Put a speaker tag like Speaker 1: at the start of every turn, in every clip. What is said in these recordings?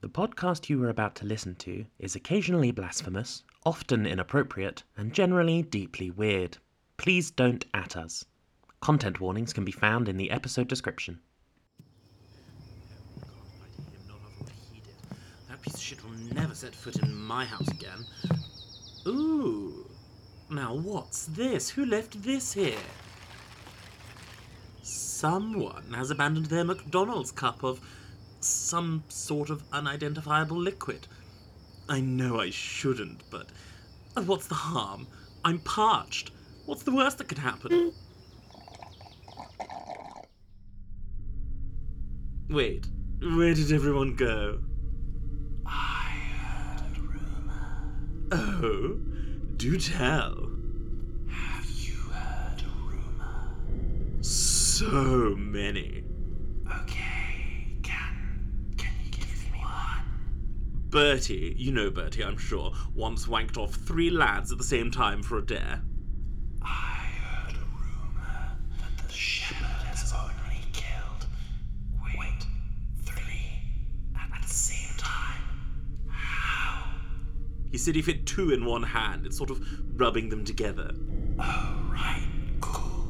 Speaker 1: The podcast you are about to listen to is occasionally blasphemous, often inappropriate, and generally deeply weird. Please don't at us. Content warnings can be found in the episode description.
Speaker 2: That piece of shit will never set foot in my house again. Ooh. Now what's this? Who left this here? Someone has abandoned their McDonald's cup of some sort of unidentifiable liquid. I know I shouldn't, but uh, what's the harm? I'm parched. What's the worst that could happen? Wait, where did everyone go? I heard a rumor. Oh, do tell.
Speaker 3: Have you heard a rumor?
Speaker 2: So many.
Speaker 3: Okay, can can you give me one?
Speaker 2: Bertie, you know Bertie, I'm sure, once wanked off three lads at the same time for a dare.
Speaker 3: I heard a rumor that the shepherd has only killed wait three at the same time. How?
Speaker 2: He said he fit two in one hand. It's sort of rubbing them together.
Speaker 3: Oh right, cool.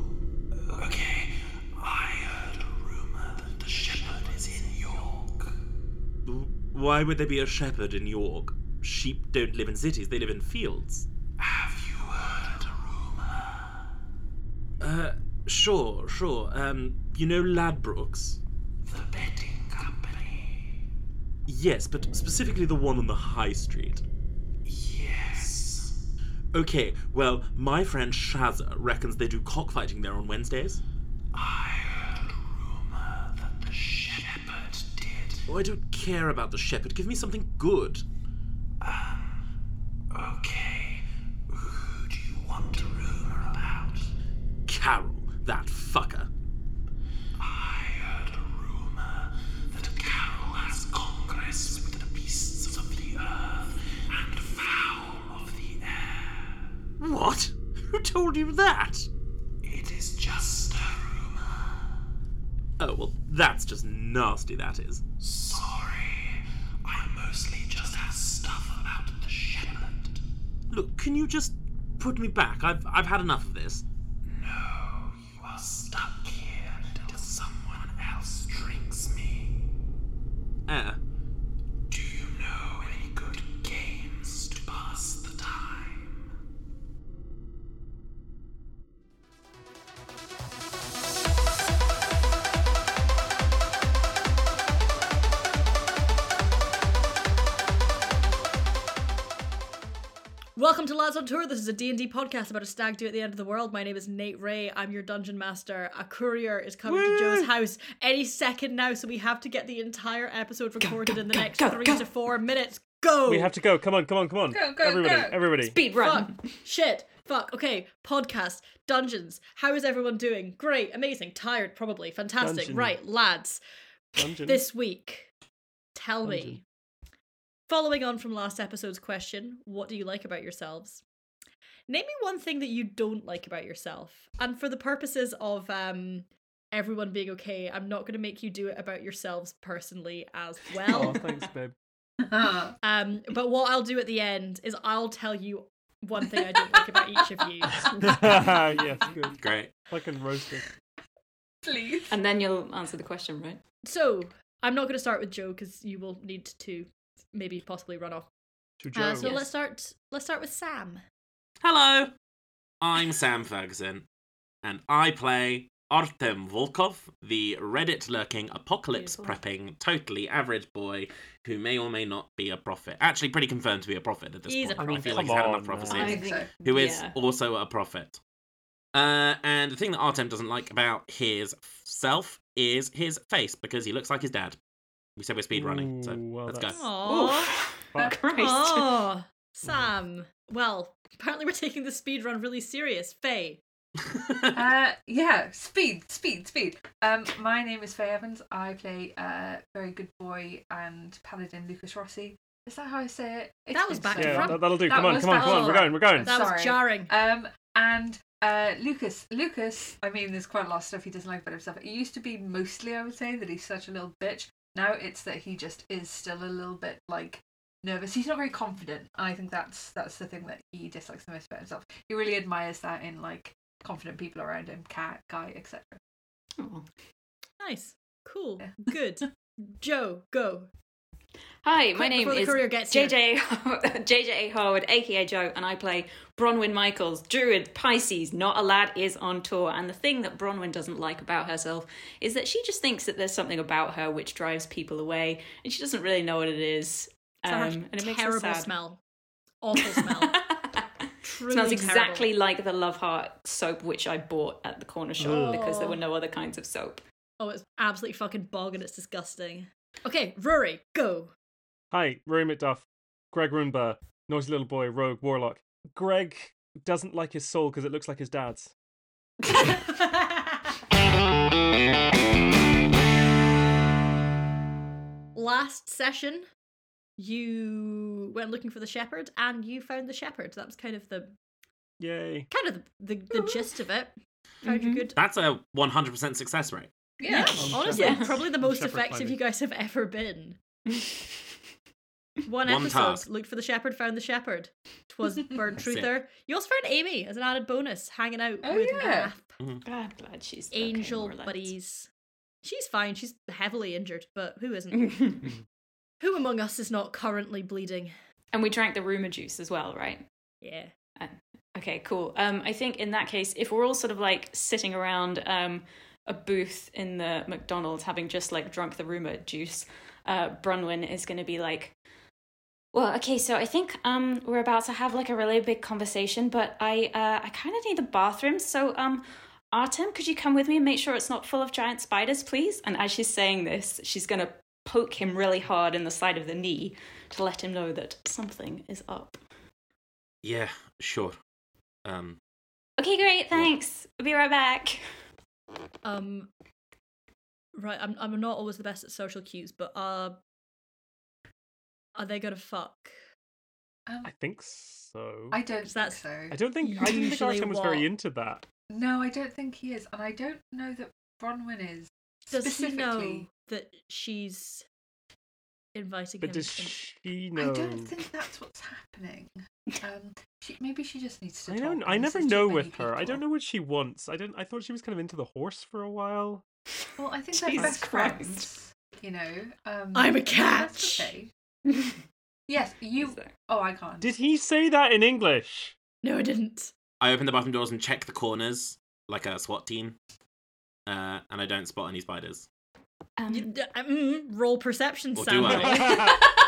Speaker 3: Okay, I heard a rumor that the shepherd is in York.
Speaker 2: W- Why would there be a shepherd in York? Sheep don't live in cities, they live in fields.
Speaker 3: Have you heard a rumor?
Speaker 2: Uh, sure, sure. Um, you know Ladbrokes?
Speaker 3: The betting company.
Speaker 2: Yes, but specifically the one on the high street.
Speaker 3: Yes.
Speaker 2: Okay, well, my friend Shazza reckons they do cockfighting there on Wednesdays.
Speaker 3: I heard a rumor that the shepherd did.
Speaker 2: Oh, I don't care about the shepherd. Give me something good.
Speaker 3: Um, Okay, who do you want a rumor about?
Speaker 2: Carol, that fucker.
Speaker 3: I heard a rumor that Carol has congress with the beasts of the earth and fowl of the air.
Speaker 2: What? Who told you that?
Speaker 3: It is just a rumor.
Speaker 2: Oh, well, that's just nasty, that is.
Speaker 3: Sorry, I mostly just have stuff about the shepherd.
Speaker 2: Look, can you just put me back? I've, I've had enough of this.
Speaker 3: No, you are stuck here until someone else drinks me.
Speaker 2: Eh.
Speaker 3: Do you know any good games to pass the time?
Speaker 4: Welcome to Lads on Tour. This is a D&D podcast about a stag do at the end of the world. My name is Nate Ray. I'm your dungeon master. A courier is coming to Joe's house any second now, so we have to get the entire episode recorded in the next 3 to 4 minutes. Go.
Speaker 5: We have to go. Come on, come on, come on.
Speaker 6: Go, go,
Speaker 5: everybody,
Speaker 6: go.
Speaker 5: everybody.
Speaker 6: Speed run.
Speaker 4: Fuck. Shit. Fuck. Okay. Podcast. Dungeons. How is everyone doing? Great. Amazing. Tired probably. Fantastic.
Speaker 5: Dungeon.
Speaker 4: Right, lads.
Speaker 5: Dungeon.
Speaker 4: This week, tell
Speaker 5: Dungeon.
Speaker 4: me. Following on from last episode's question, what do you like about yourselves? Name me one thing that you don't like about yourself. And for the purposes of um everyone being okay, I'm not going to make you do it about yourselves personally as
Speaker 5: Oh,
Speaker 4: well.
Speaker 5: thanks, babe.
Speaker 4: um but what I'll do at the end is I'll tell you one thing I don't like about each of you.
Speaker 5: yes, good.
Speaker 2: Great.
Speaker 5: Fucking roasted.
Speaker 6: Please.
Speaker 7: And then you'll answer the question, right?
Speaker 4: So, I'm not going to start with Joe cuz you will need to maybe possibly run off.
Speaker 5: To Joe.
Speaker 4: Uh, so
Speaker 7: Yes.
Speaker 4: let's start let's start with Sam.
Speaker 2: Hello. I'm Sam Ferguson, and I play Artem Volkov, the Reddit lurking, apocalypse prepping, totally average boy who may or may not be a prophet. Actually, pretty confirmed to be a prophet at this
Speaker 4: He's a
Speaker 2: point. I
Speaker 4: prophet.
Speaker 2: feel like
Speaker 5: Come
Speaker 2: he's had enough
Speaker 5: on, man.
Speaker 2: prophecies.
Speaker 6: I think so.
Speaker 2: who is
Speaker 7: yeah.
Speaker 2: also a prophet. Uh, and the thing that Artem doesn't like about his self is his face because he looks like his dad. We said we're speed running, so
Speaker 5: Ooh, well,
Speaker 2: let's
Speaker 5: that's-
Speaker 2: go.
Speaker 4: Aww.
Speaker 5: Fuck.
Speaker 7: Christ. Hmm.
Speaker 4: Oh, Sam. Well, apparently we're taking the speed run really serious. Faye.
Speaker 6: Uh, yeah, speed, speed, speed. Um, my name is Faye Evans. I play uh, very good boy and paladin Lucas Rossi. Is that how I say it? It's
Speaker 4: That was
Speaker 6: been
Speaker 4: back
Speaker 6: so
Speaker 4: to
Speaker 5: Yeah,
Speaker 4: front.
Speaker 5: that,
Speaker 6: long.
Speaker 5: that'll do.
Speaker 6: That
Speaker 5: come on,
Speaker 6: was
Speaker 5: come on,
Speaker 6: back
Speaker 5: come
Speaker 6: to
Speaker 5: on. We're
Speaker 6: front.
Speaker 5: going, we're going.
Speaker 4: That
Speaker 6: Sorry.
Speaker 4: was jarring.
Speaker 6: Um, and uh, Lucas, Lucas. I mean, there's quite a lot of stuff he doesn't like about himself. It used to be mostly, I would say, that he's such a little bitch. now. It's that he just is still a little bit like nervous. He's not very confident, and I think that's that's the thing that he dislikes the most about himself. He really admires that in like confident people around him, cat, guy, etc.
Speaker 7: Oh.
Speaker 4: Nice. Cool.
Speaker 6: Yeah.
Speaker 4: Good. Joe, go.
Speaker 7: Hi, my
Speaker 4: Quick
Speaker 7: name
Speaker 4: before the
Speaker 7: is
Speaker 4: courier gets here.
Speaker 7: JJ JJ Howard, aka Joe, and I play Bronwyn Michaels, Druid, Pisces, not a lad is on tour. And the thing that Bronwyn doesn't like about herself is that she just thinks that there's something about her which drives people away, and she doesn't really know what it is.
Speaker 4: Such
Speaker 7: Um, and it makes her
Speaker 4: terrible
Speaker 7: sad.
Speaker 4: smell. Awful smell. Truly
Speaker 7: Smells
Speaker 4: terrible.
Speaker 7: exactly like the Love Heart soap which I bought at the corner shop
Speaker 4: Oh.
Speaker 7: because there were no other kinds of soap.
Speaker 4: Oh, it's absolutely fucking bog and it's disgusting. Okay, Rory, go.
Speaker 5: Hi, Rory McDuff, Greg Runber, noisy little boy, rogue, warlock. Greg doesn't like his soul because it looks like his dad's.
Speaker 4: Last session, you went looking for the shepherd and you found the shepherd. That was kind of the
Speaker 5: Yay.
Speaker 4: kind of the, the, the gist of it.
Speaker 2: Mm-hmm.
Speaker 4: Found your good.
Speaker 2: That's a 100% success rate.
Speaker 6: Yeah.
Speaker 5: I'm
Speaker 4: Honestly,
Speaker 5: shepherd.
Speaker 7: Yeah.
Speaker 4: probably the
Speaker 5: I'm
Speaker 4: most
Speaker 5: shepherd
Speaker 4: effective
Speaker 5: climbing.
Speaker 4: you guys have ever been. One,
Speaker 2: One
Speaker 4: episode.
Speaker 2: task.
Speaker 4: Looked for the shepherd, found the shepherd. Twas Bird
Speaker 2: That's it.
Speaker 4: Truther. You also found Amy as an added bonus, hanging out
Speaker 6: Oh,
Speaker 4: with
Speaker 6: yeah.
Speaker 4: Raph,
Speaker 7: I'm glad she's okay,
Speaker 4: angel
Speaker 7: more or less.
Speaker 4: buddies. She's fine. She's heavily injured, but who isn't? who among us is not currently bleeding?
Speaker 7: and we drank the rumor juice as well, right?
Speaker 4: Yeah.
Speaker 7: Okay, cool. Um, I think in that case, if we're all sort of like sitting around um, a booth in the McDonald's, having just like drunk the rumor juice, uh, Brunwyn is going to be like, "Well, okay, so I think um, we're about to have like a really big conversation, but I uh, I kind of need the bathroom, so um." Artem, could you come with me and make sure it's not full of giant spiders, please? And as she's saying this, she's going to poke him really hard in the side of the knee to let him know that something is up.
Speaker 2: Yeah, sure. Um,
Speaker 7: Okay, great, thanks. I'll be right back.
Speaker 4: Um. Right. I'm. I'm not always the best at social cues, but uh. Are they gonna fuck?
Speaker 6: Um,
Speaker 5: I think so.
Speaker 6: I don't
Speaker 4: So that's-
Speaker 6: think so.
Speaker 5: I don't think I didn't think
Speaker 4: Usually
Speaker 5: Artem was
Speaker 4: what?
Speaker 5: very into that.
Speaker 6: No, I don't think he is, and I don't know that Bronwyn is.
Speaker 4: Does he know
Speaker 6: Specifically-
Speaker 4: that she's inviting
Speaker 5: But
Speaker 4: him?
Speaker 5: does
Speaker 4: in-
Speaker 5: she know?
Speaker 6: I don't think that's what's happening. Um, she, maybe she just needs to.
Speaker 5: I
Speaker 6: talk
Speaker 5: don't. I
Speaker 6: and
Speaker 5: never
Speaker 6: listen to
Speaker 5: know
Speaker 6: many
Speaker 5: with her. I
Speaker 6: people.
Speaker 5: don't know what she wants. I don't. I thought she was kind of into the horse for a while.
Speaker 6: Well, I think they're
Speaker 7: Jesus
Speaker 6: best
Speaker 7: Christ.
Speaker 6: friends. You know. Um,
Speaker 4: I'm a
Speaker 6: and that's
Speaker 4: catch.
Speaker 6: okay. Yes, you. Oh, I can't.
Speaker 5: Did he say that in English?
Speaker 4: No, I didn't.
Speaker 2: I open the bathroom doors and check the corners like a SWAT team. Uh, and I don't spot any spiders.
Speaker 7: Um,
Speaker 4: You, d- mm, roll perception,
Speaker 2: Or do
Speaker 4: Samuel.
Speaker 2: I?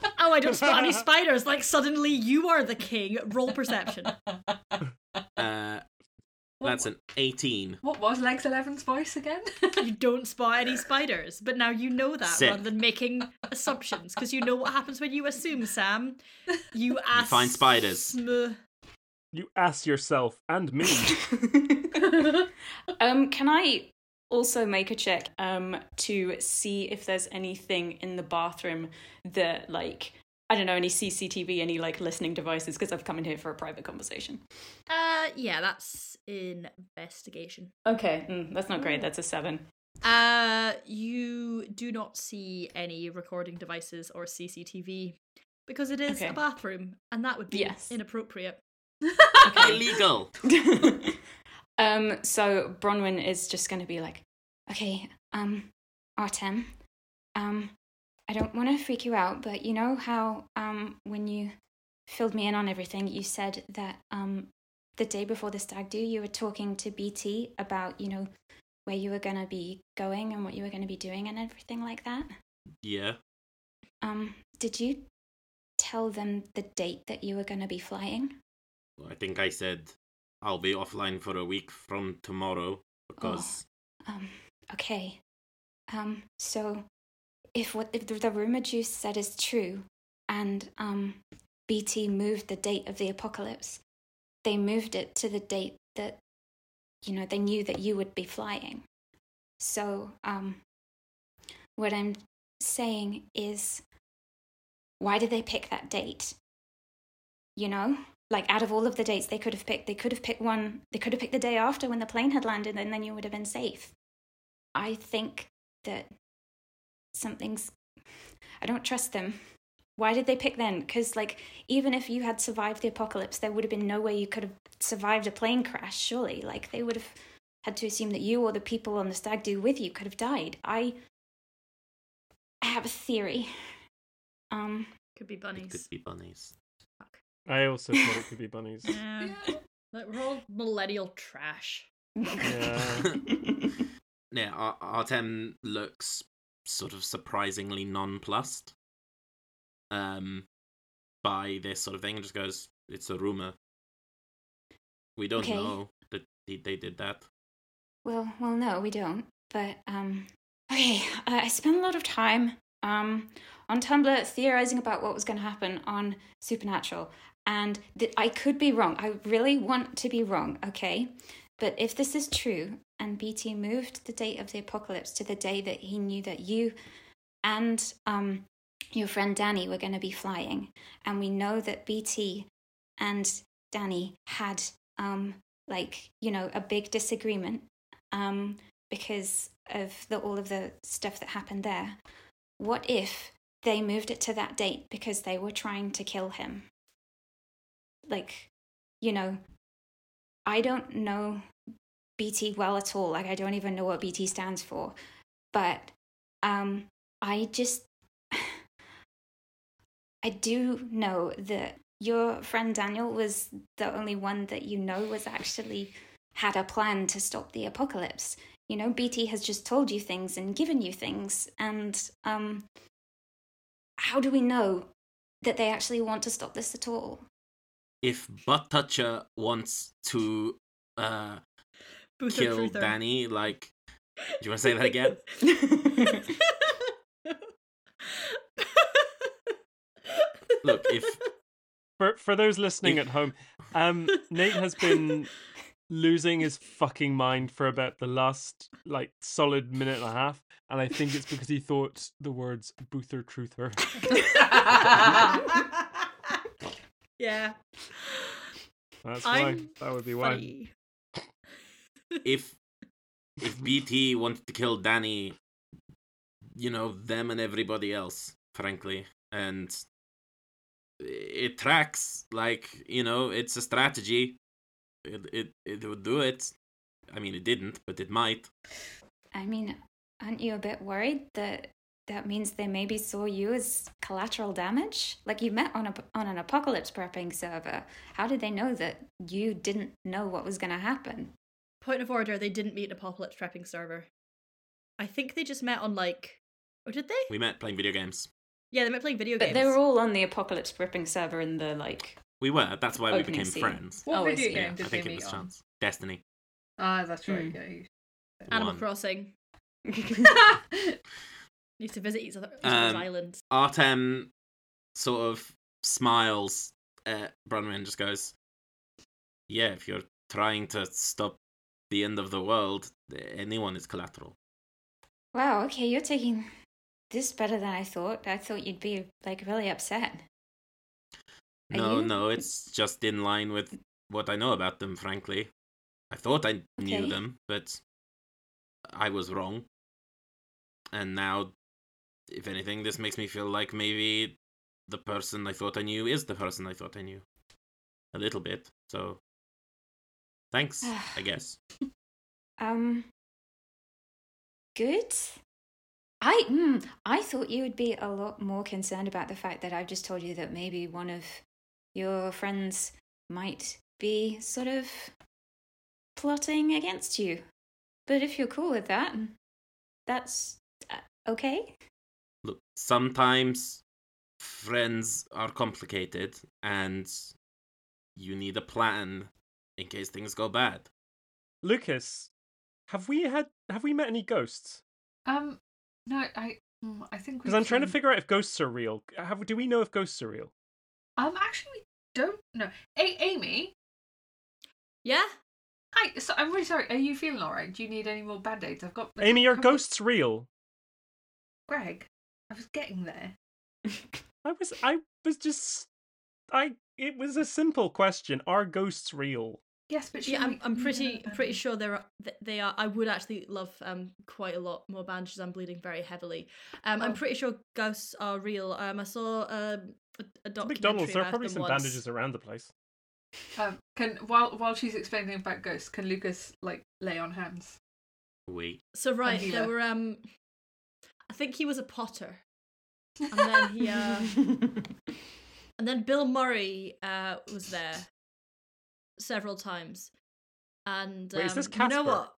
Speaker 4: Oh, I don't spot any spiders. Like suddenly you are the king. Roll perception.
Speaker 2: Uh,
Speaker 6: What-
Speaker 2: that's an 18.
Speaker 6: What was Legs Eleven's voice again?
Speaker 4: You don't spot any spiders, but now you know that
Speaker 2: Sick.
Speaker 4: rather than making assumptions, because you know what happens when you assume, Sam. You ask.
Speaker 2: find spiders.
Speaker 5: You ass yourself and me.
Speaker 7: um, can I also make a check um, to see if there's anything in the bathroom that, like, I don't know, any CCTV, any like listening devices? Because I've come in here for a private conversation.
Speaker 4: Uh, yeah, that's investigation.
Speaker 7: Okay, mm, that's not great. That's a seven.
Speaker 4: Uh, you do not see any recording devices or CCTV because it is
Speaker 7: Okay.
Speaker 4: a bathroom, and that would be
Speaker 7: Yes.
Speaker 4: inappropriate.
Speaker 2: Illegal!
Speaker 7: um, so Bronwyn is just going to be like, okay, um, Artem, um, I don't want to freak you out, but you know how, um, when you filled me in on everything, you said that, um, the day before the stag do, you were talking to BT about, you know, where you were going to be going and what you were going to be doing and everything like that.
Speaker 2: Yeah.
Speaker 7: Um, did you tell them the date that you were going to be flying?
Speaker 2: I think I said I'll be offline for a week from tomorrow because
Speaker 7: Um, okay. Um, so if what if the rumor juice said is true and um BT moved the date of the apocalypse, they moved it to the date that you know, they knew that you would be flying. So, um what I'm saying is why did they pick that date? You know? Like out of all of the dates they could have picked, they could have picked one they could have picked the day after when the plane had landed and then you would have been safe. I think that
Speaker 8: something's. I don't trust them. Why did they pick then? Because, like, even if you had survived the apocalypse, there would have been no way you could have survived a plane crash, surely. Like, they would have had to assume that you or the people on the stag do with you could have died. I. I have a theory. Um,
Speaker 4: Could be
Speaker 2: It could
Speaker 4: bunnies.
Speaker 2: be bunnies.
Speaker 5: I also thought it could be bunnies.
Speaker 4: Yeah. Like, we're all millennial trash.
Speaker 5: Yeah.
Speaker 2: Yeah, Ar- Artem looks sort of surprisingly nonplussed um, by this sort of thing and just goes, It's a rumor. We don't
Speaker 8: Okay.
Speaker 2: know that he- they did that.
Speaker 8: Well, well, no, we don't. But um, okay, uh, I spent a lot of time um on Tumblr theorizing about what was going to happen on Supernatural, and th- I could be wrong. I really want to be wrong, okay? But if this is true, and BT moved the date of the apocalypse to the day that he knew that you and um your friend Danny were going to be flying, and we know that BT and Danny had um like you know a big disagreement um, because of the, all of the stuff that happened there. What if they moved it to that date because they were trying to kill him? Like, you know, I don't know BT well at all. Like, I don't even know what BT stands for. But um, I just, I do know that your friend Daniel was the only one that you know was actually had a plan to stop the apocalypse. You know, BT has just told you things and given you things, and um, how do we know that they actually want to stop this at all?
Speaker 2: If Butt Toucher wants to uh,
Speaker 4: Booth and
Speaker 2: kill
Speaker 4: Truther.
Speaker 2: Danny, like, do you want to say that again? Look, if
Speaker 5: For for those listening
Speaker 2: If-
Speaker 5: at home, um, Nate has been losing his fucking mind for about the last like solid minute and a half, and I think it's because he thought the words "Boother Truther."
Speaker 4: yeah.
Speaker 5: That's
Speaker 4: I'm
Speaker 5: why. That would be why.
Speaker 4: Funny.
Speaker 2: if if BT wanted to kill Danny, you know them and everybody else, frankly, and it tracks like you know it's a strategy. It it it would do it. I mean, it didn't, but it might.
Speaker 8: I mean, aren't you a bit worried that that means they maybe saw you as collateral damage? Like you met on a on an apocalypse prepping server. How did they know that you didn't know what was going to happen?
Speaker 4: Point of order, they didn't meet an apocalypse prepping server. I think they just met on like Oh did they?
Speaker 2: We met playing video games.
Speaker 4: Yeah, they met playing video
Speaker 8: But
Speaker 4: games.
Speaker 8: they were all on the apocalypse prepping server in the like.
Speaker 2: We were. That's why we
Speaker 8: Opening
Speaker 2: became
Speaker 8: scene.
Speaker 2: friends.
Speaker 6: What
Speaker 8: Oh, I
Speaker 6: video
Speaker 8: see.
Speaker 6: game
Speaker 2: Yeah,
Speaker 6: did
Speaker 2: I
Speaker 6: they
Speaker 2: think it
Speaker 6: meet
Speaker 2: was
Speaker 6: on?
Speaker 2: chance. Destiny.
Speaker 6: Ah, that's right.
Speaker 8: Hmm.
Speaker 6: Yeah. you-
Speaker 4: Animal
Speaker 2: One.
Speaker 4: Crossing. Need to visit each other each other's
Speaker 2: Um,
Speaker 4: islands.
Speaker 2: Artem sort of smiles at Bronwyn and just goes, Yeah, if you're trying to stop the end of the world, anyone is collateral.
Speaker 8: Wow, okay, you're taking this better than I thought. I thought you'd be like really upset. Are
Speaker 2: no,
Speaker 8: you?
Speaker 2: no, it's just in line with what I know about them, frankly. I thought I knew
Speaker 8: Okay.
Speaker 2: them, but I was wrong. And now, if anything, this makes me feel like maybe the person I thought I knew is the person I thought I knew. A little bit, so. Thanks, I guess.
Speaker 8: Um good. I mm, I thought you would be a lot more concerned about the fact that I've just told you that maybe one of your friends might be sort of plotting against you. But if you're cool with that, that's uh, okay.
Speaker 2: Look, sometimes friends are complicated and you need a plan in case things go bad.
Speaker 5: Lucas, have we had have we met any ghosts?
Speaker 6: Um, no, I, mm, I think we
Speaker 5: Because I'm trying to
Speaker 6: can-
Speaker 5: figure out if ghosts are real. Have do we know if ghosts are real?
Speaker 6: Um, actually, we don't know. A- Amy,
Speaker 4: Yeah?
Speaker 6: hi. So I'm really sorry. Are you feeling alright? Do you need any more band aids? I've got. like, a
Speaker 5: Amy, are
Speaker 6: couple-
Speaker 5: ghosts real?
Speaker 6: Greg, I was getting there.
Speaker 5: I was I was just I. It was a simple question. Are ghosts real?
Speaker 6: Yes, but
Speaker 4: Yeah, I'm,
Speaker 6: surely
Speaker 4: I'm
Speaker 6: you
Speaker 4: pretty
Speaker 6: know,
Speaker 4: pretty
Speaker 6: um,
Speaker 4: sure there are th- they are. I would actually love um quite a lot more bandages. I'm bleeding very heavily. Um, I'm
Speaker 6: Oh.
Speaker 4: pretty sure ghosts are real. Um, I saw um a, a documentary
Speaker 5: McDonald's, there are
Speaker 4: about
Speaker 5: probably
Speaker 4: them
Speaker 5: some
Speaker 4: once.
Speaker 5: bandages around the place.
Speaker 6: Um, can while while she's explaining about ghosts, can Lucas like lay on hands?
Speaker 2: We
Speaker 4: So right, there
Speaker 6: healer.
Speaker 4: were um, I think he was a potter, and then he uh, and then Bill Murray uh was there several times, and um,
Speaker 5: Wait, is this
Speaker 4: you
Speaker 5: Casper?
Speaker 4: know what?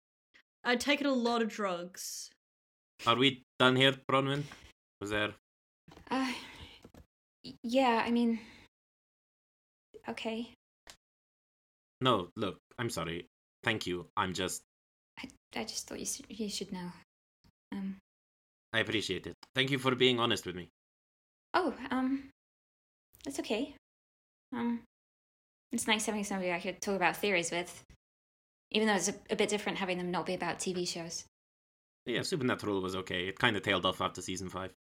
Speaker 4: I'd taken a lot of drugs.
Speaker 2: are we done here, Bronwyn? Was there?
Speaker 7: Uh, y- yeah, I mean, okay.
Speaker 2: No, look. I'm sorry. Thank you. I'm just.
Speaker 7: I, I just thought you should, you should know. Um.
Speaker 2: I appreciate it. Thank you for being honest with me.
Speaker 7: Oh. Um. That's okay. Um. It's nice having somebody I could talk about theories with, even though it's a, a bit different having them not be about TV shows.
Speaker 2: Yeah, Supernatural was okay. It kind of tailed off after season five.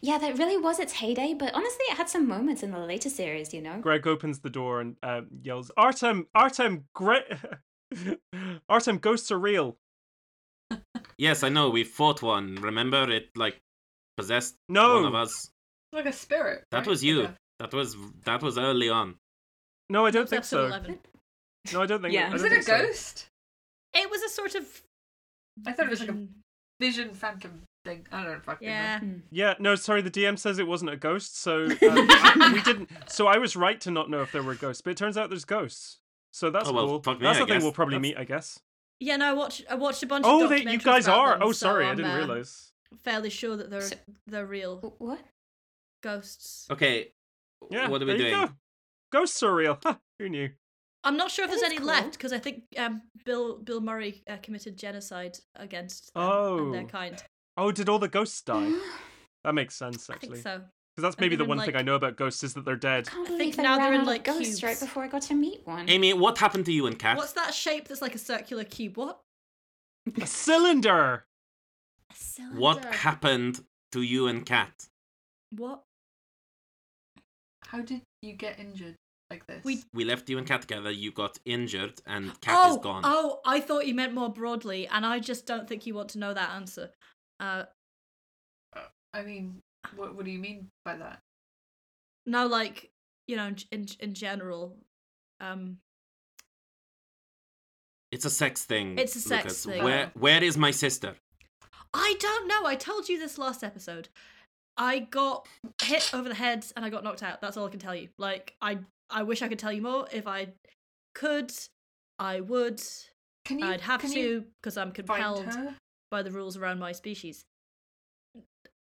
Speaker 7: Yeah, that really was its heyday, but honestly, it had some moments in the later series, you know.
Speaker 5: Greg opens the door and um, yells, "Artem, Artem, great, Artem, ghosts are real."
Speaker 2: Yes, I know. We fought one. Remember it like possessed one of
Speaker 5: No,
Speaker 2: us.
Speaker 6: Like a spirit.
Speaker 2: That
Speaker 6: right?
Speaker 2: was you.
Speaker 6: Okay.
Speaker 2: That was that was early on.
Speaker 5: no, I don't
Speaker 4: was
Speaker 5: think
Speaker 4: episode
Speaker 5: so.
Speaker 4: 11.
Speaker 5: No, I don't think.
Speaker 7: Yeah.
Speaker 5: I
Speaker 7: I
Speaker 6: Was
Speaker 5: don't
Speaker 6: it a
Speaker 5: think so.
Speaker 6: ghost?
Speaker 4: It was a sort of.
Speaker 6: I thought it was like a
Speaker 4: vision-
Speaker 6: vision phantom thing. I don't fucking Hmm.
Speaker 4: Yeah.
Speaker 5: Yeah, no, sorry. The DM says it wasn't a ghost, so um, I- we didn't. So I was right to not know if there were ghosts, but it turns out there's ghosts. So that's
Speaker 2: Oh, well,
Speaker 5: cool.
Speaker 2: fuck me,
Speaker 5: that's
Speaker 2: I
Speaker 5: the thing
Speaker 2: guess.
Speaker 5: we'll probably
Speaker 2: That's-
Speaker 5: meet, I guess.
Speaker 4: Yeah, no, I watched. I watched a bunch.
Speaker 5: Oh,
Speaker 4: of
Speaker 5: that you
Speaker 4: documentaries
Speaker 5: guys
Speaker 4: about
Speaker 5: are.
Speaker 4: them,
Speaker 5: Oh,
Speaker 4: so
Speaker 5: sorry, I
Speaker 4: I'm,
Speaker 5: didn't
Speaker 4: uh,
Speaker 5: realize.
Speaker 4: Fairly sure that they're
Speaker 7: So-
Speaker 4: they're real
Speaker 7: W- What?
Speaker 4: ghosts.
Speaker 2: Okay.
Speaker 5: Yeah,
Speaker 2: What are
Speaker 5: there
Speaker 2: we
Speaker 5: You
Speaker 2: doing?
Speaker 5: go. Ghosts are real. Ha, Who knew?
Speaker 4: I'm not sure if
Speaker 7: That
Speaker 4: there's
Speaker 7: is
Speaker 4: any
Speaker 7: cool.
Speaker 4: left because I think um, Bill Bill Murray uh, committed genocide against them and their
Speaker 5: Oh.
Speaker 4: kind.
Speaker 5: Oh, did all the ghosts die? That makes sense,
Speaker 4: I think
Speaker 5: actually.
Speaker 4: so.
Speaker 5: Because that's
Speaker 4: And
Speaker 5: maybe the
Speaker 4: even,
Speaker 5: one thing
Speaker 4: like-
Speaker 5: I know about ghosts is that they're dead.
Speaker 7: can't
Speaker 4: I
Speaker 7: believe
Speaker 4: think
Speaker 7: they ran
Speaker 4: now they're in,
Speaker 7: out of
Speaker 4: like,
Speaker 7: ghosts right
Speaker 4: cubes.
Speaker 7: before I got to meet one.
Speaker 2: Amy, what happened to you and Kat?
Speaker 4: What's that shape that's like a circular cube? What?
Speaker 5: A cylinder.
Speaker 4: A cylinder.
Speaker 2: What happened to you and Kat?
Speaker 4: What?
Speaker 6: How did you get injured like this?
Speaker 4: We-
Speaker 2: We left you and Kat together. You got injured, and Kat
Speaker 4: oh,
Speaker 2: is gone.
Speaker 4: oh, I thought you meant more broadly, and I just don't think you want to know that answer. Uh,
Speaker 6: I mean, what what do you mean by that?
Speaker 4: no like you know in in, in general um
Speaker 2: It's a sex thing.
Speaker 4: It's a sex
Speaker 2: Lucas.
Speaker 4: thing.
Speaker 2: Where Where is my sister?
Speaker 4: i don't know i told you this last episode i got hit over the head and i got knocked out that's all i can tell you like i i wish i could tell you more if i could i would
Speaker 6: Can you?
Speaker 4: i'd have
Speaker 6: can
Speaker 4: to
Speaker 6: you
Speaker 4: because i'm
Speaker 6: find
Speaker 4: compelled
Speaker 6: her?
Speaker 4: by the rules around my species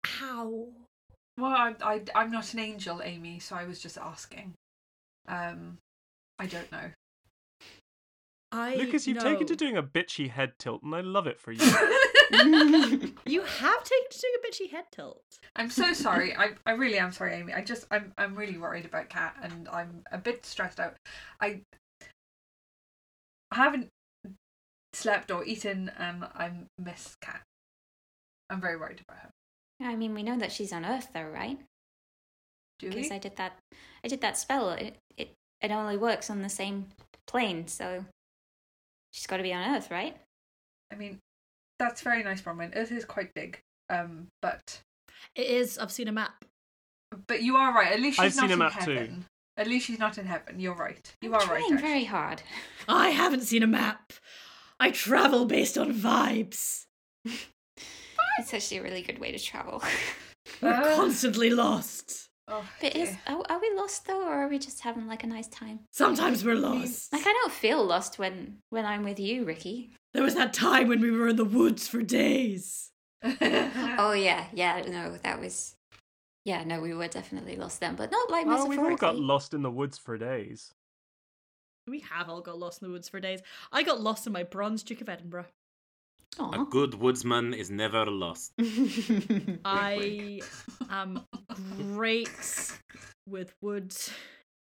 Speaker 4: how
Speaker 6: Well, I, I I'm not an angel, Amy, so I was just asking. Um, I don't know.
Speaker 4: i
Speaker 5: Lucas, you've taken to
Speaker 4: know-
Speaker 5: doing a bitchy head tilt, and I love it for you.
Speaker 4: you have taken to doing a bitchy head tilt
Speaker 6: I'm so sorry. I, I really am sorry, Amy. I just I'm I'm really worried about Kat and I'm a bit stressed out. I I haven't slept or eaten and I miss Kat. I'm very worried about her.
Speaker 7: I mean, we know that she's on Earth, though, right?
Speaker 6: Do
Speaker 7: Because
Speaker 6: we?
Speaker 7: I did that. I did that spell. It, it it only works on the same plane, so she's got to be on Earth, right?
Speaker 6: I mean that's very nice, Bronwyn. Earth is quite big. Um but
Speaker 4: it is i've seen a map
Speaker 6: but you are right. At least she's
Speaker 5: I've
Speaker 6: not
Speaker 5: seen a
Speaker 6: in
Speaker 5: map too.
Speaker 6: heaven. At least she's not in heaven. You're right. You
Speaker 7: I'm
Speaker 6: are right.
Speaker 7: trying
Speaker 6: actually.
Speaker 7: very hard.
Speaker 4: I haven't seen a map. I travel based on vibes.
Speaker 7: It's actually a really good way to travel.
Speaker 4: We're
Speaker 6: Ah.
Speaker 4: constantly lost.
Speaker 6: Oh,
Speaker 7: But is,
Speaker 6: dear.
Speaker 7: are, are we lost though, or are we just having like a nice time?
Speaker 4: Sometimes we're
Speaker 6: Mm.
Speaker 4: lost.
Speaker 7: Like I don't feel lost when when I'm with you, Ricky.
Speaker 4: There was that time when we were in the woods for days.
Speaker 7: Oh yeah, yeah. No, that was. Yeah, no, we were definitely lost then, but not like
Speaker 5: oh, we've all got
Speaker 7: metaphorically.
Speaker 5: lost in the woods for days.
Speaker 4: We have all got lost in the woods for days. I got lost in my bronze Duke of Edinburgh.
Speaker 2: A
Speaker 7: Aw.
Speaker 2: good woodsman is never lost.
Speaker 4: Mm. I am great with wood.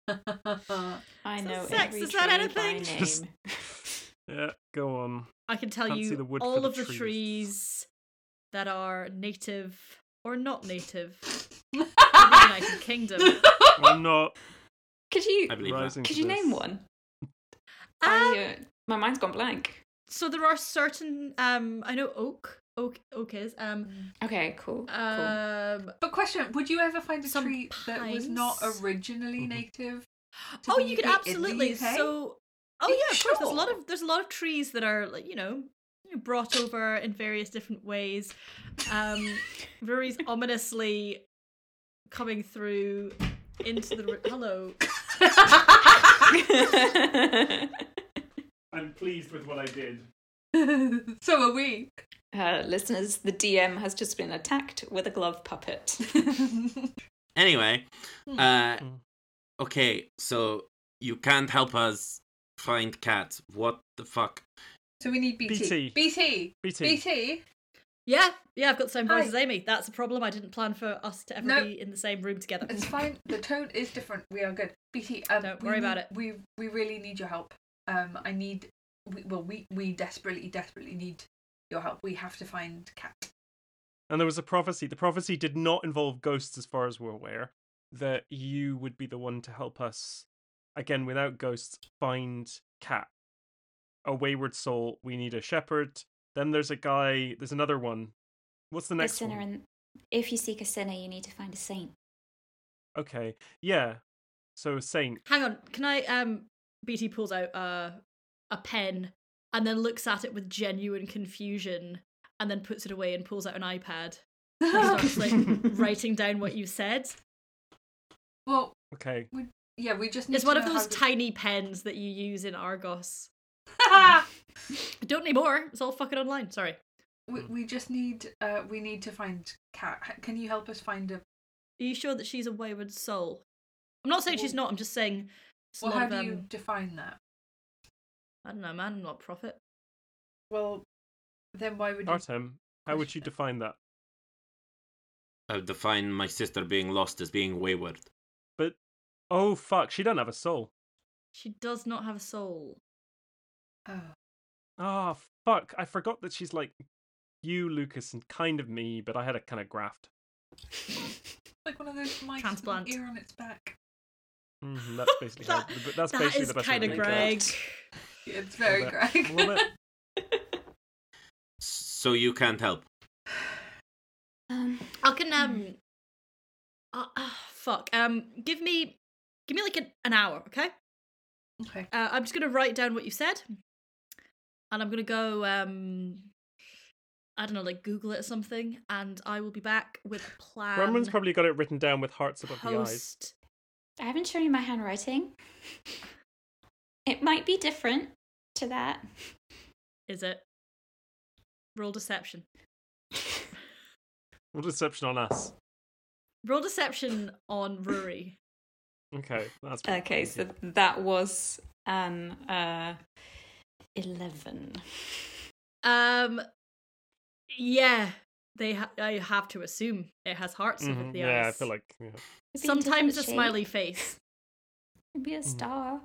Speaker 7: I
Speaker 4: So
Speaker 7: know
Speaker 4: sex,
Speaker 7: every
Speaker 4: is
Speaker 7: tree
Speaker 4: that
Speaker 7: by
Speaker 4: anything?
Speaker 7: name.
Speaker 5: Just- Yeah, go on.
Speaker 4: I can tell
Speaker 5: Can't see
Speaker 4: you
Speaker 5: the wood for
Speaker 4: all
Speaker 5: the
Speaker 4: of the
Speaker 5: trees.
Speaker 4: trees that are native or not native to the
Speaker 6: I
Speaker 4: United Kingdom.
Speaker 5: I'm not
Speaker 7: Could you
Speaker 2: I believe that.
Speaker 5: rising.
Speaker 7: could
Speaker 5: to
Speaker 7: you
Speaker 5: this.
Speaker 7: name one?
Speaker 4: Ah!
Speaker 7: I, uh, my mind's gone blank.
Speaker 4: So there are certain um I know oak oak oak is um
Speaker 7: Okay, cool. cool.
Speaker 4: um
Speaker 6: But question: Would you ever find a
Speaker 4: Some
Speaker 6: tree that was not
Speaker 4: pines.
Speaker 6: originally native? to
Speaker 4: Mm-hmm. oh
Speaker 6: the
Speaker 4: you could
Speaker 6: UK in the
Speaker 4: absolutely
Speaker 6: UK?
Speaker 4: so oh
Speaker 6: Yeah,
Speaker 4: yeah of course there's a lot
Speaker 6: sure.
Speaker 4: of there's a lot of trees that are like you know brought over in various different ways um Rory's ominously coming through into the r- hello
Speaker 5: I'm pleased with what I did.
Speaker 6: so are we.
Speaker 7: uh, listeners, the DM has just been attacked with a glove puppet.
Speaker 2: Anyway,
Speaker 4: Hmm.
Speaker 2: uh,
Speaker 5: Hmm.
Speaker 2: okay, so you can't help us find cats. What the fuck?
Speaker 6: so we need
Speaker 5: BT.
Speaker 6: BT. BT.
Speaker 5: BT.
Speaker 6: BT.
Speaker 4: yeah yeah I've got the same voice
Speaker 6: Hi.
Speaker 4: as Amy that's a problem I didn't plan for us to ever
Speaker 6: No.
Speaker 4: be in the same room together
Speaker 6: It's fine. The tone is different. We are good. BT, um,
Speaker 4: Don't
Speaker 6: we
Speaker 4: worry about
Speaker 6: need-
Speaker 4: it.
Speaker 6: We we really need your help. Um, I need. We, well, we we desperately desperately need your help. We have to find Cat.
Speaker 5: And there was a prophecy. The prophecy did not involve ghosts, as far as we're aware, that you would be the one to help us, again, without ghosts, find Cat. A wayward soul. We need a shepherd. Then there's a guy. There's another one. What's the next one?
Speaker 7: and if you seek a sinner, you need to find a saint.
Speaker 5: Okay. Yeah. So a saint.
Speaker 4: Hang on, can I? Um, BT pulls out uh, a pen and then looks at it with genuine confusion, and then puts it away and pulls out an iPad and starts like writing down what you said.
Speaker 6: well,
Speaker 5: Okay.
Speaker 6: yeah, we just need.
Speaker 4: It's
Speaker 6: to
Speaker 4: one of
Speaker 6: know how
Speaker 4: those
Speaker 6: to-
Speaker 4: tiny pens that you use in Argos. Don't need more. It's all fucking online. Sorry.
Speaker 6: we, we just need. Uh, we need to find Cat. Can you help us find a?
Speaker 4: Are you sure that she's a wayward soul? I'm not saying she's not. I'm just saying. It's a
Speaker 6: Well,
Speaker 4: lot
Speaker 6: how
Speaker 4: of,
Speaker 6: do
Speaker 4: um,
Speaker 6: you define that?
Speaker 4: I don't know, man. I'm not a prophet.
Speaker 6: Well, then why would you?
Speaker 5: Artem, how would you define that?
Speaker 2: I uh, define my sister being lost as being wayward.
Speaker 5: But oh fuck, she don't have a soul.
Speaker 4: She does not have a soul.
Speaker 6: Oh,
Speaker 5: Ah fuck, I forgot that she's like you, Lucas, and kind of me, but I had a kind of graft.
Speaker 6: like one of those mice. with an
Speaker 4: Transplant.
Speaker 6: Ear on its back.
Speaker 5: Mhm, that's basically how,
Speaker 4: That-
Speaker 5: but that's
Speaker 4: that
Speaker 5: basically
Speaker 4: is
Speaker 5: the best way
Speaker 4: kind
Speaker 5: to
Speaker 4: of
Speaker 5: think
Speaker 4: Greg.
Speaker 6: Yeah, it's very
Speaker 5: Love
Speaker 6: Greg.
Speaker 5: it. Love it.
Speaker 2: So you can't help.
Speaker 7: Um,
Speaker 4: I can um. Uh, fuck. Um, give me, give me like an, an hour, okay?
Speaker 6: okay.
Speaker 4: Uh, I'm just gonna write down what you said, and I'm gonna go um. I don't know, like Google it or something, and I will be back with a plan.
Speaker 5: Bronwyn's probably got it written down with hearts above the eyes.
Speaker 4: post.
Speaker 7: I haven't shown you my handwriting. It might be different to that.
Speaker 4: Is it? Roll deception.
Speaker 5: What deception on us?
Speaker 4: Roll deception on Rory.
Speaker 5: Okay, that's
Speaker 7: Okay, so that was an uh, eleven.
Speaker 4: Um, yeah, they. Ha- I have to assume it has hearts above
Speaker 5: Mhm,
Speaker 4: the eyes.
Speaker 5: yeah, I feel like yeah.
Speaker 4: sometimes a smiley face.
Speaker 7: It'd be a star.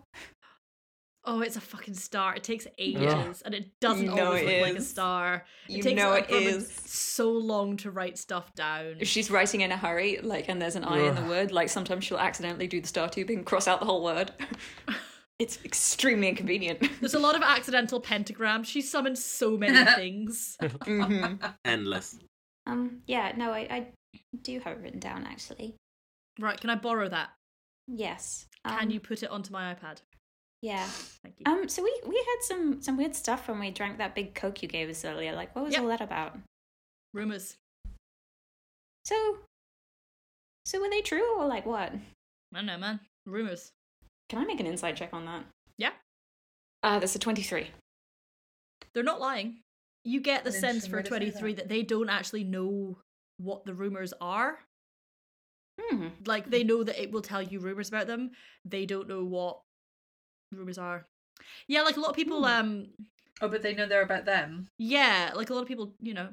Speaker 4: Oh, it's a fucking star. It takes ages, and it doesn't
Speaker 7: You know
Speaker 4: always
Speaker 7: it
Speaker 4: look like a
Speaker 7: is.
Speaker 4: star.
Speaker 7: You
Speaker 4: it takes
Speaker 7: know
Speaker 4: like,
Speaker 7: it
Speaker 4: Roman
Speaker 7: is.
Speaker 4: so long to write stuff down.
Speaker 7: If she's writing in a hurry, like, and there's an I in the
Speaker 5: Ugh.
Speaker 7: word, like, sometimes she'll accidentally do the star tube and cross out the whole word. it's extremely inconvenient.
Speaker 4: There's a lot of accidental pentagrams. She summons so many things. Mm-hmm.
Speaker 2: Endless.
Speaker 7: Um, yeah, no, I, I do have it written down actually.
Speaker 4: Right? Can I borrow that?
Speaker 7: Yes.
Speaker 4: Can
Speaker 7: um,
Speaker 4: you put it onto my iPad?
Speaker 7: Yeah.
Speaker 4: Thank you.
Speaker 7: Um. So we we had some some weird stuff when we drank that big coke you gave us earlier. Like, what was
Speaker 4: Yep.
Speaker 7: all that about?
Speaker 4: Rumors.
Speaker 7: So. So were they true or like what?
Speaker 4: I don't know, man. Rumors.
Speaker 7: Can I make an inside check on that?
Speaker 4: Yeah.
Speaker 7: Uh, that's a twenty-three.
Speaker 4: They're not lying. You get the
Speaker 6: An
Speaker 4: sense
Speaker 6: interesting
Speaker 4: for
Speaker 6: way to say
Speaker 4: 23 that they don't actually know what the rumors are.
Speaker 7: Hmm.
Speaker 4: like they know that it will tell you rumors about them they don't know what rumors are yeah like a lot of
Speaker 7: Hmm.
Speaker 4: people um
Speaker 6: Oh, but they know they're about them.
Speaker 4: yeah like a lot of people you know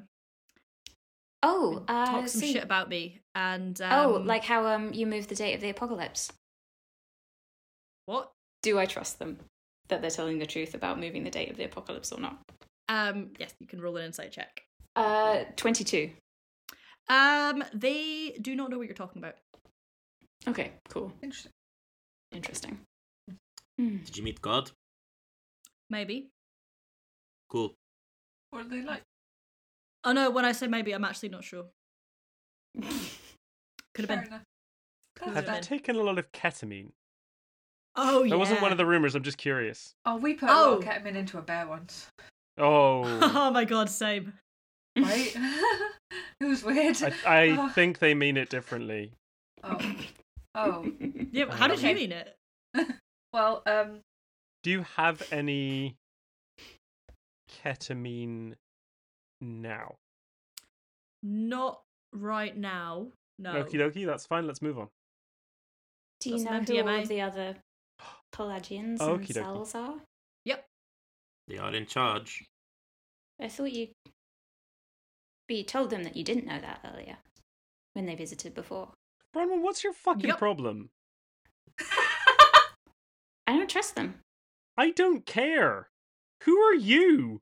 Speaker 7: Oh. Uh,
Speaker 4: talk some
Speaker 7: see.
Speaker 4: shit about me and um,
Speaker 7: oh, like how um you moved the date of the apocalypse.
Speaker 4: what
Speaker 7: Do I trust them that they're telling the truth about moving the date of the apocalypse or not?
Speaker 4: um yes you can roll an insight check
Speaker 7: Uh, twenty-two.
Speaker 4: um they do not know what you're talking about
Speaker 7: Okay. Cool.
Speaker 6: Interesting.
Speaker 7: Interesting. Hmm.
Speaker 2: Did you meet God?
Speaker 4: Maybe.
Speaker 2: Cool.
Speaker 6: What are they like?
Speaker 4: Oh no, when I say maybe, I'm actually not sure. Could
Speaker 6: Fair
Speaker 4: have been.
Speaker 6: enough.
Speaker 4: Could've
Speaker 5: Have
Speaker 6: That's
Speaker 5: you
Speaker 4: been.
Speaker 6: fair.
Speaker 5: taken a lot of ketamine?
Speaker 4: Oh yeah.
Speaker 5: That wasn't one of the rumors. I'm just curious.
Speaker 6: Oh, we put a lot of
Speaker 4: Oh.
Speaker 6: ketamine into a bear once,
Speaker 5: Oh,
Speaker 4: oh my god, same.
Speaker 6: right? it was weird.
Speaker 5: I, I
Speaker 6: Oh.
Speaker 5: think they mean it differently.
Speaker 6: Oh. oh.
Speaker 4: Yeah, how did
Speaker 6: Okay.
Speaker 4: you mean it?
Speaker 6: Well, um,
Speaker 5: Do you have any ketamine now?
Speaker 4: Not right now. No.
Speaker 5: Okie dokie, that's fine. Let's move on.
Speaker 7: Do you
Speaker 4: That's
Speaker 7: know
Speaker 4: an
Speaker 7: who all
Speaker 4: MDMA.
Speaker 7: of the other Pelagians
Speaker 5: Okie dokie.
Speaker 7: and cells are?
Speaker 2: They are in charge.
Speaker 7: I thought you. But you told them that you didn't know that earlier when they visited before.
Speaker 5: Bronwyn, what's your fucking
Speaker 4: Yep.
Speaker 5: problem?
Speaker 7: I don't trust them.
Speaker 5: I don't care. Who are you?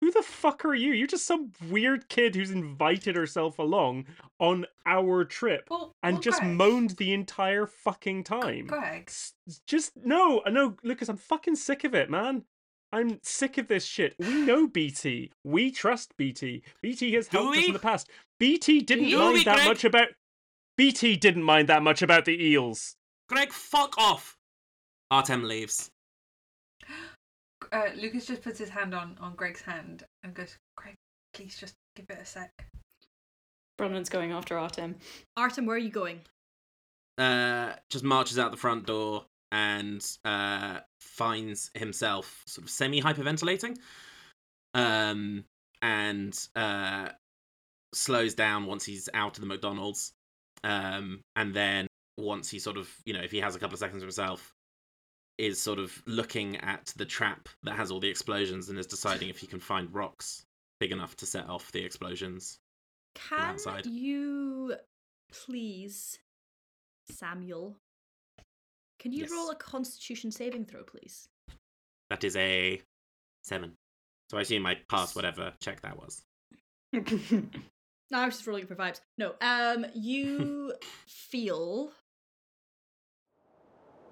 Speaker 5: Who the fuck are you? You're just some weird kid who's invited herself along on our trip
Speaker 6: well,
Speaker 5: and
Speaker 6: well,
Speaker 5: just
Speaker 6: Greg.
Speaker 5: moaned the entire fucking time.
Speaker 6: Greg,
Speaker 5: S- Just no, I know, Lucas. I'm fucking sick of it, man. I'm sick of this shit. We know BT. We trust BT. BT has
Speaker 2: Do
Speaker 5: helped us
Speaker 2: we?
Speaker 5: in the past. BT didn't
Speaker 2: you? Do
Speaker 5: mind
Speaker 2: we,
Speaker 5: that
Speaker 2: Greg?
Speaker 5: much about. BT didn't mind that much about the eels.
Speaker 2: Greg, fuck off! Artem leaves.
Speaker 6: uh, Lucas just puts his hand on on Greg's hand and goes, "Greg, please just give it a sec."
Speaker 7: Bronwyn's going after Artem.
Speaker 4: Artem, where are you going?
Speaker 2: Uh, just marches out the front door and uh, finds himself sort of semi hyperventilating. Um, and uh, slows down once he's out of the McDonald's. Um, and then once he sort of, you know, if he has a couple of seconds to himself, is sort of looking at the trap that has all the explosions and is deciding if he can find rocks big enough to set off the explosions.
Speaker 4: Can
Speaker 2: outside.
Speaker 4: you please, Samuel? Can you
Speaker 2: Yes.
Speaker 4: roll a Constitution saving throw, please?
Speaker 2: That is a seven. So I assume I passed whatever check that was.
Speaker 4: No, I was just rolling it for vibes. No, um, you feel.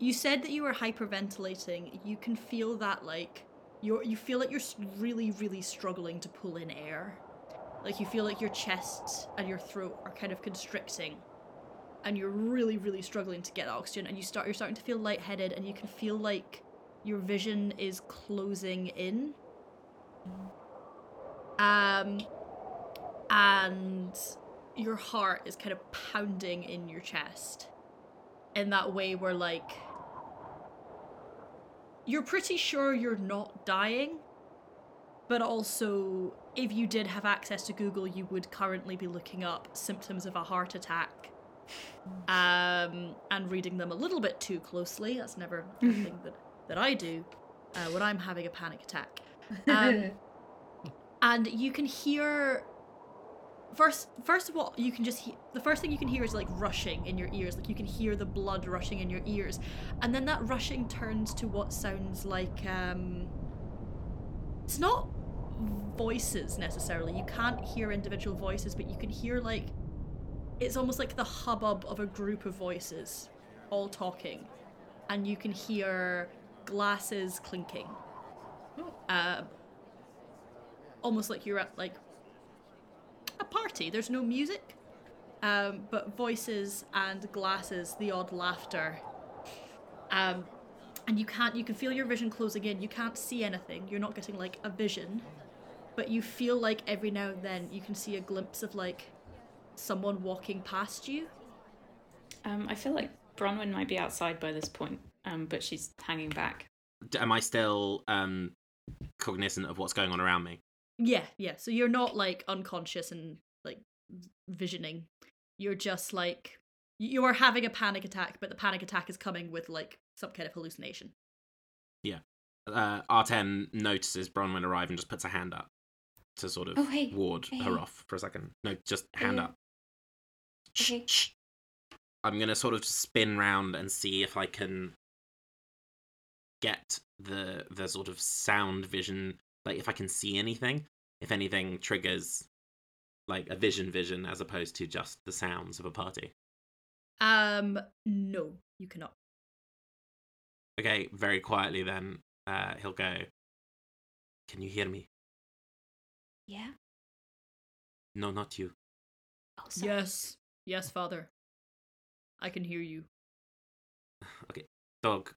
Speaker 4: You said that you were hyperventilating. You can feel that, like you're. You feel like you're s- really, really struggling to pull in air. Like you feel like your chest and your throat are kind of constricting, and you're really, really struggling to get oxygen. And you start. You're starting to feel lightheaded, and you can feel like your vision is closing in. Um, and your heart is kind of pounding in your chest in that way where like you're pretty sure you're not dying but also if you did have access to google you would currently be looking up symptoms of a heart attack um, and reading them a little bit too closely that's never a thing that, that i do uh, when i'm having a panic attack um, and you can hear first first of all you can just he- the first thing you can hear is like rushing in your ears like you can hear the blood rushing in your ears and then that rushing turns to what sounds like um it's not voices necessarily you can't hear individual voices but you can hear like it's almost like the hubbub of a group of voices all talking and you can hear glasses clinking uh, almost like you're at like a party. There's no music, um, but voices and glasses, the odd laughter. Um, and you can't, you can feel your vision closing in. You can't see anything. You're not getting like a vision, but you feel like every now and then you can see a glimpse of like someone walking past you.
Speaker 7: um, I feel like Bronwyn might be outside by this point, um, but she's hanging back.
Speaker 2: D- am I still um, cognizant of what's going on around me?
Speaker 4: Yeah, yeah. So you're not like unconscious and like v- visioning. You're just like y- you are having a panic attack, but the panic attack is coming with like some kind of hallucination.
Speaker 2: Uh, Artem notices Bronwyn arrive and just puts a hand up to sort of
Speaker 7: Oh, hey.
Speaker 2: ward
Speaker 7: Hey.
Speaker 2: her off for a second. No, just hand
Speaker 7: Yeah.
Speaker 2: up. Shh,
Speaker 7: Okay.
Speaker 2: shh. I'm gonna sort of just spin round and see if I can get the the sort of sound vision, like if I can see anything, if anything triggers like a vision vision as opposed to just the sounds of a party.
Speaker 4: Um, no, you cannot.
Speaker 2: Okay, very quietly then, uh, he'll go, Can you hear me?
Speaker 7: Yeah.
Speaker 2: No, not you.
Speaker 7: Oh, sorry.
Speaker 4: Yes. Yes, father. I can hear you.
Speaker 2: Dog,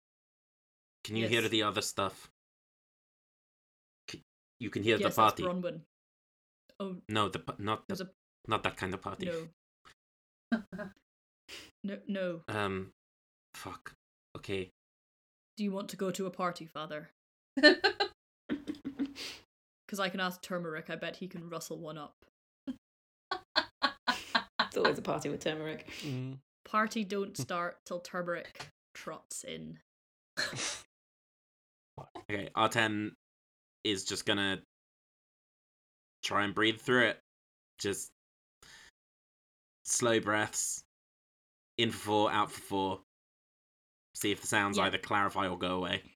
Speaker 2: can you hear
Speaker 4: Yes.
Speaker 2: the other stuff? C- you can hear
Speaker 4: yes,
Speaker 2: the party.
Speaker 4: That's Bronwyn. Oh,
Speaker 2: No, the, pa- not,
Speaker 4: there's
Speaker 2: the,
Speaker 4: a
Speaker 2: not that kind of party.
Speaker 4: no. no, no.
Speaker 2: Um, fuck. Okay.
Speaker 4: Do you want to go to a party, father? Because I can ask Turmeric. I bet he can rustle one up.
Speaker 7: It's always a party with turmeric.
Speaker 5: Mm.
Speaker 4: Party
Speaker 6: Hmm.
Speaker 4: don't start till Turmeric trots in.
Speaker 2: Okay, Artem is just gonna try and breathe through it. Just slow breaths. In for four, out for four. See if the sounds
Speaker 4: Yeah.
Speaker 2: either clarify or go away.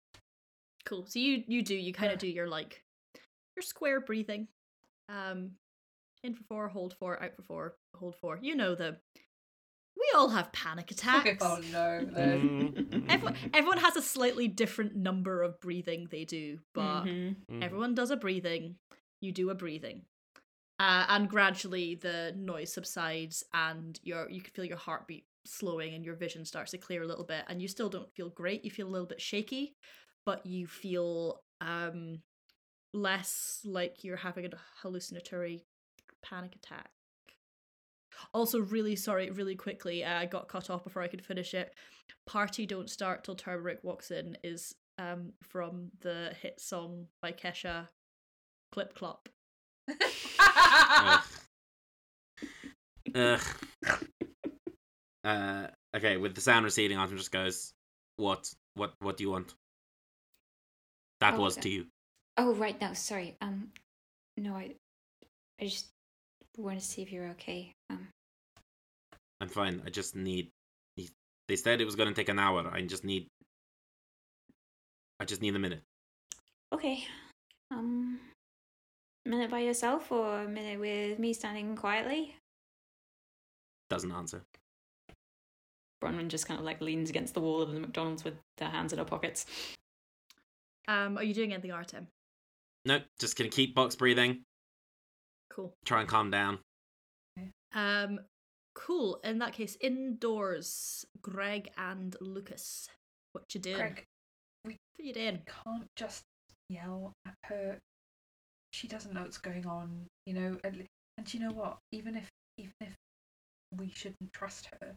Speaker 4: Cool. So you you do you kind of do your like your square breathing. Um, in for four, hold four, out for four, hold four. You know the. We all have panic attacks.
Speaker 6: oh no. no.
Speaker 5: Mm,
Speaker 4: Everyone,
Speaker 5: mm,
Speaker 4: everyone has a slightly different number of breathing they do, but
Speaker 7: Mhm.
Speaker 5: mm.
Speaker 4: everyone does a breathing. You do a breathing, uh, and gradually the noise subsides, and your you can feel your heartbeat slowing, and your vision starts to clear a little bit. And you still don't feel great. You feel a little bit shaky, but you feel um, less like you're having a hallucinatory panic attack. Also, really sorry, really quickly, uh, I got cut off before I could finish it. Party Don't Start Till Turmeric Walks In is um, from the hit song by Kesha, Clip Clop.
Speaker 2: Ugh. Ugh. Uh, okay, with the sound receding, Artem just goes, "What? What? What do you want?" That was
Speaker 7: Okay.
Speaker 2: to you.
Speaker 7: Oh, right now. Sorry. Um, no, I, I just want to see if you're okay. Um,
Speaker 2: I'm fine. I just need. need- They said it was gonna take an hour. I just need. I just need a minute.
Speaker 7: okay. Um, a minute by yourself or a minute with me standing quietly?
Speaker 2: Doesn't answer.
Speaker 7: Bronwyn just kind of like leans against the wall of the McDonald's with their hands in her pockets.
Speaker 4: Um, are you doing anything, Artem?
Speaker 2: Nope. Just gonna keep box breathing.
Speaker 4: Cool.
Speaker 2: Try and calm down.
Speaker 4: Um, cool. In that case, indoors, Greg and Lucas. What you doing?
Speaker 6: Greg,
Speaker 4: What you doing?
Speaker 6: can't just yell at her. She doesn't know what's going on, you know. And, and do you know what? Even if even if we shouldn't trust her,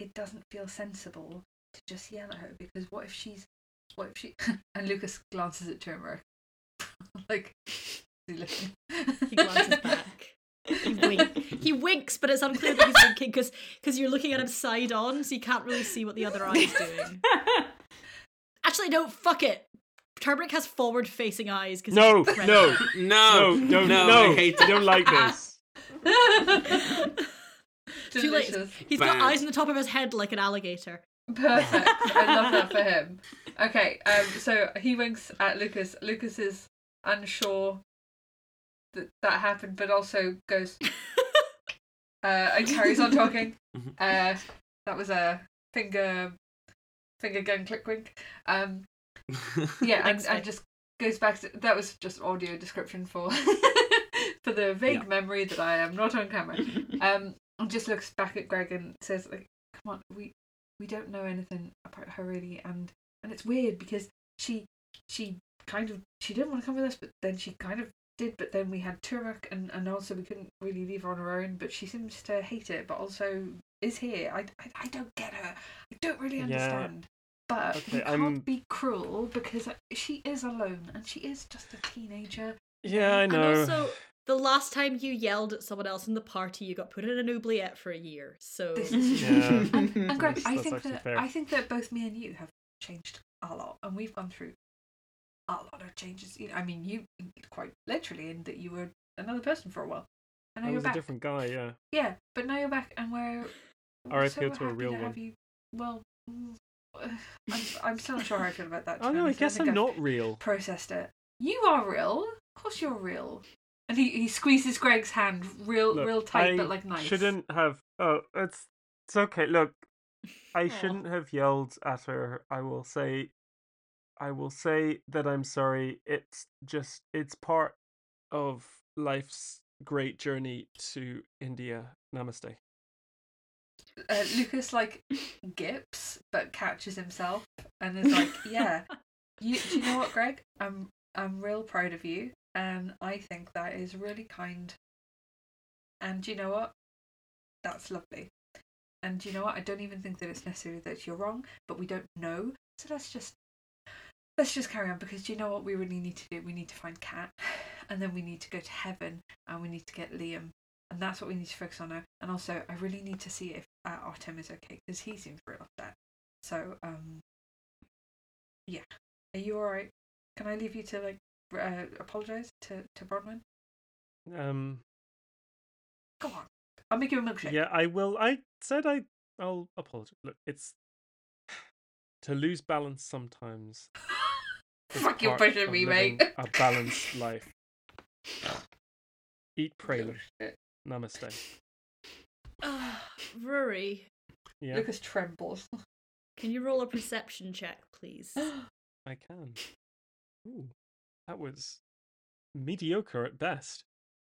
Speaker 6: it doesn't feel sensible to just yell at her because what if she's what if she and Lucas glances at Turmeric like he
Speaker 4: He glances back. He, wink. he winks, but it's unclear that he's winking because you're looking at him side on, so you can't really see what the other eye's doing. Actually, no, fuck it. Turmeric has forward facing eyes because
Speaker 5: No, no,
Speaker 2: No.
Speaker 5: no, no,
Speaker 2: No.
Speaker 5: no!
Speaker 2: I hate
Speaker 5: You don't like this.
Speaker 4: Too late.
Speaker 6: Delicious.
Speaker 4: He's got
Speaker 2: Bad.
Speaker 4: eyes on the top of his head like an alligator.
Speaker 6: Perfect. I love that for him. Okay, um, so he winks at Lucas. Lucas is unsure that that happened, but also goes uh, and carries on talking. Uh, that was a finger, finger gun click wink. Um, yeah, and,
Speaker 4: Thanks,
Speaker 6: and
Speaker 4: Vic.
Speaker 6: just goes back to that was just audio description for for the vague
Speaker 2: Yeah.
Speaker 6: memory that I am not on camera. Um, and just looks back at Greg and says, like, "Come on, we we don't know anything about her really, and and it's weird because she she kind of she didn't want to come with us, but then she kind of did, but then we had Turmeric, and and also we couldn't really leave her on her own, but she seems to hate it, but also is here. I I, I don't get her. I don't really
Speaker 5: Yeah.
Speaker 6: understand." But
Speaker 5: Okay,
Speaker 6: we can't
Speaker 5: I'm-
Speaker 6: be cruel because she is alone and she is just a teenager.
Speaker 5: Yeah, I know.
Speaker 4: And also, the last time you yelled at someone else in the party, you got put in an oubliette for a year. So
Speaker 6: This is
Speaker 5: Yeah.
Speaker 6: and, and Greg,
Speaker 5: That's-
Speaker 6: I
Speaker 5: that's
Speaker 6: think
Speaker 5: actually
Speaker 6: that
Speaker 5: fair.
Speaker 6: I think that both me and you have changed a lot, and we've gone through a lot of changes. You know, I mean, you quite literally in that you were another person for a while, and
Speaker 5: I
Speaker 6: now you're
Speaker 5: was a
Speaker 6: back.
Speaker 5: different guy. Yeah.
Speaker 6: Yeah, but now you're back, and we're
Speaker 5: Or I
Speaker 6: so
Speaker 5: feel
Speaker 6: we're
Speaker 5: to a
Speaker 6: happy
Speaker 5: real
Speaker 6: to have
Speaker 5: one.
Speaker 6: you. Well, mm, I'm, I'm still not sure how I feel about that. to
Speaker 5: Oh
Speaker 6: be
Speaker 5: no, I
Speaker 6: honest.
Speaker 5: guess
Speaker 6: think
Speaker 5: I'm
Speaker 6: I've-
Speaker 5: not real.
Speaker 6: processed it. You are real. Of course you're real. And he, he squeezes Greg's hand real
Speaker 5: Look,
Speaker 6: real tight
Speaker 5: I
Speaker 6: but like nice.
Speaker 5: Shouldn't have. Oh, it's it's okay. Look, I
Speaker 4: Aw.
Speaker 5: shouldn't have yelled at her. I will say, I will say that I'm sorry. It's just it's part of life's great journey to India. Namaste.
Speaker 6: Uh, Lucas like gips but catches himself and is like, "Yeah, you, do you know what, Greg? I'm I'm real proud of you, and I think that is really kind. And do you know what? That's lovely. And do you know what? I don't even think that it's necessary that you're wrong, but we don't know, so let's just let's just carry on because do you know what we really need to do? We need to find Cat, and then we need to go to heaven, and we need to get Liam, and that's what we need to focus on now. And also, I really need to see if uh, Artem is okay because he seems real upset. So, um, yeah, are you all right? Can I leave you to like r- uh, apologize to to Bronwyn?
Speaker 5: Um.
Speaker 6: Come on, I'll make you a milkshake.
Speaker 5: Yeah, I will. I said I. I'll apologize. Look, it's to lose balance sometimes. is
Speaker 6: Fuck, you're
Speaker 5: part
Speaker 6: pressuring
Speaker 5: of
Speaker 6: me,
Speaker 5: living
Speaker 6: mate.
Speaker 5: A balanced life. Eat, pray, love.
Speaker 6: shit.
Speaker 5: Namaste.
Speaker 4: Ah, Rory,
Speaker 5: Yeah,
Speaker 6: Lucas trembles.
Speaker 4: can you roll a perception check, please?
Speaker 5: I can. Ooh, that was mediocre at best.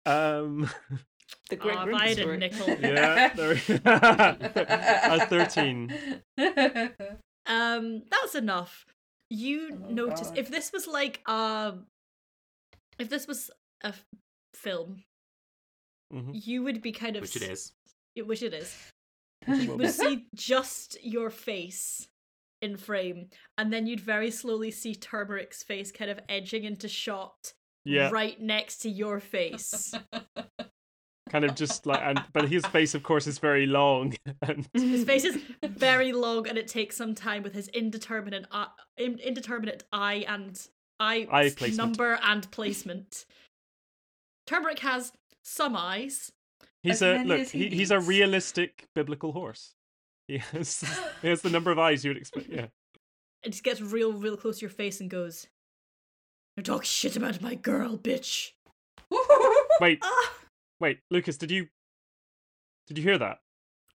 Speaker 5: Um,
Speaker 7: The
Speaker 4: Oh,
Speaker 7: Greg
Speaker 4: if
Speaker 7: Rumpus
Speaker 4: I had a
Speaker 7: story.
Speaker 4: nickel.
Speaker 5: yeah, there we- a thirteen.
Speaker 4: Um, that's enough. You
Speaker 6: Oh,
Speaker 4: notice
Speaker 6: God.
Speaker 4: if this was like um, if this was a f- film,
Speaker 5: Mhm.
Speaker 4: you would be kind of
Speaker 2: Mm-hmm. which it
Speaker 4: s-
Speaker 2: is.
Speaker 4: y- which it is.
Speaker 5: It
Speaker 4: You
Speaker 5: will
Speaker 4: would
Speaker 5: be.
Speaker 4: see just your face in frame, and then you'd very slowly see Turmeric's face kind of edging into shot
Speaker 5: Yeah,
Speaker 4: right next to your face.
Speaker 5: kind of just like, and but his face, of course, is very long. And
Speaker 4: His face is very long, and it takes some time with his indeterminate, uh, in, indeterminate eye and eye,
Speaker 5: Eye
Speaker 4: s-
Speaker 5: placement.
Speaker 4: number and placement. Turmeric has some eyes.
Speaker 5: he's
Speaker 6: As
Speaker 5: a
Speaker 6: many
Speaker 5: look.
Speaker 6: as he
Speaker 5: he, he's a
Speaker 6: needs.
Speaker 5: realistic biblical horse. He has, he has the number of eyes you would expect. Yeah.
Speaker 4: It just gets real, real close to your face and goes, "You're talking shit about my girl, bitch."
Speaker 5: Wait,
Speaker 4: Ah,
Speaker 5: wait, Lucas, did you did you hear that?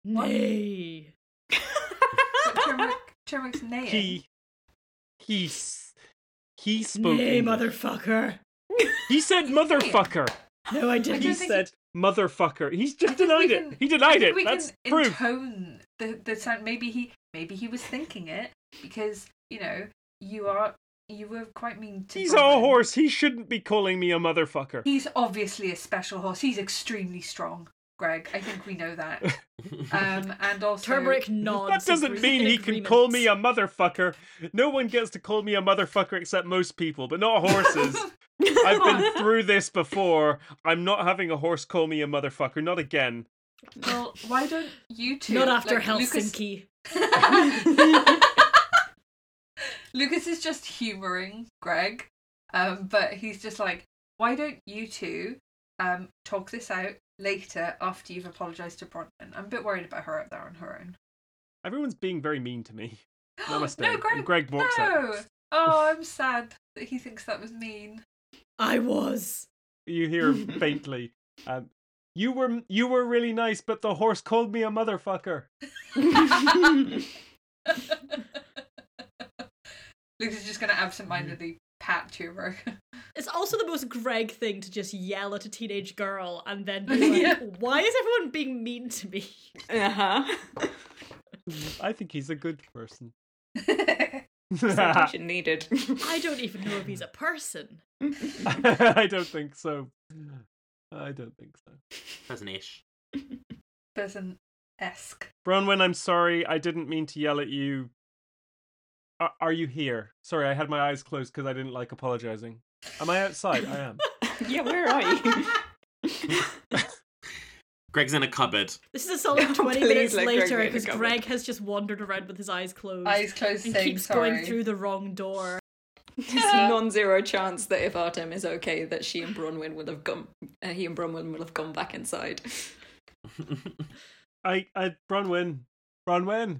Speaker 4: nay.
Speaker 6: Turmeric- Turmeric's name.
Speaker 5: He he s- he spoke.
Speaker 4: Nay,
Speaker 5: English.
Speaker 4: motherfucker.
Speaker 5: He said motherfucker.
Speaker 4: No, I
Speaker 6: don't
Speaker 4: didn't.
Speaker 5: He
Speaker 6: think he-
Speaker 5: said motherfucker. He's just
Speaker 6: think we
Speaker 5: denied
Speaker 6: can-
Speaker 5: it. He
Speaker 6: I
Speaker 5: denied
Speaker 6: think
Speaker 5: it.
Speaker 6: we
Speaker 5: That's
Speaker 6: can
Speaker 5: proof.
Speaker 6: intone the, the sound. Maybe he maybe he was thinking it because you know you are you were quite mean to.
Speaker 5: He's a
Speaker 6: Bronwyn.
Speaker 5: horse. He shouldn't be calling me a motherfucker.
Speaker 6: He's obviously a special horse. He's extremely strong, Greg. I think we know that. Um, and also
Speaker 4: Turmeric nods.
Speaker 5: that doesn't mean he can call me a motherfucker. No one gets to call me a motherfucker except most people, but not horses. I've been through this before. I'm not having a horse call me a motherfucker. Not again.
Speaker 6: Well, why don't you two?
Speaker 4: Not after
Speaker 6: like, Lucas-
Speaker 4: Helsinki.
Speaker 6: Lucas is just humouring Greg, um, but he's just like, why don't you two um, talk this out later after you've apologised to Bronwyn? I'm a bit worried about her out there on her own.
Speaker 5: Everyone's being very mean to me. Namaste.
Speaker 6: no, Greg.
Speaker 5: And Greg walks out.
Speaker 6: no. Oh, I'm sad that he thinks that was mean.
Speaker 4: I was.
Speaker 5: You hear faintly. Um, you were you were really nice, but the horse called me a motherfucker.
Speaker 6: Lucas is just going to absentmindedly pat Turmeric.
Speaker 4: It's also the most Greg thing to just yell at a teenage girl and then be like,
Speaker 6: Yeah.
Speaker 4: why is everyone being mean to me?
Speaker 7: uh-huh.
Speaker 5: Mm, I think he's a good person.
Speaker 7: Attention needed.
Speaker 4: I don't even know if he's a person.
Speaker 5: I don't think so. I don't think so.
Speaker 2: That's an ish.
Speaker 6: Person esque.
Speaker 5: Bronwyn, I'm sorry. I didn't mean to yell at you. Are, are you here? Sorry, I had my eyes closed because I didn't like apologizing. Am I outside? I am.
Speaker 7: yeah, where are you?
Speaker 2: Greg's in a cupboard.
Speaker 4: This is a solid
Speaker 7: Oh,
Speaker 4: 20
Speaker 7: please
Speaker 4: minutes
Speaker 7: let Greg
Speaker 4: later
Speaker 7: make a
Speaker 4: because
Speaker 7: comment.
Speaker 4: Greg has just wandered around with his eyes closed
Speaker 6: Eyes closed,
Speaker 4: and
Speaker 6: saying
Speaker 4: keeps
Speaker 6: sorry.
Speaker 4: going through the wrong door.
Speaker 7: There's a non-zero chance that if Artem is okay, that she and Bronwyn will have gone. Uh, he and Bronwyn will have gone back inside.
Speaker 5: I, I, Bronwyn, Bronwyn,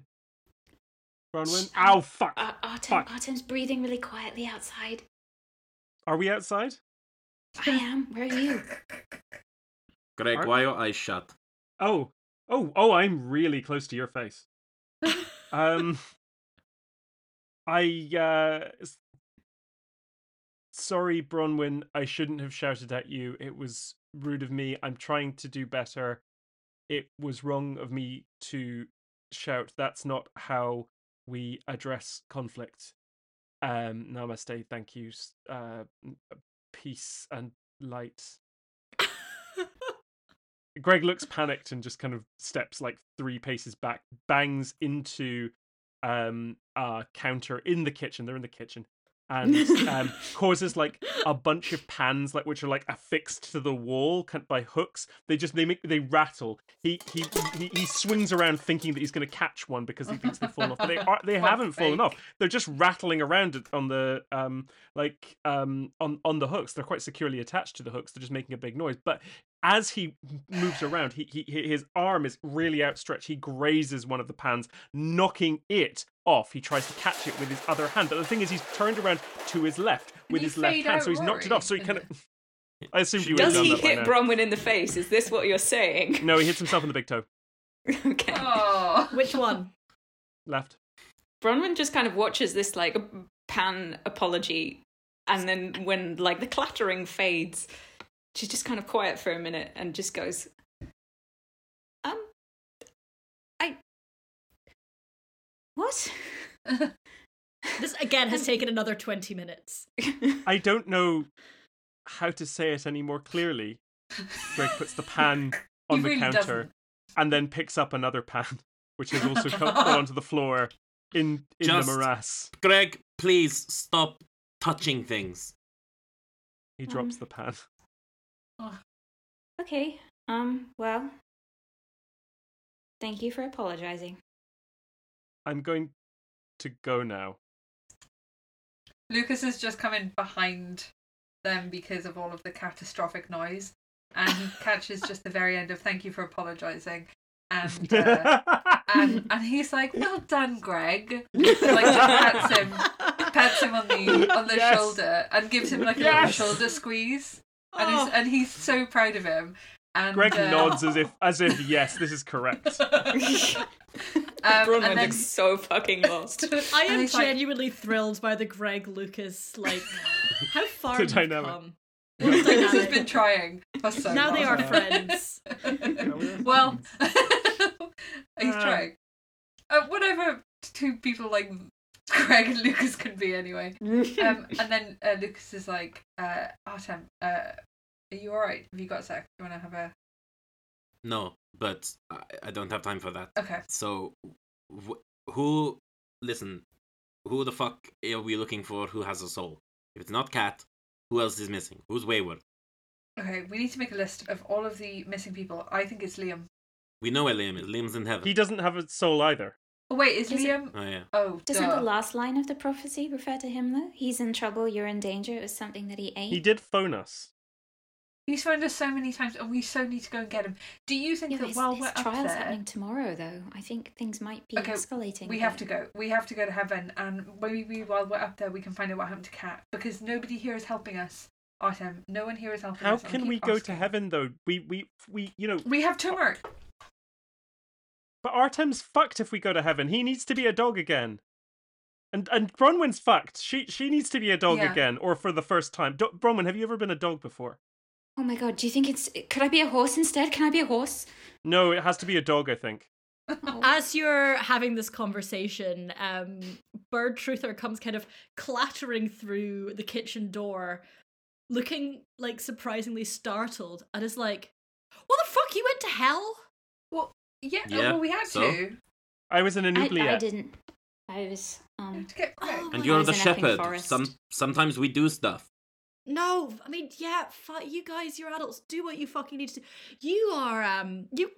Speaker 5: Bronwyn. Ow, fuck.
Speaker 8: Ar- Artem,
Speaker 5: Fuck.
Speaker 8: Artem's breathing really quietly outside.
Speaker 5: Are we outside?
Speaker 8: I am. Where are you?
Speaker 2: Greg,
Speaker 5: Are-
Speaker 2: why are your eyes shut?
Speaker 5: Oh, oh, oh! I'm really close to your face. um, I uh, s- sorry, Bronwyn, I shouldn't have shouted at you. It was rude of me. I'm trying to do better. It was wrong of me to shout. That's not how we address conflict. Um, namaste, thank you. s- Uh, n- peace and light. Greg looks panicked and just kind of steps like three paces back, bangs into um a counter in the kitchen. They're in the kitchen. And um, causes like a bunch of pans, like which are like affixed to the wall kind of by hooks. They just they make they rattle. He he he, he swings around thinking that he's going to catch one because he thinks they've fallen off, but they are, they
Speaker 6: What
Speaker 5: haven't fallen off.
Speaker 6: fake.
Speaker 5: They're just rattling around it on the um like um on on the hooks. They're quite securely attached to the hooks. They're just making a big noise. But as he moves around, he, he he- his arm is really outstretched. He grazes one of the pans, knocking it off. He tries to catch it with his other hand, but the thing is, he's turned around to his left with
Speaker 6: you
Speaker 5: his left
Speaker 6: fade
Speaker 5: hand,
Speaker 6: out
Speaker 5: so he's knocked it
Speaker 6: Rory,
Speaker 5: off. So he kind
Speaker 6: isn't
Speaker 5: of. I assumed you would have
Speaker 7: Does
Speaker 5: done
Speaker 7: he
Speaker 5: that by
Speaker 7: hit
Speaker 5: now.
Speaker 7: Bronwyn in the face? Is this what you're saying?
Speaker 5: No, he hits himself in the big toe,
Speaker 7: okay.
Speaker 6: Oh.
Speaker 4: Which one?
Speaker 5: left.
Speaker 7: Bronwyn just kind of watches this like pan apology, and then when like the clattering fades, she's just kind of quiet for a minute and just goes, "Um, I what?"
Speaker 4: This again has taken another 20 minutes.
Speaker 6: Um,
Speaker 5: I don't know how to say it any more clearly. Greg puts the pan on
Speaker 6: He
Speaker 5: the
Speaker 6: really
Speaker 5: counter
Speaker 6: doesn't.
Speaker 5: and then picks up another pan, which has also come onto the floor in in
Speaker 2: Just-
Speaker 5: the morass.
Speaker 2: Greg, please stop touching things.
Speaker 5: He drops
Speaker 4: Um,
Speaker 5: the pan.
Speaker 7: Okay. Um. Well, thank you for apologizing.
Speaker 5: I'm going to go now.
Speaker 6: Lucas has just come in behind them because of all of the catastrophic noise, and he catches just the very end of "Thank you for apologising," and uh, and and he's like, "Well done, Greg." Like just pats him, pats him on the on the
Speaker 5: Yes.
Speaker 6: shoulder, and gives him like a
Speaker 5: Yes. Oh.
Speaker 6: little shoulder squeeze, and he's and he's so proud of him. And
Speaker 5: Greg
Speaker 6: uh,
Speaker 5: nods as if as if yes, this is correct.
Speaker 6: um,
Speaker 7: Bronwyn
Speaker 6: and then
Speaker 7: looks so fucking lost.
Speaker 4: I
Speaker 6: And
Speaker 4: am
Speaker 6: it's like-
Speaker 4: genuinely thrilled by the Greg Lucas, like, how far
Speaker 5: The
Speaker 4: we've
Speaker 5: dynamic.
Speaker 4: come.
Speaker 6: Lucas has
Speaker 4: dynamic.
Speaker 6: been trying for so
Speaker 4: now they
Speaker 6: long.
Speaker 4: are
Speaker 5: Yeah.
Speaker 4: friends.
Speaker 6: Well, he's
Speaker 5: Ah.
Speaker 6: trying. Uh, whatever two people like Greg and Lucas could be, anyway. Um, and then uh, Lucas is like, uh, Artem, uh, are you alright? Have you got sex? Do you want to have a.
Speaker 2: No, but I, I don't have time for that.
Speaker 6: Okay.
Speaker 2: So, wh- who? Listen, who the fuck are we looking for? Who has a soul? If it's not Cat, who else is missing? Who's wayward?
Speaker 6: Okay, we need to make a list of all of the missing people. I think it's Liam.
Speaker 2: We know where Liam is. Liam's in heaven.
Speaker 5: he doesn't have a soul either.
Speaker 6: Oh, wait, is,
Speaker 8: Is it-
Speaker 6: Liam.
Speaker 2: oh yeah.
Speaker 6: Oh,
Speaker 8: Doesn't
Speaker 6: duh.
Speaker 8: the last line of the prophecy refer to him though? He's in trouble, you're in danger. It was something that he ate.
Speaker 5: He did phone us.
Speaker 6: He's phoned us so many times, and we so need to go and get him. Do you think
Speaker 8: Yeah, but
Speaker 6: that
Speaker 8: his,
Speaker 6: while
Speaker 8: his
Speaker 6: we're up
Speaker 8: trial's
Speaker 6: there,
Speaker 8: happening tomorrow though. I think things might be
Speaker 6: Okay,
Speaker 8: escalating.
Speaker 6: We
Speaker 8: a
Speaker 6: have to
Speaker 8: bit.
Speaker 6: go. We have to go to heaven, and maybe we, while we're up there, we can find out what happened to Cat because nobody here is helping us. Artem, no one here is helping
Speaker 5: How
Speaker 6: us. and
Speaker 5: can
Speaker 6: keep
Speaker 5: we go to
Speaker 6: asking.
Speaker 5: heaven though? We we we you know
Speaker 6: We have turmeric.
Speaker 5: But Artem's fucked if we go to heaven. He needs to be a dog again. And and Bronwyn's fucked. She she needs to be a dog
Speaker 6: Yeah.
Speaker 5: again, or for the first time. Do- Bronwyn, have you ever been a dog before?
Speaker 8: Oh my god, do you think it's could I be a horse instead? Can I be a horse? Oh.
Speaker 5: No, it has to be a dog. I think.
Speaker 4: As you're having this conversation, um, Bird Truther comes kind of clattering through the kitchen door, looking like surprisingly startled, and is like, "What the fuck? You went to hell?"
Speaker 6: Yeah,
Speaker 2: Yeah,
Speaker 6: well, we had
Speaker 2: so?
Speaker 6: to.
Speaker 5: I was in an
Speaker 8: I, I
Speaker 5: oubliette.
Speaker 8: didn't. I was
Speaker 6: We
Speaker 8: um
Speaker 6: had to get Greg.
Speaker 8: Oh.
Speaker 2: And
Speaker 8: Well,
Speaker 2: you're
Speaker 8: I
Speaker 2: the
Speaker 8: was in Epping
Speaker 2: shepherd.
Speaker 8: Forest.
Speaker 2: Some sometimes we do stuff.
Speaker 4: No, I mean, yeah, fuck you guys, you're adults. Do what you fucking need to do. You are, um, you.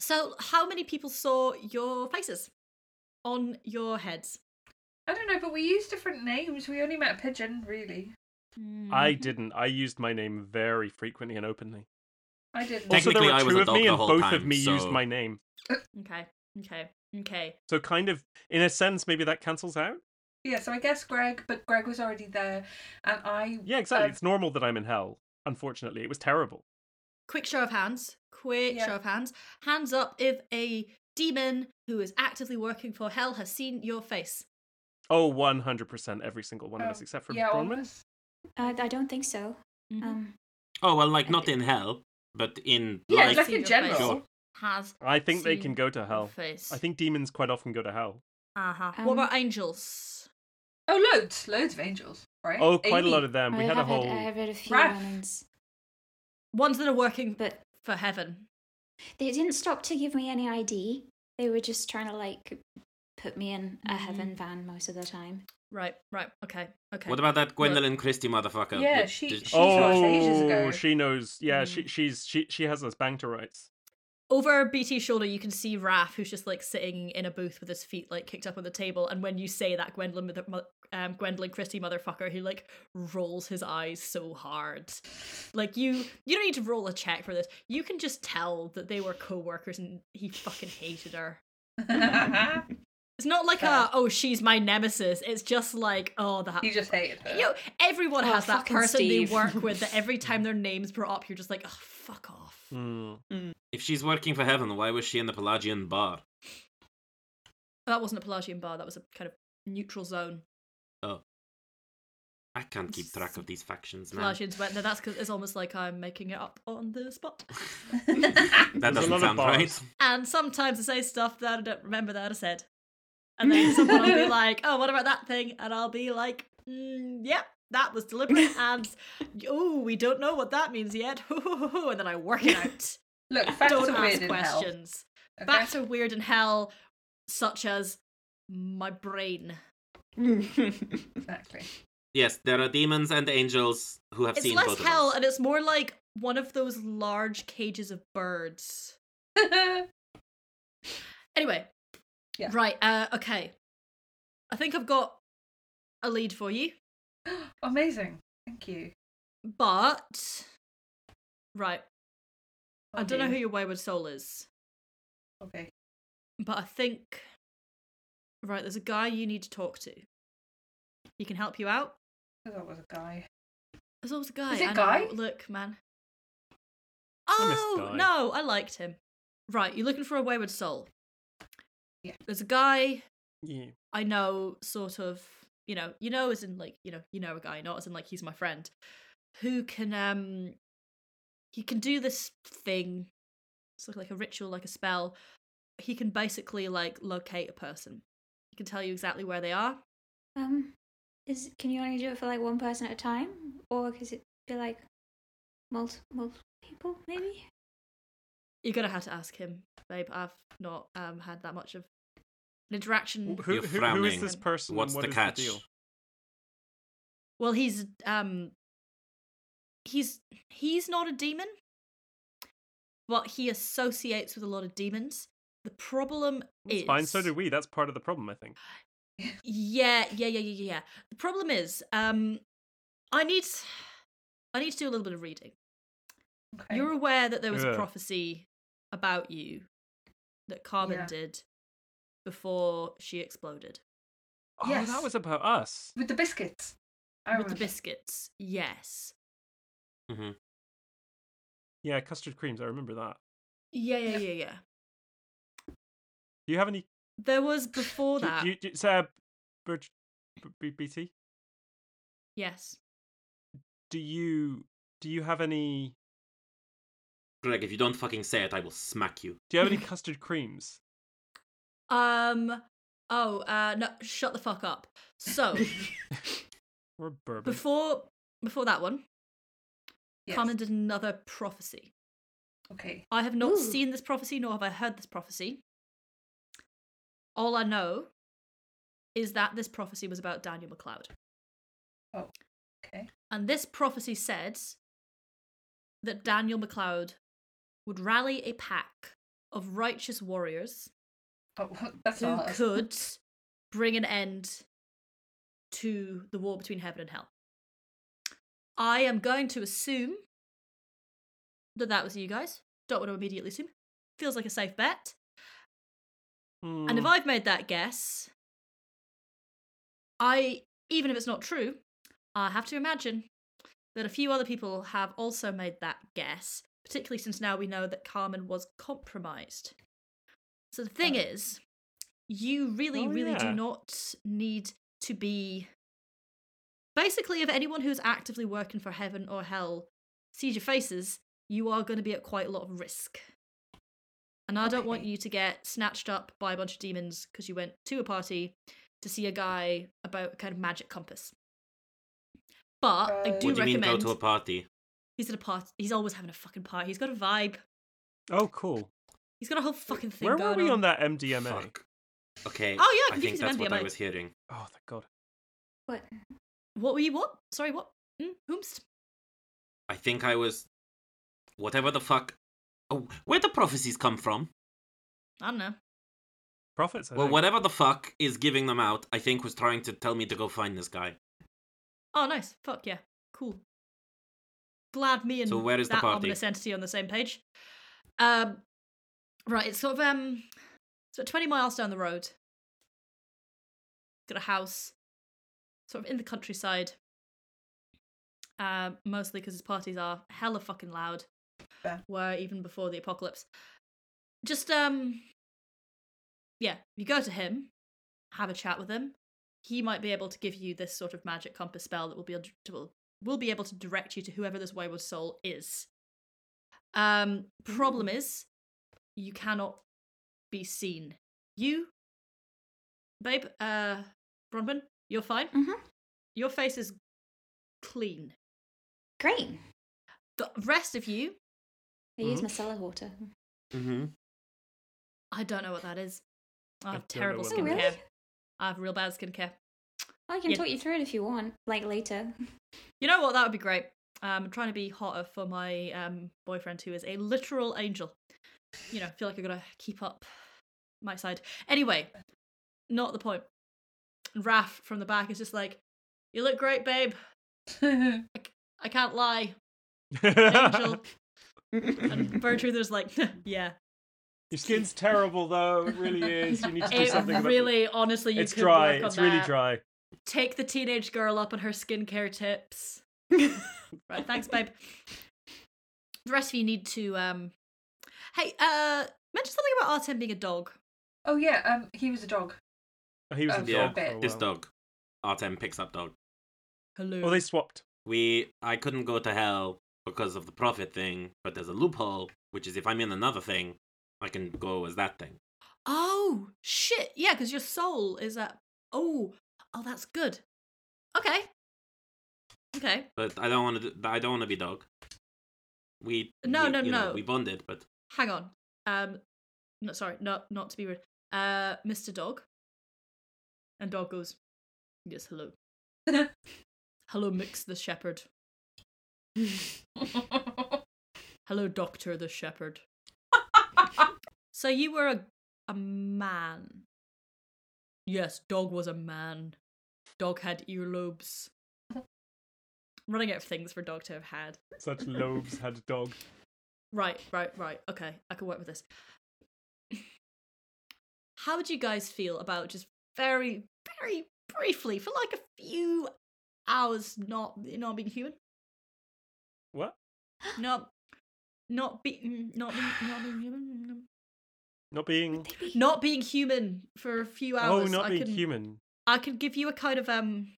Speaker 4: So, how many people saw your faces on your heads?
Speaker 6: I don't know, but we used different names. We only met a pigeon, really.
Speaker 5: I
Speaker 6: Mm-hmm.
Speaker 5: didn't. I used my name very frequently and openly.
Speaker 6: I
Speaker 5: Also,
Speaker 6: didn't.
Speaker 5: there
Speaker 2: Technically,
Speaker 5: were
Speaker 2: I was
Speaker 5: two
Speaker 2: a
Speaker 5: of
Speaker 2: dog
Speaker 5: me,
Speaker 2: the
Speaker 5: and
Speaker 2: whole
Speaker 5: both of
Speaker 2: time,
Speaker 5: me used
Speaker 2: so-
Speaker 5: my name.
Speaker 4: Okay, okay, okay.
Speaker 5: So, kind of, in a sense, maybe that cancels out.
Speaker 6: Yeah, so I guess Greg, but Greg was already there, and I.
Speaker 5: Yeah, exactly.
Speaker 6: uh,
Speaker 5: it's normal that I'm in hell. Unfortunately, it was terrible.
Speaker 4: Quick show of hands. Quick
Speaker 6: Yeah.
Speaker 4: show of hands. Hands up if a demon who is actively working for hell has seen your face.
Speaker 5: Oh, 100% every single one of us,
Speaker 6: oh,
Speaker 5: except for
Speaker 6: yeah, all of
Speaker 5: Bronwyn.
Speaker 6: us.
Speaker 8: Uh, I don't think so.
Speaker 6: Mm-hmm.
Speaker 4: Mhm.
Speaker 8: Um,
Speaker 2: Oh well, like not in hell, but in
Speaker 6: Yeah,
Speaker 2: like.
Speaker 6: like
Speaker 9: See
Speaker 6: in
Speaker 9: your
Speaker 6: general.
Speaker 2: Sure.
Speaker 9: Has
Speaker 5: I think they
Speaker 9: seen
Speaker 5: can go to
Speaker 9: your
Speaker 5: hell.
Speaker 9: Face.
Speaker 5: I think demons quite often go to hell.
Speaker 9: Uh huh.
Speaker 8: um,
Speaker 4: Uh-huh. what about angels?
Speaker 6: Oh, loads, loads of angels, right?
Speaker 5: Oh, quite a lot
Speaker 6: Amy.
Speaker 5: of them. We
Speaker 8: I
Speaker 5: had a
Speaker 8: have
Speaker 5: whole.
Speaker 8: I have had a few
Speaker 6: Raph.
Speaker 8: run-ins,
Speaker 4: Ones that are working
Speaker 8: but
Speaker 4: for heaven.
Speaker 8: they didn't stop to give me any ID. They were just trying to like put me in
Speaker 6: Mm-hmm.
Speaker 8: a heaven van most of the time.
Speaker 4: Right, right, okay, okay.
Speaker 2: What about that Gwendolyn Christie motherfucker?
Speaker 6: Yeah,
Speaker 2: Did-
Speaker 6: she-
Speaker 2: did-
Speaker 6: she- watched ages ago. Mm.
Speaker 5: Oh, she knows. Yeah, she she's she she has us bang to rights.
Speaker 4: Over BT's shoulder, you can see Raph, who's just like sitting in a booth with his feet like kicked up on the table. And when you say that Gwendolyn, mother- mo- um, Gwendolyn Christie motherfucker, he like rolls his eyes so hard. Like you, you don't need to roll a check for this. You can just tell that they were co-workers and he fucking hated her. It's not like
Speaker 6: Fair.
Speaker 4: a oh she's my nemesis. It's just like oh that
Speaker 6: you just hated her.
Speaker 4: You know, everyone
Speaker 7: Oh,
Speaker 4: has that
Speaker 7: fucking
Speaker 4: person
Speaker 7: Steve.
Speaker 4: they work with that every time their name's brought up, you're just like, oh, fuck off.
Speaker 5: Hmm.
Speaker 2: If she's working for heaven, why was she in the Pelagian bar?
Speaker 4: That wasn't a Pelagian bar, that was a kind of neutral zone.
Speaker 2: Oh. I can't keep track of these factions, man.
Speaker 4: Pelagians went, no, that's because it's almost like I'm making it up on the spot.
Speaker 2: That
Speaker 5: There's a
Speaker 2: doesn't
Speaker 5: lot of
Speaker 2: sound right.
Speaker 5: bars.
Speaker 4: And sometimes I say stuff that I don't remember that I said. And then someone will be like, oh, what about that thing? And I'll be like, mm, yep, that was deliberate. And, oh, we don't know what that means yet. and then I work it out.
Speaker 6: Look, facts
Speaker 4: don't
Speaker 6: are weird
Speaker 4: ask
Speaker 6: in
Speaker 4: questions.
Speaker 6: hell. okay?
Speaker 4: Facts are weird in hell, such as my brain.
Speaker 6: Exactly.
Speaker 2: Yes, there are demons and angels who have
Speaker 4: It's
Speaker 2: seen
Speaker 4: less
Speaker 2: both of
Speaker 4: hell
Speaker 2: us.
Speaker 4: and it's more like one of those large cages of birds. Anyway.
Speaker 6: Yeah.
Speaker 4: Right, uh, okay. I think I've got a lead for you,
Speaker 6: Amazing. Thank you.
Speaker 4: but right. I
Speaker 6: Oh,
Speaker 4: don't know
Speaker 6: dear.
Speaker 4: who your wayward soul is,
Speaker 6: Okay.
Speaker 4: but I think right, there's a guy you need to talk to. He can help you out.
Speaker 6: I thought it was a guy.
Speaker 4: There's always a guy.
Speaker 6: Is it
Speaker 4: I know.
Speaker 6: Guy?
Speaker 4: Look, man.
Speaker 5: I miss
Speaker 4: Oh
Speaker 5: Guy.
Speaker 4: no, I liked him. Right, you're looking for a wayward soul.
Speaker 6: Yeah.
Speaker 4: There's a guy
Speaker 5: Yeah.
Speaker 4: I know, sort of. You know, you know, as in like you know, you know a guy, not as in like he's my friend, who can um, he can do this thing. It's like like a ritual, like a spell. He can basically like locate a person. He can tell you exactly where they are.
Speaker 8: Um, is can you only do it for like one person at a time, or could it be like multiple multiple people maybe?
Speaker 4: You're gonna have to ask him, babe. I've not um had that much of an interaction.
Speaker 5: Who,
Speaker 2: You're
Speaker 5: who, who is
Speaker 2: frowning.
Speaker 5: this person?
Speaker 2: What's
Speaker 5: and what
Speaker 2: the
Speaker 5: is
Speaker 2: catch?
Speaker 5: deal?
Speaker 4: Well, he's um he's he's not a demon, but he associates with a lot of demons. The problem
Speaker 5: It's
Speaker 4: is
Speaker 5: fine. So did we. That's part of the problem, I think.
Speaker 4: Yeah, yeah, yeah, yeah, yeah. yeah. The problem is um I need I need to do a little bit of reading.
Speaker 6: Okay.
Speaker 4: You're aware that there was a
Speaker 5: Yeah.
Speaker 4: prophecy about you that Carmen
Speaker 6: Yeah.
Speaker 4: did before she exploded
Speaker 5: Oh,
Speaker 6: Yes.
Speaker 5: that was about us.
Speaker 6: With the biscuits. I
Speaker 4: with the
Speaker 6: remember.
Speaker 4: biscuits. Yes.
Speaker 2: Mhm.
Speaker 5: Yeah, custard creams. I remember that.
Speaker 4: Yeah, yeah, yeah, yeah.
Speaker 5: Do you have any?
Speaker 4: There was before
Speaker 5: do-
Speaker 4: that.
Speaker 5: Do, do, Sarah, Bridge, B- B- BT,
Speaker 4: Yes.
Speaker 5: do you do you have any?
Speaker 2: Greg, if you don't fucking say it, I will smack you.
Speaker 5: Do you have any custard creams?
Speaker 4: Um. Oh. Uh. No. Shut the fuck up. So
Speaker 5: Or a bourbon?
Speaker 4: before before that one,
Speaker 6: Yes.
Speaker 4: Carmen did another prophecy.
Speaker 6: Okay.
Speaker 4: I have not
Speaker 8: Ooh.
Speaker 4: seen this prophecy, nor have I heard this prophecy. All I know is that this prophecy was about Daniel McLeod,
Speaker 6: Okay.
Speaker 4: and this prophecy said that Daniel McLeod would rally a pack of righteous warriors
Speaker 6: Oh, that's
Speaker 4: who
Speaker 6: not us.
Speaker 4: could bring an end to the war between heaven and hell. I am going to assume that that was you guys. Don't want to immediately assume. Feels like a safe bet. And if
Speaker 5: Hmm.
Speaker 4: I've made that guess, I, even if it's not true, I have to imagine that a few other people have also made that guess, particularly since now we know that Carmen was compromised. So the thing is, you really,
Speaker 5: Uh, Oh,
Speaker 4: really do
Speaker 5: yeah.
Speaker 4: not need to be Basically, of anyone who's actively working for heaven or hell sees your faces, you are going to be at quite a lot of risk. And I don't want
Speaker 6: Okay.
Speaker 4: you to get snatched up by a bunch of demons because you went to a party to see a guy about a kind of magic compass. But I
Speaker 6: Uh,
Speaker 4: do
Speaker 2: what do you mean
Speaker 4: recommend
Speaker 2: go to a party?
Speaker 4: he's at a party. He's always having a fucking party. He's got a vibe.
Speaker 5: Oh, cool.
Speaker 4: He's got a whole fucking thing
Speaker 5: Where
Speaker 4: going
Speaker 5: were we on,
Speaker 4: on
Speaker 5: that MDMA?
Speaker 2: Fuck. Okay.
Speaker 4: Oh, yeah, I
Speaker 2: I
Speaker 4: can give you
Speaker 2: think
Speaker 4: some
Speaker 2: that's what I
Speaker 4: MDMA.
Speaker 2: was hearing.
Speaker 5: Oh, thank God.
Speaker 8: What?
Speaker 4: What were you? What? Sorry, what? Mm, whomst?
Speaker 2: I think I was. Whatever the fuck. Oh, where the prophecies come from?
Speaker 4: I don't know.
Speaker 5: Profits. I
Speaker 2: Well,
Speaker 5: think.
Speaker 2: whatever the fuck is giving them out, I think was trying to tell me to go find this guy.
Speaker 4: Oh, nice. Fuck yeah. Cool. Glad me and
Speaker 2: So where is the
Speaker 4: that
Speaker 2: party?
Speaker 4: ominous entity on the same page. Um, right. It's sort of um, it's about twenty miles down the road. Got a house, sort of in the countryside. Um, mostly because his parties are hella fucking loud.
Speaker 6: Fair.
Speaker 4: Were even before the apocalypse. Just um, yeah. You go to him, have a chat with him. He might be able to give you this sort of magic compass spell that will be able to, will, will be able to direct you to whoever this wayward soul is. Um, problem is, you cannot be seen. You, babe, uh, Bronwyn, you're fine.
Speaker 8: Mhm.
Speaker 4: Your face is clean.
Speaker 8: Great.
Speaker 4: The rest of you,
Speaker 8: I use micellar water.
Speaker 2: Mm-hmm.
Speaker 4: I don't know what that is. I
Speaker 5: I
Speaker 4: have
Speaker 5: don't know
Speaker 4: terrible
Speaker 5: what
Speaker 8: that
Speaker 4: skincare.
Speaker 8: is.
Speaker 4: I have real bad skincare.
Speaker 8: I can
Speaker 4: Yeah.
Speaker 8: talk you through it if you want, like later.
Speaker 4: You know what? That would be great. Um, I'm trying to be hotter for my um, boyfriend, who is a literal angel. You know, I feel like I gotta keep up my side. Anyway, not the point. Raf from the back is just like, "You look great, babe. I can't lie, angel." and Bertruder's like, "Yeah,
Speaker 5: Your skin's terrible, though. It really is. You need to do
Speaker 4: it
Speaker 5: something about
Speaker 4: really, honestly, you
Speaker 5: It's
Speaker 4: could
Speaker 5: dry.
Speaker 4: work on
Speaker 5: It's really
Speaker 4: that.
Speaker 5: dry.
Speaker 4: Take the teenage girl up on her skincare tips." right, thanks, babe. The rest of you need to um. Hey, uh, mention something about Artem being a dog.
Speaker 6: oh yeah, um, he was a dog.
Speaker 5: He was a
Speaker 6: Oh,
Speaker 5: dog.
Speaker 2: yeah,
Speaker 5: for a
Speaker 2: This
Speaker 5: while.
Speaker 2: dog. Artem picks up dog.
Speaker 4: Hello.
Speaker 5: Oh, they swapped.
Speaker 2: We. I couldn't go to hell because of the prophet thing, but there's a loophole, which is if I'm in another thing, I can go as that thing.
Speaker 4: Oh shit! Yeah, because your soul is at. Oh, oh, that's good. Okay. Okay.
Speaker 2: But I don't want to. I don't want to be dog. We.
Speaker 4: No,
Speaker 2: we-
Speaker 4: no,
Speaker 2: you know,
Speaker 4: no.
Speaker 2: we bonded, but
Speaker 4: Hang on. Um, no, sorry, not not to be rude. Uh, Mr. Dog. And dog goes, yes, hello. hello, Mix the Shepherd. hello, Doctor the Shepherd. so you were a a man. Yes, dog was a man. Dog had earlobes. Running out of things for dog to have had.
Speaker 5: Such lobes had a dog.
Speaker 4: Right, right, right. Okay, I can work with this. How would you guys feel about just very, very briefly, for like a few hours, not not being human,
Speaker 5: What?
Speaker 4: not not being not being not being human,
Speaker 5: Not being.
Speaker 4: not being human for a few
Speaker 5: Oh,
Speaker 4: hours?
Speaker 5: not
Speaker 4: I
Speaker 5: being
Speaker 4: can,
Speaker 5: human.
Speaker 4: I can give you a kind of um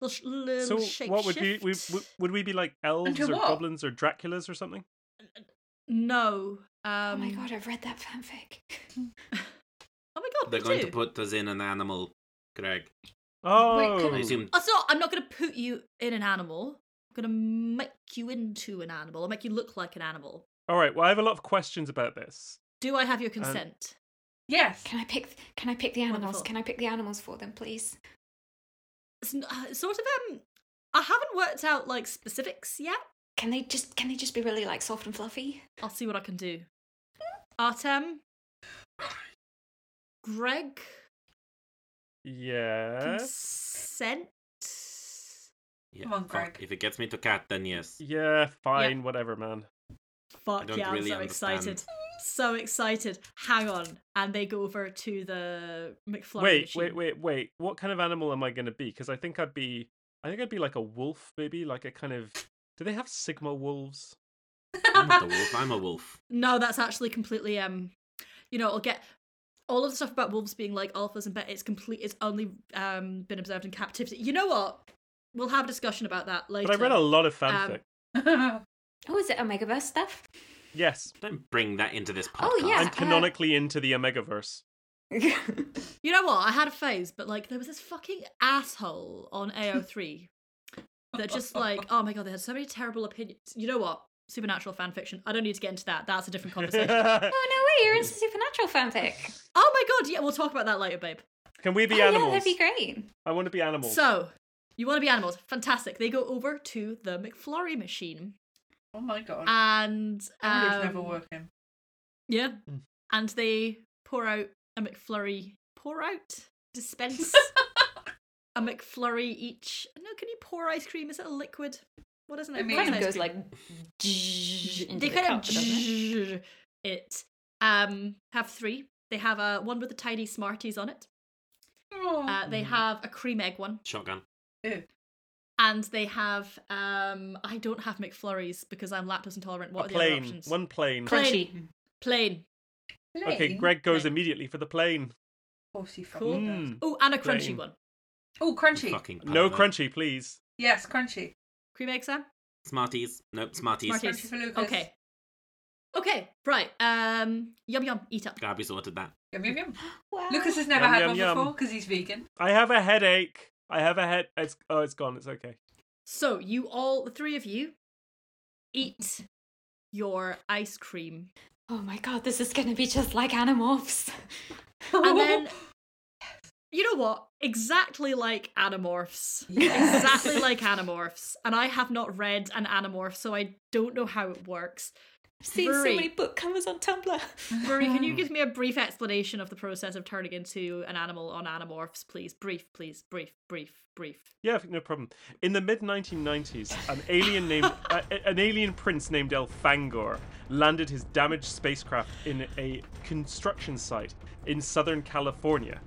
Speaker 4: little, sh-
Speaker 5: So
Speaker 4: little shape
Speaker 5: what would we, we
Speaker 4: shift.
Speaker 5: would- would we be like elves
Speaker 6: Into
Speaker 5: or
Speaker 6: what?
Speaker 5: goblins or Draculas or something?
Speaker 4: No. Um,
Speaker 8: oh my god, I've read that fanfic.
Speaker 4: Oh my god.
Speaker 2: they're
Speaker 4: me
Speaker 2: going
Speaker 4: too.
Speaker 2: to put us in an animal, Greg.
Speaker 5: Oh,
Speaker 2: I assume
Speaker 4: It's not. I'm not going to put you in an animal. I'm going to make you into an animal. I'll make you look like an animal.
Speaker 5: all right. Well, I have a lot of questions about this.
Speaker 4: Do I have your consent?
Speaker 6: Yes.
Speaker 8: Can I pick? Can I pick the animals?
Speaker 4: Wonderful.
Speaker 8: Can I pick the animals for them, please?
Speaker 4: It's n- uh, sort of. Um, I haven't worked out like specifics yet.
Speaker 8: Can they just? Can they just be really like soft and fluffy?
Speaker 4: I'll see what I can do. Artem, Greg,
Speaker 5: Yes.
Speaker 4: consent.
Speaker 2: Yeah,
Speaker 6: Come on,
Speaker 2: fuck.
Speaker 6: Greg.
Speaker 2: If it gets me to cat, then yes.
Speaker 5: Yeah. Fine. Whatever, man.
Speaker 4: Fuck
Speaker 2: don't
Speaker 4: yeah!
Speaker 2: really
Speaker 4: I'm so
Speaker 2: understand.
Speaker 4: excited. So excited. Hang on, and they go over to the McFlurry
Speaker 5: wait,
Speaker 4: machine.
Speaker 5: wait, wait, wait. What kind of animal am I gonna be? Because I think I'd be. I think I'd be like a wolf, maybe like a kind of. Do they have Sigma wolves?
Speaker 2: I'm not a wolf. I'm a wolf.
Speaker 4: No, that's actually completely um you know, it'll get all of the stuff about wolves being like alphas and bet it's complete it's only um been observed in captivity. You know what? We'll have a discussion about that later.
Speaker 5: But I read a lot of
Speaker 4: Um,
Speaker 5: fanfic.
Speaker 8: Oh, is it Omegaverse stuff?
Speaker 5: yes,
Speaker 2: Don't bring that into this podcast.
Speaker 8: Oh, yeah.
Speaker 5: I'm
Speaker 8: uh,
Speaker 5: canonically into the Omegaverse.
Speaker 4: You know what? I had a phase, but like there was this fucking asshole on AO3 that just like, oh my god, they had so many terrible opinions. You know what? Supernatural fan fiction. I don't need to get into that. That's a different conversation.
Speaker 8: oh no way, you're into supernatural fanfic.
Speaker 4: oh my god, yeah, we'll talk about that later, babe.
Speaker 5: Can we be
Speaker 8: oh,
Speaker 5: animals?
Speaker 8: Yeah, that'd be great.
Speaker 5: I want to be animals.
Speaker 4: So, you want to be animals? Fantastic. They go over to the McFlurry machine
Speaker 6: oh my god.
Speaker 4: and
Speaker 6: That
Speaker 4: um,
Speaker 6: is never working.
Speaker 4: Yeah,
Speaker 5: Mm.
Speaker 4: and they pour out a McFlurry. Pour out, dispense a McFlurry each. No, can you pour ice cream? Is it a liquid? What isn't it?
Speaker 6: I mean,
Speaker 4: What is
Speaker 7: kind
Speaker 6: Kind
Speaker 7: of
Speaker 6: of
Speaker 4: ice
Speaker 7: goes
Speaker 4: cream?
Speaker 7: like into
Speaker 4: they
Speaker 7: the
Speaker 4: kind
Speaker 7: cup,
Speaker 4: of
Speaker 7: doesn't it?
Speaker 4: it? Um, have three. They have a one with the tiny Smarties on it.
Speaker 6: Oh.
Speaker 4: Uh,
Speaker 5: Mm.
Speaker 4: they have a cream egg one,
Speaker 2: Shotgun.
Speaker 6: Ew.
Speaker 4: and they have um. I don't have McFlurries because I'm lactose intolerant. What
Speaker 5: a
Speaker 4: are the other
Speaker 5: plane.
Speaker 4: options?
Speaker 5: One plane.
Speaker 4: Plane. Plain.
Speaker 5: Okay,
Speaker 6: Plain?
Speaker 5: Greg goes
Speaker 4: Plane.
Speaker 5: immediately for the plane.
Speaker 6: Oh, see, fuck
Speaker 4: Cool.
Speaker 6: knows.
Speaker 5: Mm.
Speaker 4: Oh, and a crunchy
Speaker 5: Plain.
Speaker 4: one.
Speaker 6: Oh,
Speaker 2: You
Speaker 6: crunchy.
Speaker 2: Fucking
Speaker 5: No
Speaker 2: pervert.
Speaker 5: crunchy, please.
Speaker 6: Yes, crunchy.
Speaker 4: Cream egg, Sam.
Speaker 2: Smarties. Nope, Smarties.
Speaker 4: Smarties.
Speaker 6: Crunchy for Lucas.
Speaker 4: Okay. Okay. Right. Um. Yum yum. Eat up.
Speaker 2: Gabby's ordered that.
Speaker 6: Yum, yum, yum.
Speaker 8: Wow.
Speaker 6: Lucas has never
Speaker 5: Yum,
Speaker 6: had
Speaker 5: yum,
Speaker 6: one
Speaker 5: yum.
Speaker 6: before because he's vegan.
Speaker 5: I have a headache. I have a head. It's oh, it's gone. It's okay.
Speaker 4: So you all, the three of you, eat your ice cream,
Speaker 7: Oh my god, this is gonna be just like Animorphs.
Speaker 4: and then. You know what? Exactly like Animorphs.
Speaker 6: Yes.
Speaker 4: Exactly like Animorphs. And I have not read an Animorph, so I don't know how it works.
Speaker 7: I've seen
Speaker 4: Brewery.
Speaker 7: so many book covers on Tumblr.
Speaker 4: Rory, can you
Speaker 7: Hmm.
Speaker 4: give me a brief explanation of the process of turning into an animal on Animorphs, please? Brief, please. Brief, brief, brief.
Speaker 5: Yeah, no problem. In the mid 1990s, an alien named uh, an alien prince named El Fangor landed his damaged spacecraft in a construction site in southern California.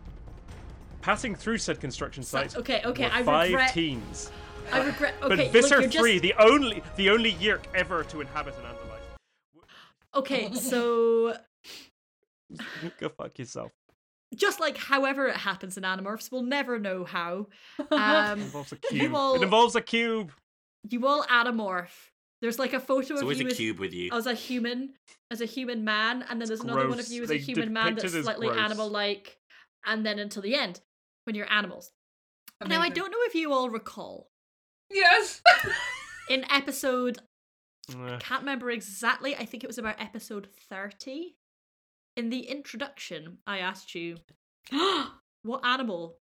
Speaker 5: Passing through said construction site,
Speaker 4: okay, okay,
Speaker 5: were
Speaker 4: I
Speaker 5: five
Speaker 4: regret-
Speaker 5: teens.
Speaker 4: I regret. Okay,
Speaker 5: But
Speaker 4: look,
Speaker 5: Visser
Speaker 4: you're just-
Speaker 5: Three, the only the only Yerk ever to inhabit an Andalite.
Speaker 4: Okay, so
Speaker 5: Go fuck yourself.
Speaker 4: just like however it happens in Animorphs, we'll never know how. Um,
Speaker 5: It involves a cube.
Speaker 4: all-
Speaker 5: It involves a cube.
Speaker 4: you all Animorph. There's like a photo
Speaker 2: It's
Speaker 4: of
Speaker 2: always
Speaker 4: you
Speaker 2: a
Speaker 4: as,
Speaker 2: cube with you.
Speaker 4: as a human, as a human man, and then there's another one of
Speaker 5: gross.
Speaker 4: you as
Speaker 5: They
Speaker 4: a human man
Speaker 5: depict it
Speaker 4: that's
Speaker 5: as
Speaker 4: slightly
Speaker 5: gross.
Speaker 4: animal-like, and then until the end when you're animals. Now I
Speaker 6: Amazing.
Speaker 4: don't know if you all recall
Speaker 6: Yes.
Speaker 4: in episode
Speaker 5: Nah.
Speaker 4: can't remember exactly. I think it was about episode 30. In the introduction, I asked you what animal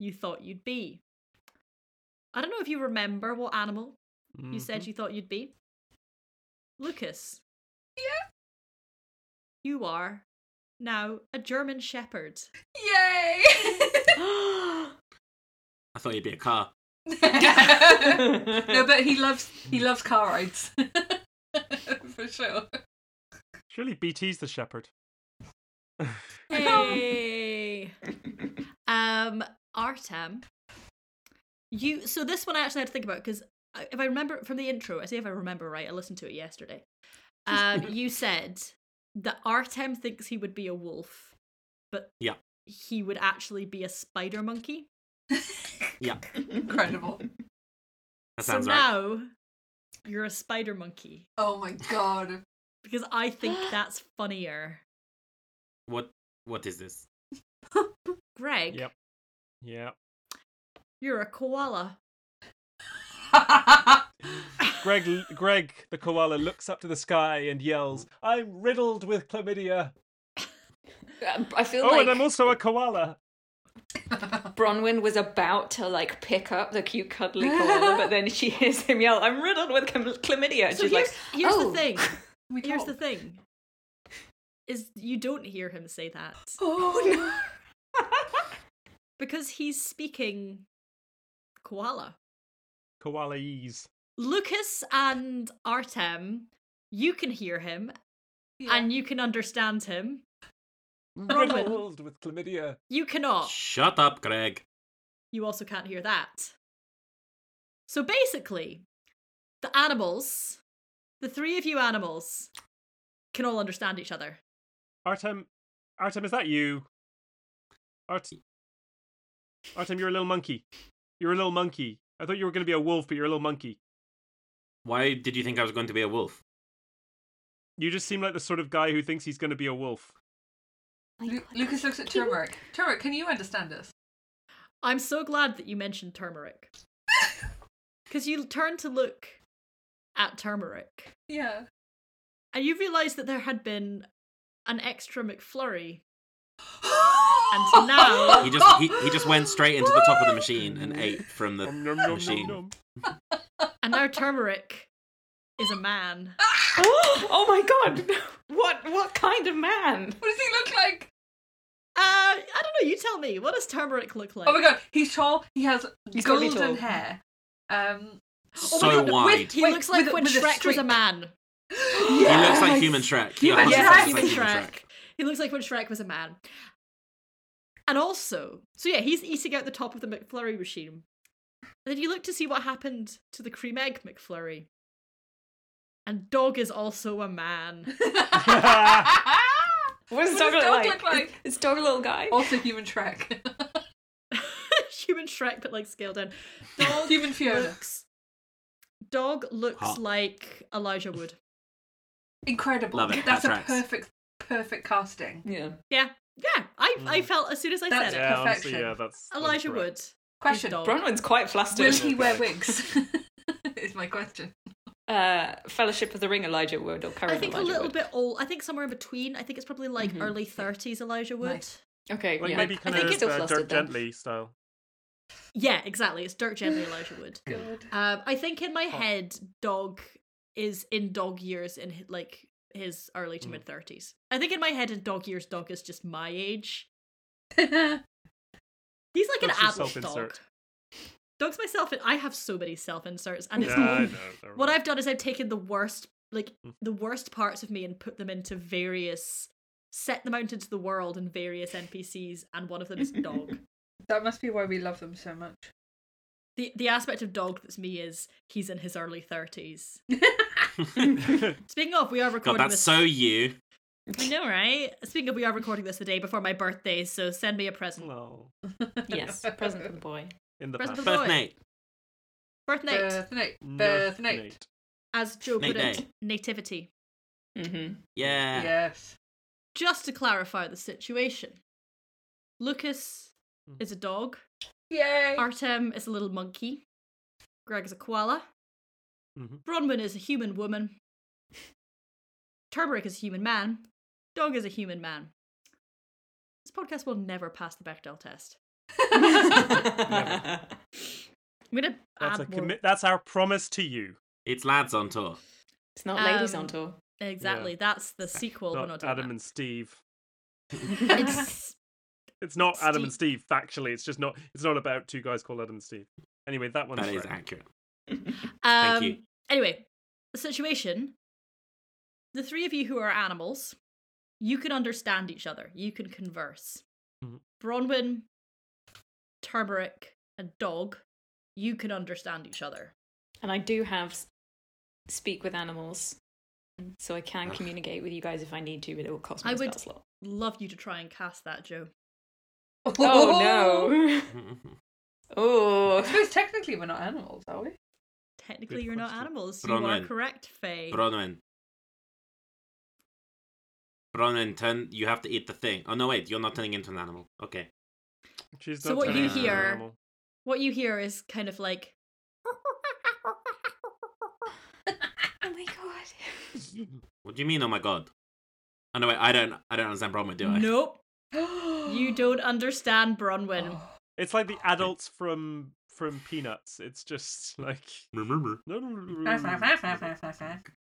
Speaker 4: you thought you'd be. I don't know if you remember what animal you said you thought you'd be. Lucas.
Speaker 6: Yeah.
Speaker 4: You are now a German Shepherd.
Speaker 6: Yay.
Speaker 2: I thought you'd be a car.
Speaker 6: no, but he loves he loves car rides. For sure.
Speaker 5: Surely BT's the shepherd.
Speaker 4: Hey. um, Artem. You so this one I actually had to think about because if I remember from the intro, I see if I remember right. I listened to it yesterday. Um, you said that Artem thinks he would be a wolf, but
Speaker 2: Yeah.
Speaker 4: he would actually be a spider monkey.
Speaker 6: Incredible.
Speaker 2: That
Speaker 4: So
Speaker 2: sounds right.
Speaker 4: now you're a spider monkey
Speaker 6: Oh my god.
Speaker 4: because I think that's funnier.
Speaker 2: What what is this?
Speaker 4: Greg,
Speaker 5: Yep. Yeah.
Speaker 4: you're a koala.
Speaker 5: Greg, Greg, the koala looks up to the sky and yells, "I'm riddled with chlamydia."
Speaker 7: I feel
Speaker 5: Oh,
Speaker 7: like
Speaker 5: and I'm also a koala.
Speaker 7: Bronwyn was about to like pick up the cute cuddly koala, but then she hears him yell, "I'm riddled with chlam- chlamydia." And
Speaker 4: So
Speaker 7: she's
Speaker 4: here's,
Speaker 7: like,
Speaker 4: here's
Speaker 7: "Oh."
Speaker 4: the thing.
Speaker 6: we
Speaker 4: Here's
Speaker 6: can't-
Speaker 4: the thing. Is you don't hear him say that
Speaker 6: Oh no.
Speaker 4: because he's speaking koala.
Speaker 5: Koalaese.
Speaker 4: Lucas and Artem, you can hear him
Speaker 6: Yeah.
Speaker 4: and you can understand him. Bronwyn.
Speaker 5: Riddled with chlamydia.
Speaker 4: You cannot.
Speaker 2: Shut up, Greg.
Speaker 4: You also can't hear that. So basically, the animals, the three of you animals, can all understand each other.
Speaker 5: Artem, Artem, is that you? Art, Artem, you're a little monkey. You're a little monkey, I thought you were going to be a wolf, but you're a little monkey.
Speaker 2: Why did you think I was going to be a wolf?
Speaker 5: You just seem like the sort of guy who thinks he's going to be a wolf.
Speaker 8: My
Speaker 6: Lu-
Speaker 8: God,
Speaker 6: Lucas looks at
Speaker 8: can you-
Speaker 6: Turmeric. Turmeric, can you understand us?
Speaker 4: I'm so glad that you mentioned turmeric. Because you turn to look at turmeric,
Speaker 6: Yeah.
Speaker 4: and you realise that there had been an extra McFlurry.
Speaker 6: and
Speaker 4: now-
Speaker 2: He just he, he just went straight into the top of the machine and ate from the
Speaker 5: Nom, nom, nom, nom,
Speaker 2: machine.
Speaker 5: nom.
Speaker 4: And now turmeric is a man.
Speaker 7: Oh, oh my god! What what kind of man?
Speaker 6: What does he look like?
Speaker 4: Uh, I don't know, you tell me. What does turmeric look like?
Speaker 6: Oh my god, he's tall. He has
Speaker 7: He's gotta be
Speaker 6: golden
Speaker 7: tall.
Speaker 6: hair. Um,
Speaker 4: Oh
Speaker 2: So
Speaker 4: my God,
Speaker 2: wide.
Speaker 6: with-
Speaker 4: He
Speaker 6: Wait,
Speaker 4: looks like
Speaker 6: with a-
Speaker 4: when
Speaker 6: with a
Speaker 4: Shrek was a
Speaker 6: streak.
Speaker 4: man.
Speaker 2: he
Speaker 6: yeah.
Speaker 2: looks like human Shrek. He
Speaker 6: Human
Speaker 2: 100%
Speaker 6: Shrek.
Speaker 2: looks
Speaker 4: Human
Speaker 2: like human
Speaker 4: Shrek. He looks like when Shrek was a man. And also, so yeah, he's eating out the top of the McFlurry machine. And then you look to see what happened to the cream egg McFlurry. And dog is also a man.
Speaker 7: What does
Speaker 6: What does
Speaker 7: dog, look,
Speaker 6: dog
Speaker 7: like?
Speaker 6: look like?
Speaker 7: Is dog a little guy?
Speaker 6: also human Shrek.
Speaker 4: Human Shrek, but like scaled down. Dog
Speaker 6: human Fiona.
Speaker 4: looks. Dog looks
Speaker 2: Hot.
Speaker 4: like Elijah Wood.
Speaker 6: Incredible.
Speaker 2: Love it,
Speaker 6: That's
Speaker 2: that
Speaker 6: a
Speaker 2: tracks.
Speaker 6: perfect, perfect casting.
Speaker 7: Yeah.
Speaker 4: Yeah, I I
Speaker 5: Mm.
Speaker 4: felt as soon as I
Speaker 6: That's-
Speaker 4: said it.
Speaker 5: Yeah, honestly,
Speaker 6: Perfection.
Speaker 5: yeah, that's that's
Speaker 4: Elijah
Speaker 5: correct.
Speaker 4: Wood.
Speaker 6: Question:
Speaker 4: dog.
Speaker 7: Bronwyn's quite
Speaker 6: Will
Speaker 7: flustered.
Speaker 6: he wear wigs? is my question.
Speaker 7: Uh, Fellowship of the Ring, Elijah Wood or current
Speaker 4: I think
Speaker 7: Elijah
Speaker 4: a little
Speaker 7: Wood.
Speaker 4: bit old. I think somewhere in between. I think it's probably like
Speaker 7: Mhm.
Speaker 4: early 30s Elijah Wood.
Speaker 6: Nice.
Speaker 7: Okay,
Speaker 5: Like
Speaker 7: yeah.
Speaker 5: maybe
Speaker 7: I
Speaker 5: kind
Speaker 7: think
Speaker 5: of
Speaker 7: it's still
Speaker 5: uh,
Speaker 7: flustered
Speaker 5: Dirk
Speaker 7: then.
Speaker 5: Gently style.
Speaker 4: Yeah, exactly. It's Dirk Gently Elijah Wood.
Speaker 6: God.
Speaker 4: Um, I think in my head, Dog is in dog years in hi- like his early to
Speaker 5: Mm.
Speaker 4: mid 30s. I think in my head, in dog years, Dog is just my age. He's like
Speaker 5: That's
Speaker 4: an
Speaker 5: your
Speaker 4: adult dog.
Speaker 5: self-insert.
Speaker 4: Dog's myself. I have so many self inserts, and it's
Speaker 5: Yeah, I know. they're
Speaker 4: what
Speaker 5: right.
Speaker 4: I've done is I've taken the worst, like
Speaker 5: Mm.
Speaker 4: the worst parts of me, and put them into various, set them out into the world in various NPCs, and one of them is dog.
Speaker 6: that must be why we love them so much.
Speaker 4: the The aspect of dog that's me is he's in his early thirties.
Speaker 2: Shrek.
Speaker 4: Speaking of, we are
Speaker 2: God,
Speaker 4: recording
Speaker 2: that's
Speaker 4: this.
Speaker 2: so you.
Speaker 4: I know, right? Speaking of, we are recording this the day before my birthday, so send me a present.
Speaker 5: Oh,
Speaker 7: Yes, present for the boy.
Speaker 5: in the
Speaker 4: Present
Speaker 5: past.
Speaker 4: for the
Speaker 2: Birth mate.
Speaker 4: Birth night,
Speaker 6: Birth night.
Speaker 5: Nerf
Speaker 6: Birth night.
Speaker 5: Nate.
Speaker 4: as Joe put
Speaker 2: Nate
Speaker 4: it, nativity.
Speaker 7: Mm-hmm.
Speaker 2: Yeah.
Speaker 6: Yes.
Speaker 4: Just to clarify the situation, Lucas
Speaker 5: Mm.
Speaker 4: is a dog.
Speaker 6: Yay.
Speaker 4: Artem is a little monkey. Greg is a koala.
Speaker 5: Mhm.
Speaker 4: Bronwyn is a human woman. Turmeric is a human man. Dog is a human man. This podcast will never pass the Bechdel test. I'm gonna
Speaker 5: That's a
Speaker 4: add more.
Speaker 5: commit. That's our promise to you.
Speaker 2: It's lads on tour.
Speaker 7: It's not ladies
Speaker 4: Um,
Speaker 7: on tour.
Speaker 4: exactly. That's the sequel. We're not
Speaker 5: Not
Speaker 4: doing
Speaker 5: Adam and Steve.
Speaker 4: that. It's-
Speaker 5: It's not Adam and
Speaker 4: Steve.
Speaker 5: Steve. Factually, it's just not. It's not about two guys called Adam and Steve. Anyway, that one's
Speaker 2: That is
Speaker 5: Shrek.
Speaker 2: accurate.
Speaker 4: um,
Speaker 2: Thank you.
Speaker 4: Anyway, the situation. The three of you who are animals, you can understand each other. You can converse.
Speaker 2: Mm-hmm.
Speaker 5: Mhm.
Speaker 4: Bronwyn, Turmeric, and Dog, you can understand each other.
Speaker 7: And I do have s- speak with animals, so I can
Speaker 2: Ugh.
Speaker 7: communicate with you guys if I need to, but it will cost me
Speaker 4: I
Speaker 7: a
Speaker 4: would-
Speaker 7: spell slot.
Speaker 4: Love you to try and cast that, Joe.
Speaker 7: Oh no!
Speaker 6: I
Speaker 7: Oh,
Speaker 6: suppose technically we're not animals, are we?
Speaker 4: Technically,
Speaker 5: Good
Speaker 4: you're not
Speaker 5: question.
Speaker 4: animals. You are
Speaker 2: Bronwyn.
Speaker 4: correct, Faye.
Speaker 2: Bronwyn. Bronwyn, turn. You have to eat the thing. Oh no, wait. You're not turning into an animal. Okay.
Speaker 5: She's
Speaker 4: So
Speaker 5: not
Speaker 4: what
Speaker 5: turning
Speaker 2: you
Speaker 5: into an
Speaker 2: hear-
Speaker 5: animal.
Speaker 4: what you hear is kind of like
Speaker 8: Oh my god.
Speaker 2: What do you mean? Oh my god. Oh no, wait. I don't. I don't understand Bronwyn, do I?
Speaker 4: Nope, you don't understand Bronwyn.
Speaker 5: It's like the adults from from Peanuts. It's just like
Speaker 2: No.
Speaker 5: no, no, no, no, no, no.
Speaker 6: That's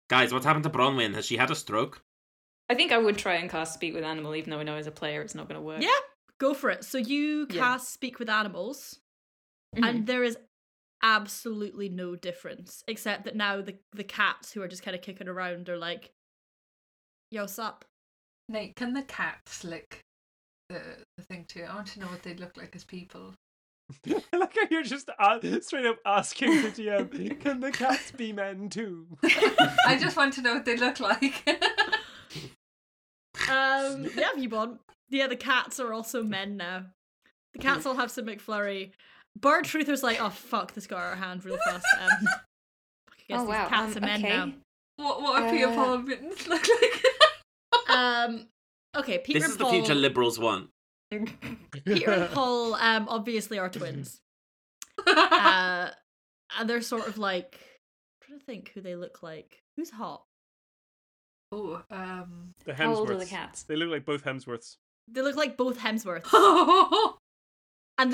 Speaker 2: Guys, what's happened to Bronwyn? Has she had a stroke?
Speaker 7: I think I would try and cast speak with animal, even though I know as a player it's not going to work.
Speaker 4: Yeah, go for it. So you cast
Speaker 7: Yeah.
Speaker 4: Speak with Animals,
Speaker 7: Mhm.
Speaker 6: Mm-hmm.
Speaker 4: and there is absolutely no difference except that now the the cats who are just kind of kicking around are like, "Yo, sup."
Speaker 6: Nate, can the cats lick the, the thing too? I want to know what they look like as people.
Speaker 5: I like how you're just a straight up asking the DM, can the cats be men too?
Speaker 6: I just want to know what they look like.
Speaker 4: Um, yeah, if you want. Yeah, the cats are also men now. The cats all have some McFlurry, Bird Truther's like, oh fuck, this got out of hand real fast. Um, I guess
Speaker 8: Oh
Speaker 4: these
Speaker 8: wow.
Speaker 4: cats
Speaker 8: um,
Speaker 4: are men
Speaker 8: okay.
Speaker 4: now.
Speaker 6: What what are Peter
Speaker 8: Uh,
Speaker 6: Paul and Mittens look like?
Speaker 4: Um, okay, Peter
Speaker 2: this
Speaker 4: and
Speaker 2: is the
Speaker 4: Paul.
Speaker 2: future liberals want.
Speaker 4: Peter and Paul um, obviously are twins. uh, and they're sort of like I'm trying to think who they look like. Who's hot?
Speaker 6: oh, um.
Speaker 5: The Hemsworths.
Speaker 7: How old are the cats?
Speaker 5: They look like both Hemsworths.
Speaker 4: They look like both Hemsworths.
Speaker 6: oh,
Speaker 4: And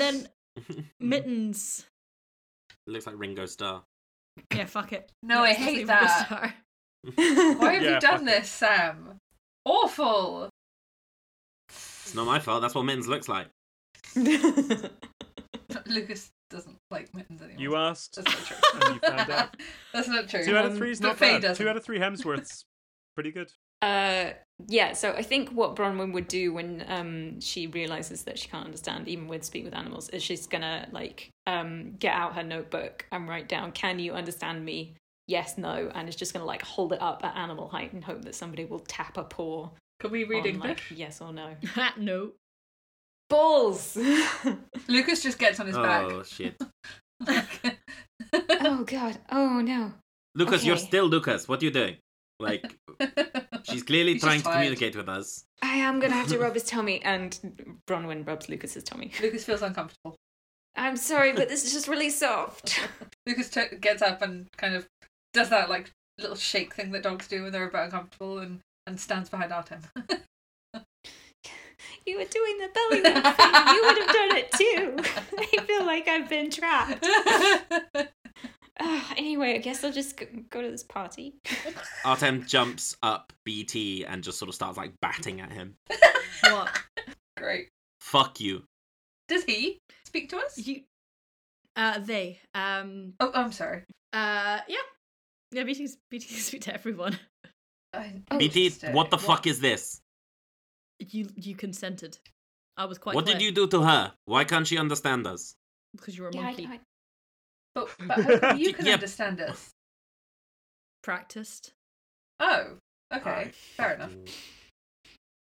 Speaker 4: then Mittens.
Speaker 2: Looks like Ringo Starr.
Speaker 4: Yeah, fuck it.
Speaker 6: No, I
Speaker 4: it's
Speaker 6: hate
Speaker 4: definitely
Speaker 6: that.
Speaker 4: Ringo Starr.
Speaker 6: why have
Speaker 5: Yeah,
Speaker 6: you done
Speaker 5: fuck
Speaker 6: this, Sam? Awful.
Speaker 2: It's not my fault. That's what Mittens looks like.
Speaker 6: Lucas doesn't like mittens anymore.
Speaker 5: You asked.
Speaker 6: That's not true.
Speaker 5: And you found out.
Speaker 6: That's not true.
Speaker 5: Two out of three is
Speaker 6: but
Speaker 5: not
Speaker 6: Faye
Speaker 5: bad.
Speaker 6: doesn't.
Speaker 5: Two out of three Hemsworths. Pretty good.
Speaker 7: Uh, yeah, so I think what Bronwyn would do when um, she realizes that she can't understand, even with speak with animals, is she's gonna like um, get out her notebook and write down, "Can you understand me? Yes, no," and it's just gonna like hold it up at animal height and hope that somebody will tap a paw
Speaker 6: Can we read
Speaker 7: on like
Speaker 6: English?
Speaker 7: yes or no.
Speaker 4: no.
Speaker 7: Balls.
Speaker 6: Lucas just gets on his
Speaker 2: Oh shit,
Speaker 6: back.
Speaker 8: Oh god. Oh no.
Speaker 2: Lucas, you're
Speaker 8: Okay.
Speaker 2: still Lucas. What are you doing? Like she's clearly
Speaker 6: He's just
Speaker 2: trying to
Speaker 6: tired.
Speaker 2: communicate with us.
Speaker 7: I am gonna have to rub his tummy, and Bronwyn rubs Lucas's tummy.
Speaker 6: Lucas feels uncomfortable.
Speaker 7: I'm sorry, but this is just really soft.
Speaker 6: Lucas t- gets up and kind of does that like little shake thing that dogs do when they're a bit uncomfortable and, and stands behind Artem.
Speaker 7: You were doing the belly rub thing. You would have done it too. I feel like I've been trapped. Ugh, anyway, I guess I'll just go, go to this party.
Speaker 2: Artem jumps up BT and just sort of starts like batting at him.
Speaker 4: What?
Speaker 6: Great.
Speaker 2: Fuck you.
Speaker 6: Does he speak to us?
Speaker 4: You uh they. Um
Speaker 6: Oh, I'm sorry.
Speaker 4: uh yeah. Yeah, BT's BT speak to everyone.
Speaker 6: I,
Speaker 4: Oh,
Speaker 2: BT, what the fuck is this?
Speaker 4: You you consented. I was quite
Speaker 2: What did you do to her? Why can't she understand us?
Speaker 4: because you were a
Speaker 8: Yeah, I,
Speaker 4: monkey.
Speaker 8: I,
Speaker 6: But, but how come you can
Speaker 2: Yeah.
Speaker 6: understand us.
Speaker 4: Practiced.
Speaker 6: Oh, okay.
Speaker 2: I
Speaker 6: Fair enough.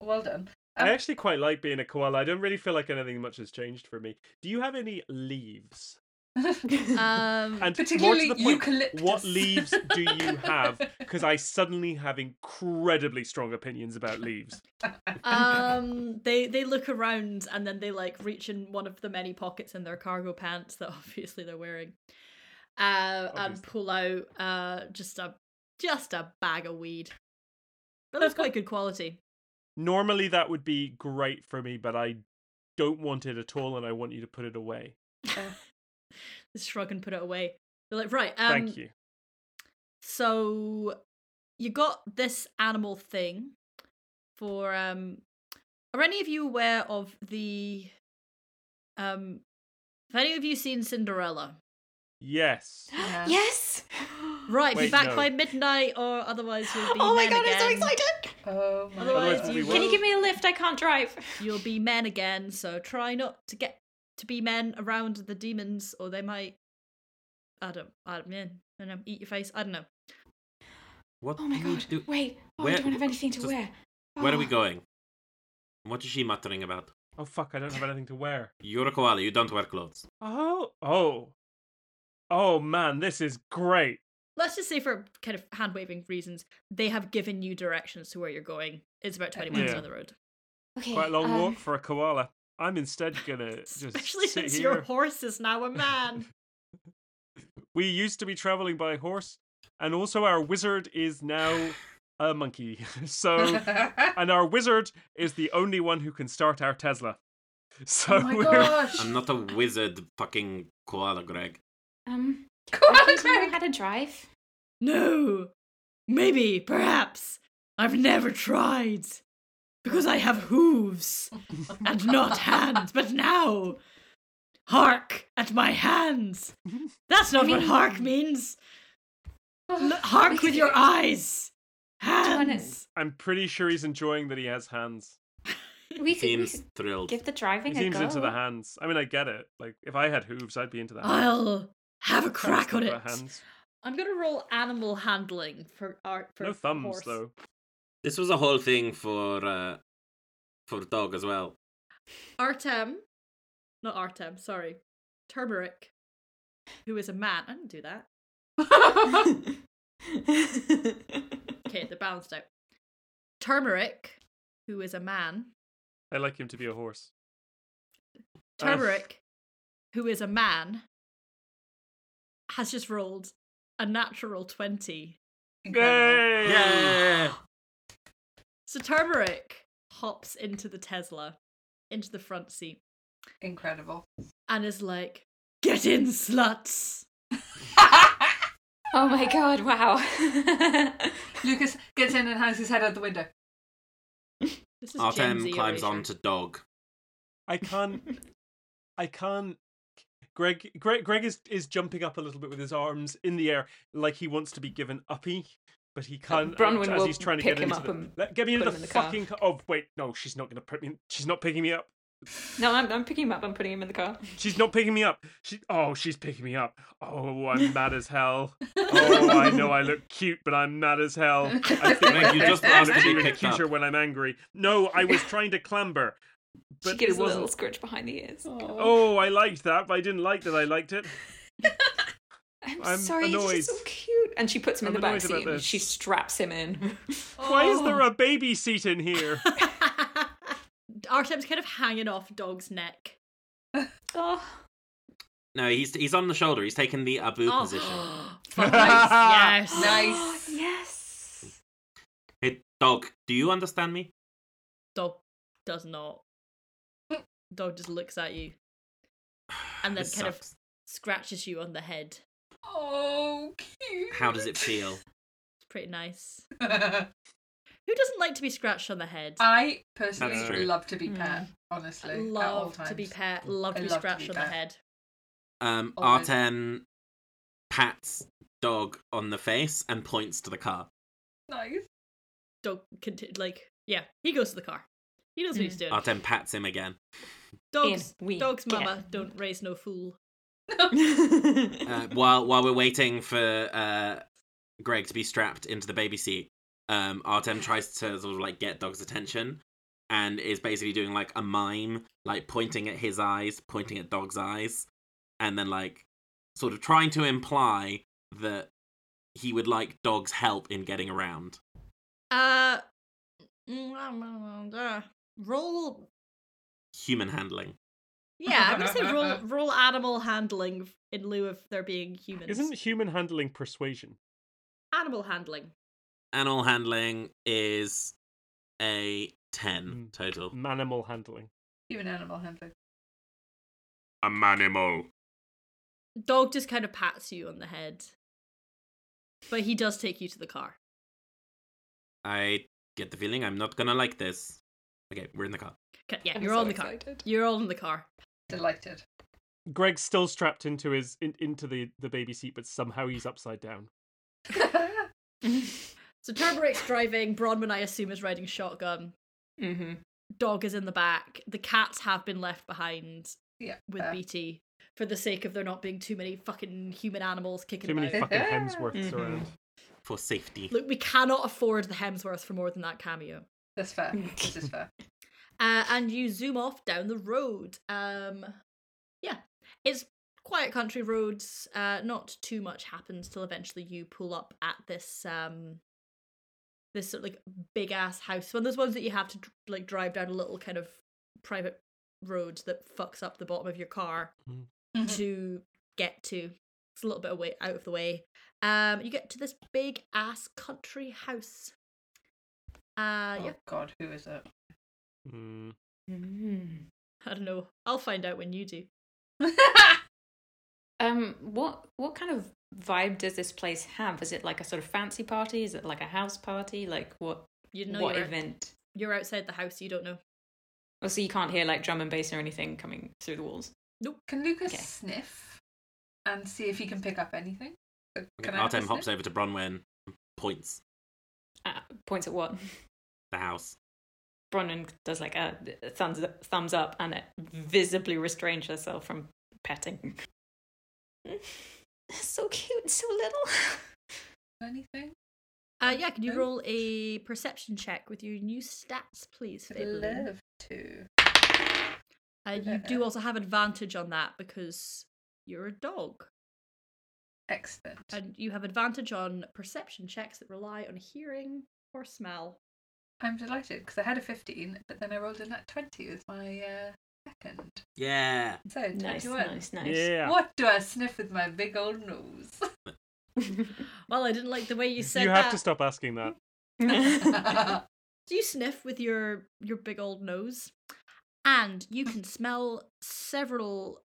Speaker 6: Well done. Um,
Speaker 5: I actually quite like being a koala. I don't really feel like anything much has changed for me. Do you have any leaves?
Speaker 4: Um
Speaker 5: And more to
Speaker 6: Particularly
Speaker 5: the point, What
Speaker 6: eucalyptus.
Speaker 5: leaves do you have? Because I suddenly have incredibly strong opinions about leaves.
Speaker 4: um they they look around and then they like reach in one of the many pockets in their cargo pants that obviously they're wearing uh and
Speaker 5: Obviously.
Speaker 4: pull out uh just a just a bag of weed but that's quite good quality
Speaker 5: Normally that would be great for me, but I don't want it at all, and I want you to put it away.
Speaker 4: just shrug and put it away they're like right um
Speaker 5: Thank you.
Speaker 4: so you got this animal thing for um are any of you aware of the um have any of you seen cinderella
Speaker 5: Yes.
Speaker 6: Yeah.
Speaker 7: Yes.
Speaker 4: Right, be
Speaker 5: Wait,
Speaker 4: back
Speaker 5: no.
Speaker 4: by midnight, or otherwise you'll be
Speaker 7: oh my
Speaker 4: men
Speaker 7: god,
Speaker 4: again.
Speaker 7: I'm so excited.
Speaker 6: Oh my
Speaker 4: Otherwise,
Speaker 6: god.
Speaker 5: we
Speaker 4: you,
Speaker 5: will.
Speaker 7: Can you give me a lift? I can't drive.
Speaker 4: will be men again. So try not to get to be men around the demons, or they might. I don't. I don't, yeah, I don't know. Eat your face. I don't know.
Speaker 2: What
Speaker 7: Oh my
Speaker 2: do we
Speaker 7: god.
Speaker 2: do-
Speaker 7: Wait. Oh,
Speaker 2: Where-
Speaker 7: I don't have anything to
Speaker 2: just-
Speaker 7: wear.
Speaker 2: Where are we
Speaker 7: Oh.
Speaker 2: going? What is she muttering about?
Speaker 5: Oh fuck! I don't have anything to wear.
Speaker 2: You're a koala. You don't wear clothes.
Speaker 5: Oh, oh, oh man, this is great.
Speaker 4: Let's just say, for kind of hand waving reasons, they have given you directions to where you're going. It's about twenty miles
Speaker 5: Yeah.
Speaker 4: down the road,
Speaker 8: okay.
Speaker 5: Quite a long
Speaker 8: um,
Speaker 5: walk for a koala. I'm instead gonna just
Speaker 4: especially
Speaker 5: sit
Speaker 4: since
Speaker 5: here.
Speaker 4: your horse is now a man.
Speaker 5: We used to be traveling by horse, and also our wizard is now a monkey. So, and our wizard is the only one who can start our Tesla. So
Speaker 6: oh my
Speaker 5: we're
Speaker 6: gosh.
Speaker 2: I'm not a wizard, fucking koala, Greg.
Speaker 7: Um.
Speaker 6: Koala
Speaker 7: okay, do you know
Speaker 6: Greg.
Speaker 7: how to drive?
Speaker 4: No, maybe, perhaps. I've never tried because I have hooves. and not hands, but now. Hark at my hands. That's not what hark means. L- hark with your eyes.
Speaker 7: you wanna-
Speaker 4: Hands.
Speaker 5: I'm pretty sure he's enjoying that he has hands.
Speaker 8: we could, we
Speaker 2: Seems
Speaker 8: could
Speaker 2: thrilled.
Speaker 7: Give the driving
Speaker 5: He
Speaker 7: a
Speaker 5: seems
Speaker 7: go.
Speaker 5: into the hands. I mean, I get it. Like, if I had hooves, I'd be into that.
Speaker 4: I'll have a crack on it.
Speaker 5: Hands.
Speaker 4: I'm gonna roll animal handling for art for
Speaker 5: No thumbs
Speaker 4: horse.
Speaker 5: though.
Speaker 2: This was a whole thing for uh, for dog as well.
Speaker 4: Artem, not Artem. Sorry, Turmeric, who is a man. I didn't do that. Okay, they're balanced out. Turmeric, who is a man.
Speaker 5: I like him to be a horse. Oh.
Speaker 4: Turmeric, who is a man, has just rolled a natural 20.
Speaker 6: Incredible.
Speaker 2: Yeah.
Speaker 4: So Turmeric hops into the Tesla, into the front seat,
Speaker 6: Incredible.
Speaker 4: and is like, Get in, sluts!
Speaker 7: Oh my god, wow.
Speaker 6: Lucas gets in and hangs his head out the window.
Speaker 4: This is Gen Z
Speaker 2: Artem climbs
Speaker 4: erasure.
Speaker 2: onto dog.
Speaker 5: I can't. I can't. Greg, Greg, Greg is is jumping up a little bit with his arms in the air, like he wants to be given uppy, but he can't.
Speaker 7: Bronwyn
Speaker 5: as
Speaker 7: will
Speaker 5: he's trying to
Speaker 7: pick
Speaker 5: get
Speaker 7: him
Speaker 5: into
Speaker 7: up
Speaker 5: the,
Speaker 7: and
Speaker 5: let, get me into
Speaker 7: put
Speaker 5: the,
Speaker 7: him in the car.
Speaker 5: fucking car. Oh wait, no, she's not gonna put me. in- She's not picking me up.
Speaker 7: no, I'm, I'm picking him up. I'm putting him in the car.
Speaker 5: She's not picking me up. She. Oh, she's picking me up. Oh, I'm mad as hell. Oh, I know I look cute, but I'm mad as hell. I think
Speaker 2: Greg,
Speaker 5: my
Speaker 2: you
Speaker 5: face
Speaker 2: just
Speaker 5: now
Speaker 2: asked
Speaker 5: looks
Speaker 2: to be
Speaker 5: even
Speaker 2: picked up.
Speaker 5: cuter when I'm angry. No, I was trying to clamber, but
Speaker 7: she gives
Speaker 5: it
Speaker 7: a little
Speaker 5: wasn't.
Speaker 7: scritch behind the ears.
Speaker 5: Oh, I liked that, but I didn't like that. I liked it.
Speaker 7: I'm,
Speaker 5: Oh, I'm
Speaker 7: sorry, he's just so
Speaker 5: annoyed.
Speaker 7: cute. And she puts him
Speaker 5: I'm
Speaker 7: in the back
Speaker 5: annoyed about
Speaker 7: seat and
Speaker 5: this.
Speaker 7: she straps him in.
Speaker 5: Why is
Speaker 7: Oh.
Speaker 5: there a baby seat in here?
Speaker 4: Artem's kind of hanging off dog's neck.
Speaker 7: oh,
Speaker 2: No, he's he's on the shoulder. He's taken the Abu position.
Speaker 4: Oh. Fuck, nice, yes.
Speaker 6: Nice.
Speaker 7: yes.
Speaker 2: Hey, dog, do you understand me?
Speaker 4: Dog does not. Dog just looks at you and then
Speaker 2: This
Speaker 4: kind
Speaker 2: sucks.
Speaker 4: of scratches you on the head.
Speaker 6: Oh, cute.
Speaker 2: How does it feel?
Speaker 4: It's pretty nice.
Speaker 6: I
Speaker 4: Who doesn't like to be scratched on the head?
Speaker 2: That's
Speaker 6: personally
Speaker 2: true.
Speaker 6: love to be
Speaker 7: Mm.
Speaker 6: pet, Uh, honestly. at all
Speaker 4: love
Speaker 6: times.
Speaker 4: to be pet. Love
Speaker 6: I
Speaker 4: to be
Speaker 6: love to
Speaker 4: scratched
Speaker 6: be
Speaker 4: on the
Speaker 6: pet.
Speaker 4: head.
Speaker 2: Um,
Speaker 6: Always.
Speaker 2: Artem pats dog on the face and points to the car.
Speaker 6: Nice.
Speaker 4: Dog conti- like yeah. He goes to the car. He knows what he's doing.
Speaker 2: Artem pats him again.
Speaker 4: Dogs.
Speaker 7: In we
Speaker 4: Dog's
Speaker 7: get.
Speaker 4: mama don't raise no fool.
Speaker 2: Uh, while while we're waiting for uh, Greg to be strapped into the baby seat, um, Artem tries to sort of like get dog's attention and is basically doing like a mime, like pointing at his eyes, pointing at dog's eyes, and then like sort of trying to imply that he would like dog's help in getting around.
Speaker 4: Uh, roll.
Speaker 2: Human handling.
Speaker 4: Yeah, I'm gonna say roll roll animal handling in lieu of there being humans.
Speaker 5: Isn't human handling persuasion?
Speaker 4: animal handling?
Speaker 2: Animal handling is a 10
Speaker 5: Mm.
Speaker 2: total.
Speaker 5: Manimal handling.
Speaker 6: Even animal handling.
Speaker 2: A manimal.
Speaker 4: Dog just kind of pats you on the head, but he does take you to the car.
Speaker 2: I get the feeling I'm not gonna like this. Okay, we're in the car.
Speaker 4: Okay, yeah,
Speaker 7: I'm
Speaker 4: you're
Speaker 7: so
Speaker 4: all in the car.
Speaker 7: excited.
Speaker 4: You're all in the car.
Speaker 6: Delighted.
Speaker 5: Greg's still strapped into his in, into the, the baby seat, but somehow he's upside down.
Speaker 4: So Turberic's driving. Bronwyn, I assume, is riding shotgun.
Speaker 7: Mm-hmm.
Speaker 4: Dog is in the back. The cats have been left behind
Speaker 6: yeah.
Speaker 4: with
Speaker 6: fair.
Speaker 4: BT for the sake of there not being too many fucking human animals kicking
Speaker 5: Too many
Speaker 4: about.
Speaker 5: fucking Hemsworths
Speaker 6: Mm-hmm.
Speaker 7: Mhm.
Speaker 5: around.
Speaker 2: for safety.
Speaker 4: Mm-hmm. Look, we cannot afford the Hemsworth for more than that cameo.
Speaker 6: That's fair. this is fair.
Speaker 4: Uh, and you zoom off down the road. Um, yeah, it's quiet country roads. Uh, not too much happens till eventually you pull up at this um, this sort of like big ass house. One of those ones that you have to dr- like drive down a little kind of private road that fucks up the bottom of your car
Speaker 5: Mm.
Speaker 6: Mhm.
Speaker 4: to get to. It's a little bit away out of the way. Um, you get to this big ass country house. Uh, yeah.
Speaker 6: Oh, God, who is it?
Speaker 5: Mm.
Speaker 4: I don't know. I'll find out when you do.
Speaker 7: Um, what what kind of vibe does this place have? Is it like a sort of fancy party? Is it like a house party? Like what
Speaker 4: You know
Speaker 7: what
Speaker 4: you're,
Speaker 7: event?
Speaker 4: you're outside the house. You don't know.
Speaker 7: Oh, so you can't hear like drum and bass or anything coming through the walls.
Speaker 6: Can Lucas
Speaker 7: Okay.
Speaker 6: sniff and see if he can pick up anything? Uh,
Speaker 2: Okay,
Speaker 6: have a
Speaker 2: Artem hops
Speaker 6: sniff?
Speaker 2: over to Bronwyn, points
Speaker 7: Uh, points at what?
Speaker 2: the house.
Speaker 7: Bronwyn does like a thumbs thumbs up and visibly restrains herself from petting. so cute, and so little.
Speaker 6: Anything?
Speaker 4: Uh, yeah, can you
Speaker 6: Oh.
Speaker 4: roll a perception check with your new stats, please,
Speaker 6: I'd
Speaker 4: Fabian?
Speaker 6: love to.
Speaker 4: Uh, you do also have advantage on that because you're a dog.
Speaker 6: Excellent.
Speaker 4: And you have advantage on perception checks that rely on hearing or smell.
Speaker 6: I'm delighted because I had a 15, but then I rolled in that 20 with my uh, second.
Speaker 2: Yeah.
Speaker 6: So
Speaker 7: Nice,
Speaker 6: 21.
Speaker 7: nice, nice.
Speaker 5: Yeah.
Speaker 6: What do I sniff with my big old nose?
Speaker 4: Well, I didn't like the way you said
Speaker 5: you have
Speaker 4: that.
Speaker 5: to stop asking that.
Speaker 4: Do you sniff with your your big old nose? And you can smell several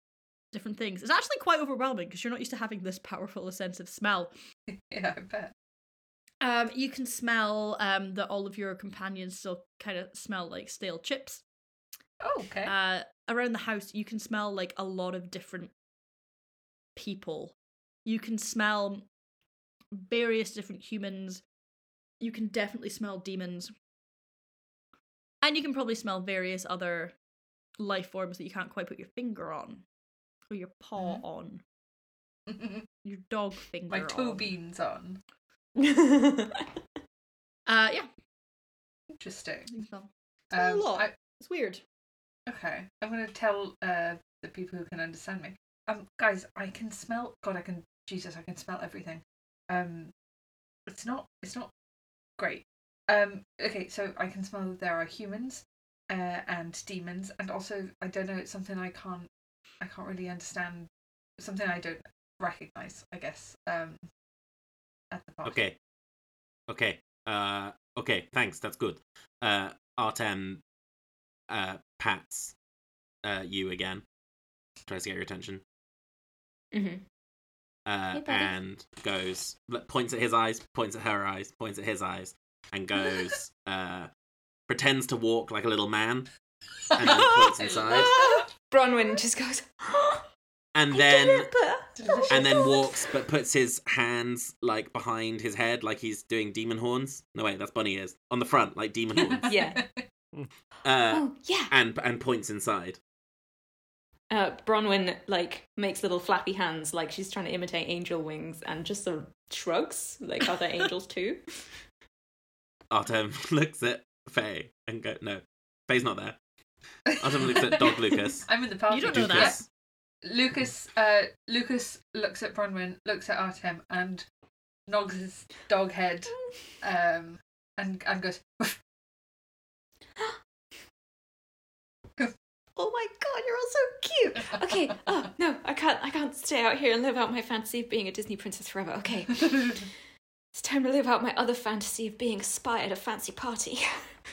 Speaker 4: different things. It's actually quite overwhelming because you're not used to having this powerful a sense of smell.
Speaker 6: yeah, I bet.
Speaker 4: Um, you can smell um, that all of your companions still kind of smell like stale chips.
Speaker 6: Oh, okay.
Speaker 4: Uh, around the house, you can smell like a lot of different people. You can smell various different humans. You can definitely smell demons. And you can probably smell various other life forms that you can't quite put your finger on or your paw on,
Speaker 6: Mm-hmm.
Speaker 4: your dog finger
Speaker 6: my toe
Speaker 4: on.
Speaker 6: beans on.
Speaker 4: Uh, yeah,
Speaker 6: Interesting. Um,
Speaker 4: you can smell. Smell a lot.
Speaker 6: I-
Speaker 4: It's weird.
Speaker 6: okay, I'm going to tell uh, the people who can understand me. Um, guys, I can smell. God, I can. Jesus, I can smell everything. Um, it's not. It's not great. Um, okay, so I can smell that there are humans, uh, and demons, and also I don't know. It's something I can't. I can't really understand. Something I don't recognize. I guess. Um, at the party.
Speaker 2: Okay. Okay. Uh okay, thanks, that's good. Uh Artem uh pats uh you again. Tries to get your attention.
Speaker 7: hmm
Speaker 2: Uh
Speaker 8: Hey, buddy.
Speaker 2: and goes look, points at his eyes, points at her eyes, points at his eyes, and goes uh pretends to walk like a little man and then points inside.
Speaker 7: Bronwyn just goes,
Speaker 2: And then
Speaker 6: Delicious.
Speaker 2: and then walks but puts his hands like behind his head like he's doing demon horns. No wait, that's bunny ears. On the front, like demon horns.
Speaker 7: Yeah.
Speaker 2: Uh
Speaker 8: oh yeah.
Speaker 2: and and points inside.
Speaker 7: uh, Bronwyn like makes little flappy hands like she's trying to imitate angel wings and just sort of shrugs like other angels too.
Speaker 2: Artem looks at Faye and go, no, Faye's not there. Artem looks at Dog Lucas.
Speaker 6: I'm in the party.
Speaker 4: You don't know that.
Speaker 2: Lucas.
Speaker 6: Lucas uh Lucas looks at Bronwyn, looks at Artem and nogs his dog head um and and goes
Speaker 7: Oh my god, you're all so cute. Okay. Oh no, I can't. I can't stay out here and live out my fantasy of being a Disney princess forever. Okay, it's time to live out my other fantasy of being a spy at a fancy party.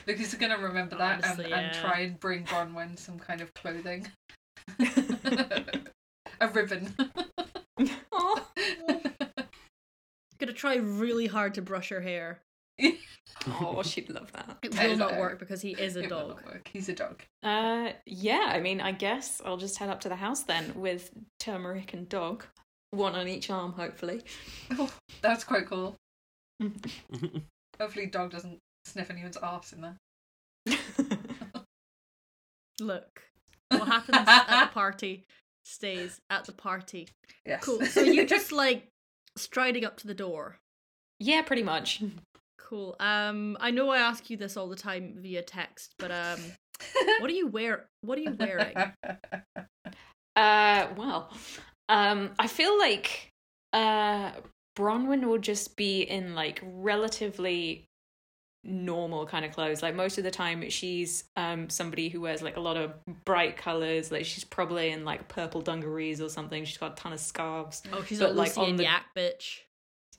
Speaker 6: Lucas is gonna remember that
Speaker 4: Honestly,
Speaker 6: and, and
Speaker 4: yeah.
Speaker 6: try and bring Bronwyn some kind of clothing. A ribbon.
Speaker 7: Aw.
Speaker 4: Gonna try really hard to brush her hair.
Speaker 7: oh, she'd love that.
Speaker 4: It
Speaker 6: I
Speaker 4: will not
Speaker 6: know.
Speaker 4: work because he is a
Speaker 6: It will
Speaker 4: dog.
Speaker 6: not work. He's a dog.
Speaker 7: Uh, yeah, I mean, I guess I'll just head up to the house then with turmeric and dog, one on each arm, hopefully.
Speaker 4: Oh,
Speaker 6: That's quite cool. Hopefully dog doesn't sniff anyone's arse in there.
Speaker 4: Look, what happens at the party stays at the party.
Speaker 6: Yes.
Speaker 4: Cool. So you just like striding up to the door.
Speaker 7: yeah, pretty much.
Speaker 4: Cool. Um, I know I ask you this all the time via text, but um, what are you wear? What are you wearing?
Speaker 7: Uh, well, um, I feel like uh, Bronwyn will just be in like relatively normal kind of clothes. Like most of the time, she's um somebody who wears like a lot of bright colors. Like she's probably in like purple dungarees or something. She's got a ton of scarves.
Speaker 4: Oh, she's
Speaker 7: But,
Speaker 4: a
Speaker 7: like,
Speaker 4: Lucy
Speaker 7: on
Speaker 4: and
Speaker 7: the-
Speaker 4: Yak bitch.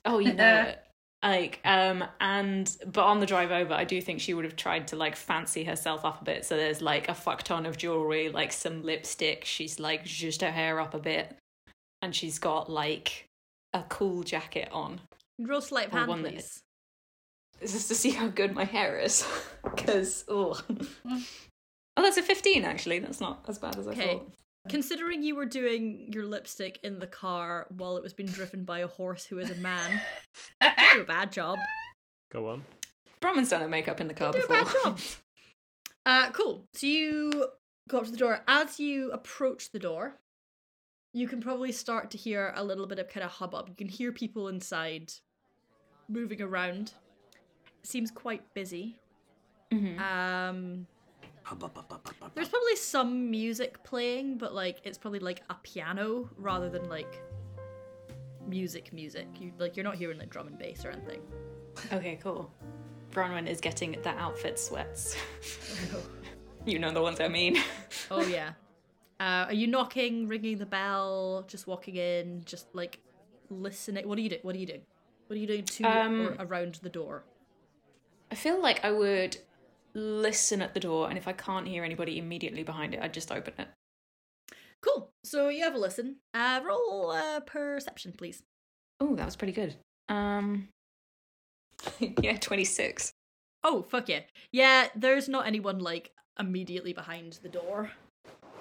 Speaker 7: Oh, you know it. Like, um, and but on the drive over, I do think she would have tried to like fancy herself up a bit. So there's like a fuck ton of jewelry, like some lipstick. She's like zhuzhed her hair up a bit, and she's got like a cool jacket on.
Speaker 4: Real slight
Speaker 7: Or
Speaker 4: hand,
Speaker 7: one that-
Speaker 4: please.
Speaker 7: This is to see how good my hair is, because oh, oh, that's a fifteen actually. That's not as bad as I
Speaker 4: Mm. Okay.
Speaker 7: thought.
Speaker 4: Considering you were doing your lipstick in the car while it was being driven by a horse who is a man, you do a bad job.
Speaker 5: Go on.
Speaker 7: Bronwyn's done her makeup in the car
Speaker 4: do a
Speaker 7: before.
Speaker 4: bad job. Uh, cool. So you go up to the door. As you approach the door, you can probably start to hear a little bit of kind of hubbub. You can hear people inside
Speaker 7: Mm-hmm.
Speaker 4: moving around. It seems quite busy. Um, There's probably some music playing, but like it's probably like a piano rather than like music music. You like you're not hearing like drum and bass or anything.
Speaker 7: Okay, cool. Bronwyn is getting the outfit sweats. you know the ones I mean.
Speaker 4: Oh yeah. Uh, are you knocking, ringing the bell, just walking in, just like listening? What are you doing? What are you doing? What are you doing to or
Speaker 7: Um,
Speaker 4: around the door?
Speaker 7: I feel like I would listen at the door, and if I can't hear anybody immediately behind it, I'd just open it.
Speaker 4: Cool. So you have a listen. Uh, roll uh, perception, please.
Speaker 7: Oh, that was pretty good. Um, yeah, twenty six.
Speaker 4: Oh fuck yeah. Yeah, there's not anyone like immediately behind the door.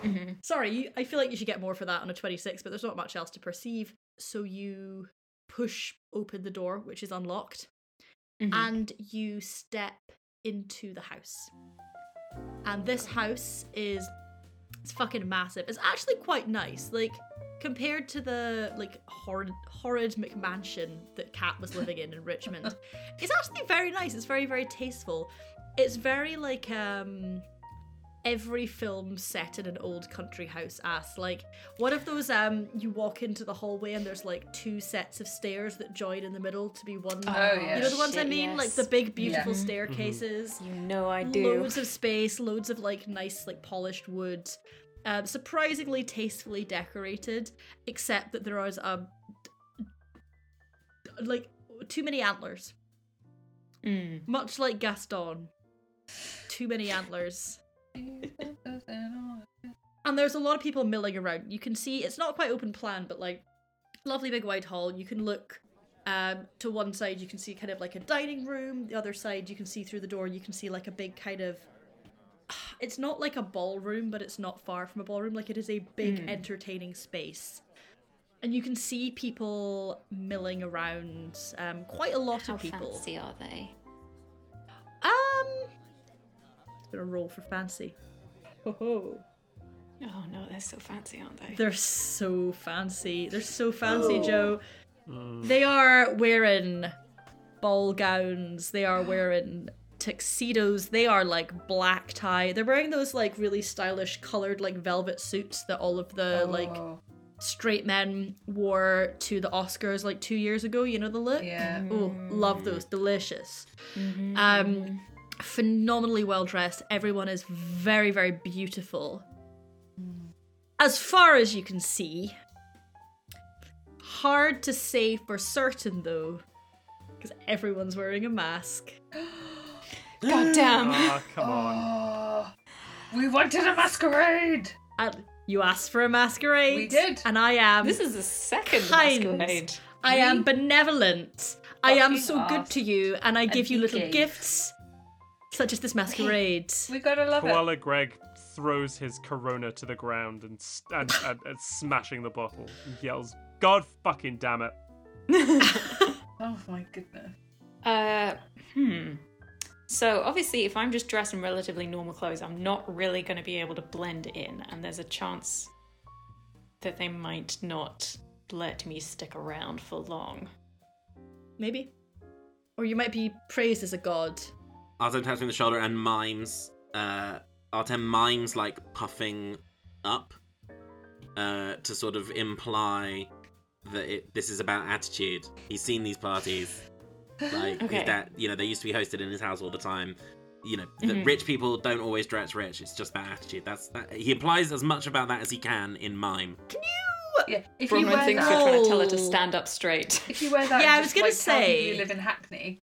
Speaker 7: Mm-hmm.
Speaker 4: Sorry, you, I feel like you should get more for that on a 26, but there's not much else to perceive. So you push open the door, which is unlocked, and you step into the house. And this house is it's fucking massive. It's actually quite nice. Like compared to the like horrid horrid McMansion that Kat was living in in Richmond, it's actually very nice. It's very very tasteful. It's very like um every film set in an old country house ass like one of those um you walk into the hallway and there's like two sets of stairs that join in the middle to be one
Speaker 6: Oh, yeah.
Speaker 4: you know the ones i
Speaker 7: Shit,
Speaker 4: mean like
Speaker 7: yes. Mm-hmm.
Speaker 4: the big beautiful
Speaker 6: Yeah.
Speaker 4: staircases
Speaker 7: You know I do.
Speaker 4: Loads of space, loads of like nice, like polished wood, um, surprisingly tastefully decorated. Except that there are um, d- d- like too many antlers,
Speaker 7: Mm.
Speaker 4: much like Gaston. Too many antlers, and there's a lot of people milling around. You can see it's not quite open plan, but like lovely big wide hall. You can look. Um, to one side you can see kind of like a dining room the other side you can see through the door you can see like a big kind of it's not like a ballroom, but it's not far from a ballroom. Like it is a big, entertaining space. And you can see people milling around, um, quite a lot
Speaker 8: How
Speaker 4: of people.
Speaker 8: fancy are they?
Speaker 4: Um, it's been a roll for fancy. Ho ho.
Speaker 7: Oh no, they're so fancy, aren't they?
Speaker 4: They're so fancy. They're so fancy, Joe.
Speaker 2: Mm.
Speaker 4: They are wearing ball gowns. They are wearing tuxedos. They are like black tie. They're wearing those like really stylish colored like velvet suits that all of the like straight men wore to the Oscars like 2 years ago, you know the look?
Speaker 6: Yeah.
Speaker 4: Oh, love those. Delicious.
Speaker 7: Mm-hmm.
Speaker 4: Um phenomenally well dressed. Everyone is very very beautiful. As far as you can see, hard to say for certain though because everyone's wearing a mask.
Speaker 7: God damn.
Speaker 5: Ah, come on.
Speaker 6: Oh, we wanted a masquerade.
Speaker 4: And you asked for a masquerade.
Speaker 6: We did.
Speaker 4: And I am
Speaker 7: This is the second
Speaker 4: Kind.
Speaker 7: masquerade.
Speaker 4: I am
Speaker 6: We
Speaker 4: benevolent. I am
Speaker 6: fucking
Speaker 4: so good to
Speaker 6: asked
Speaker 4: you, and I give you
Speaker 6: he
Speaker 4: little
Speaker 6: gave.
Speaker 4: gifts, such as this masquerade.
Speaker 6: We gotta love it.
Speaker 5: Koala Greg throws his corona to the ground and, s- and, and, and smashing the bottle. He yells, God fucking damn it.
Speaker 6: Oh my goodness.
Speaker 7: Uh, hmm. So obviously, if I'm just dressed in relatively normal clothes, I'm not really going to be able to blend in, and there's a chance that they might not let me stick around for long.
Speaker 4: Maybe, or you might be praised as a god.
Speaker 2: Artem taps me on the shoulder and mimes. Uh, Artem mimes like puffing up uh, to sort of imply that it, this is about attitude. He's seen these parties. Like
Speaker 7: Okay.
Speaker 2: that, you know, they used to be hosted in his house all the time. You know, that
Speaker 5: Mm-hmm.
Speaker 2: rich people don't always dress rich. It's just that attitude. That's that, he implies as much about that as he can in mime.
Speaker 6: Yeah. If you
Speaker 7: Bronwyn
Speaker 6: wear
Speaker 7: thinks
Speaker 6: that,
Speaker 7: you're trying to tell her to
Speaker 4: Oh.
Speaker 7: stand up straight.
Speaker 6: if you wear that,
Speaker 4: Yeah, I
Speaker 6: and just,
Speaker 4: was gonna
Speaker 6: like, tell people
Speaker 4: say-
Speaker 6: you live in Hackney.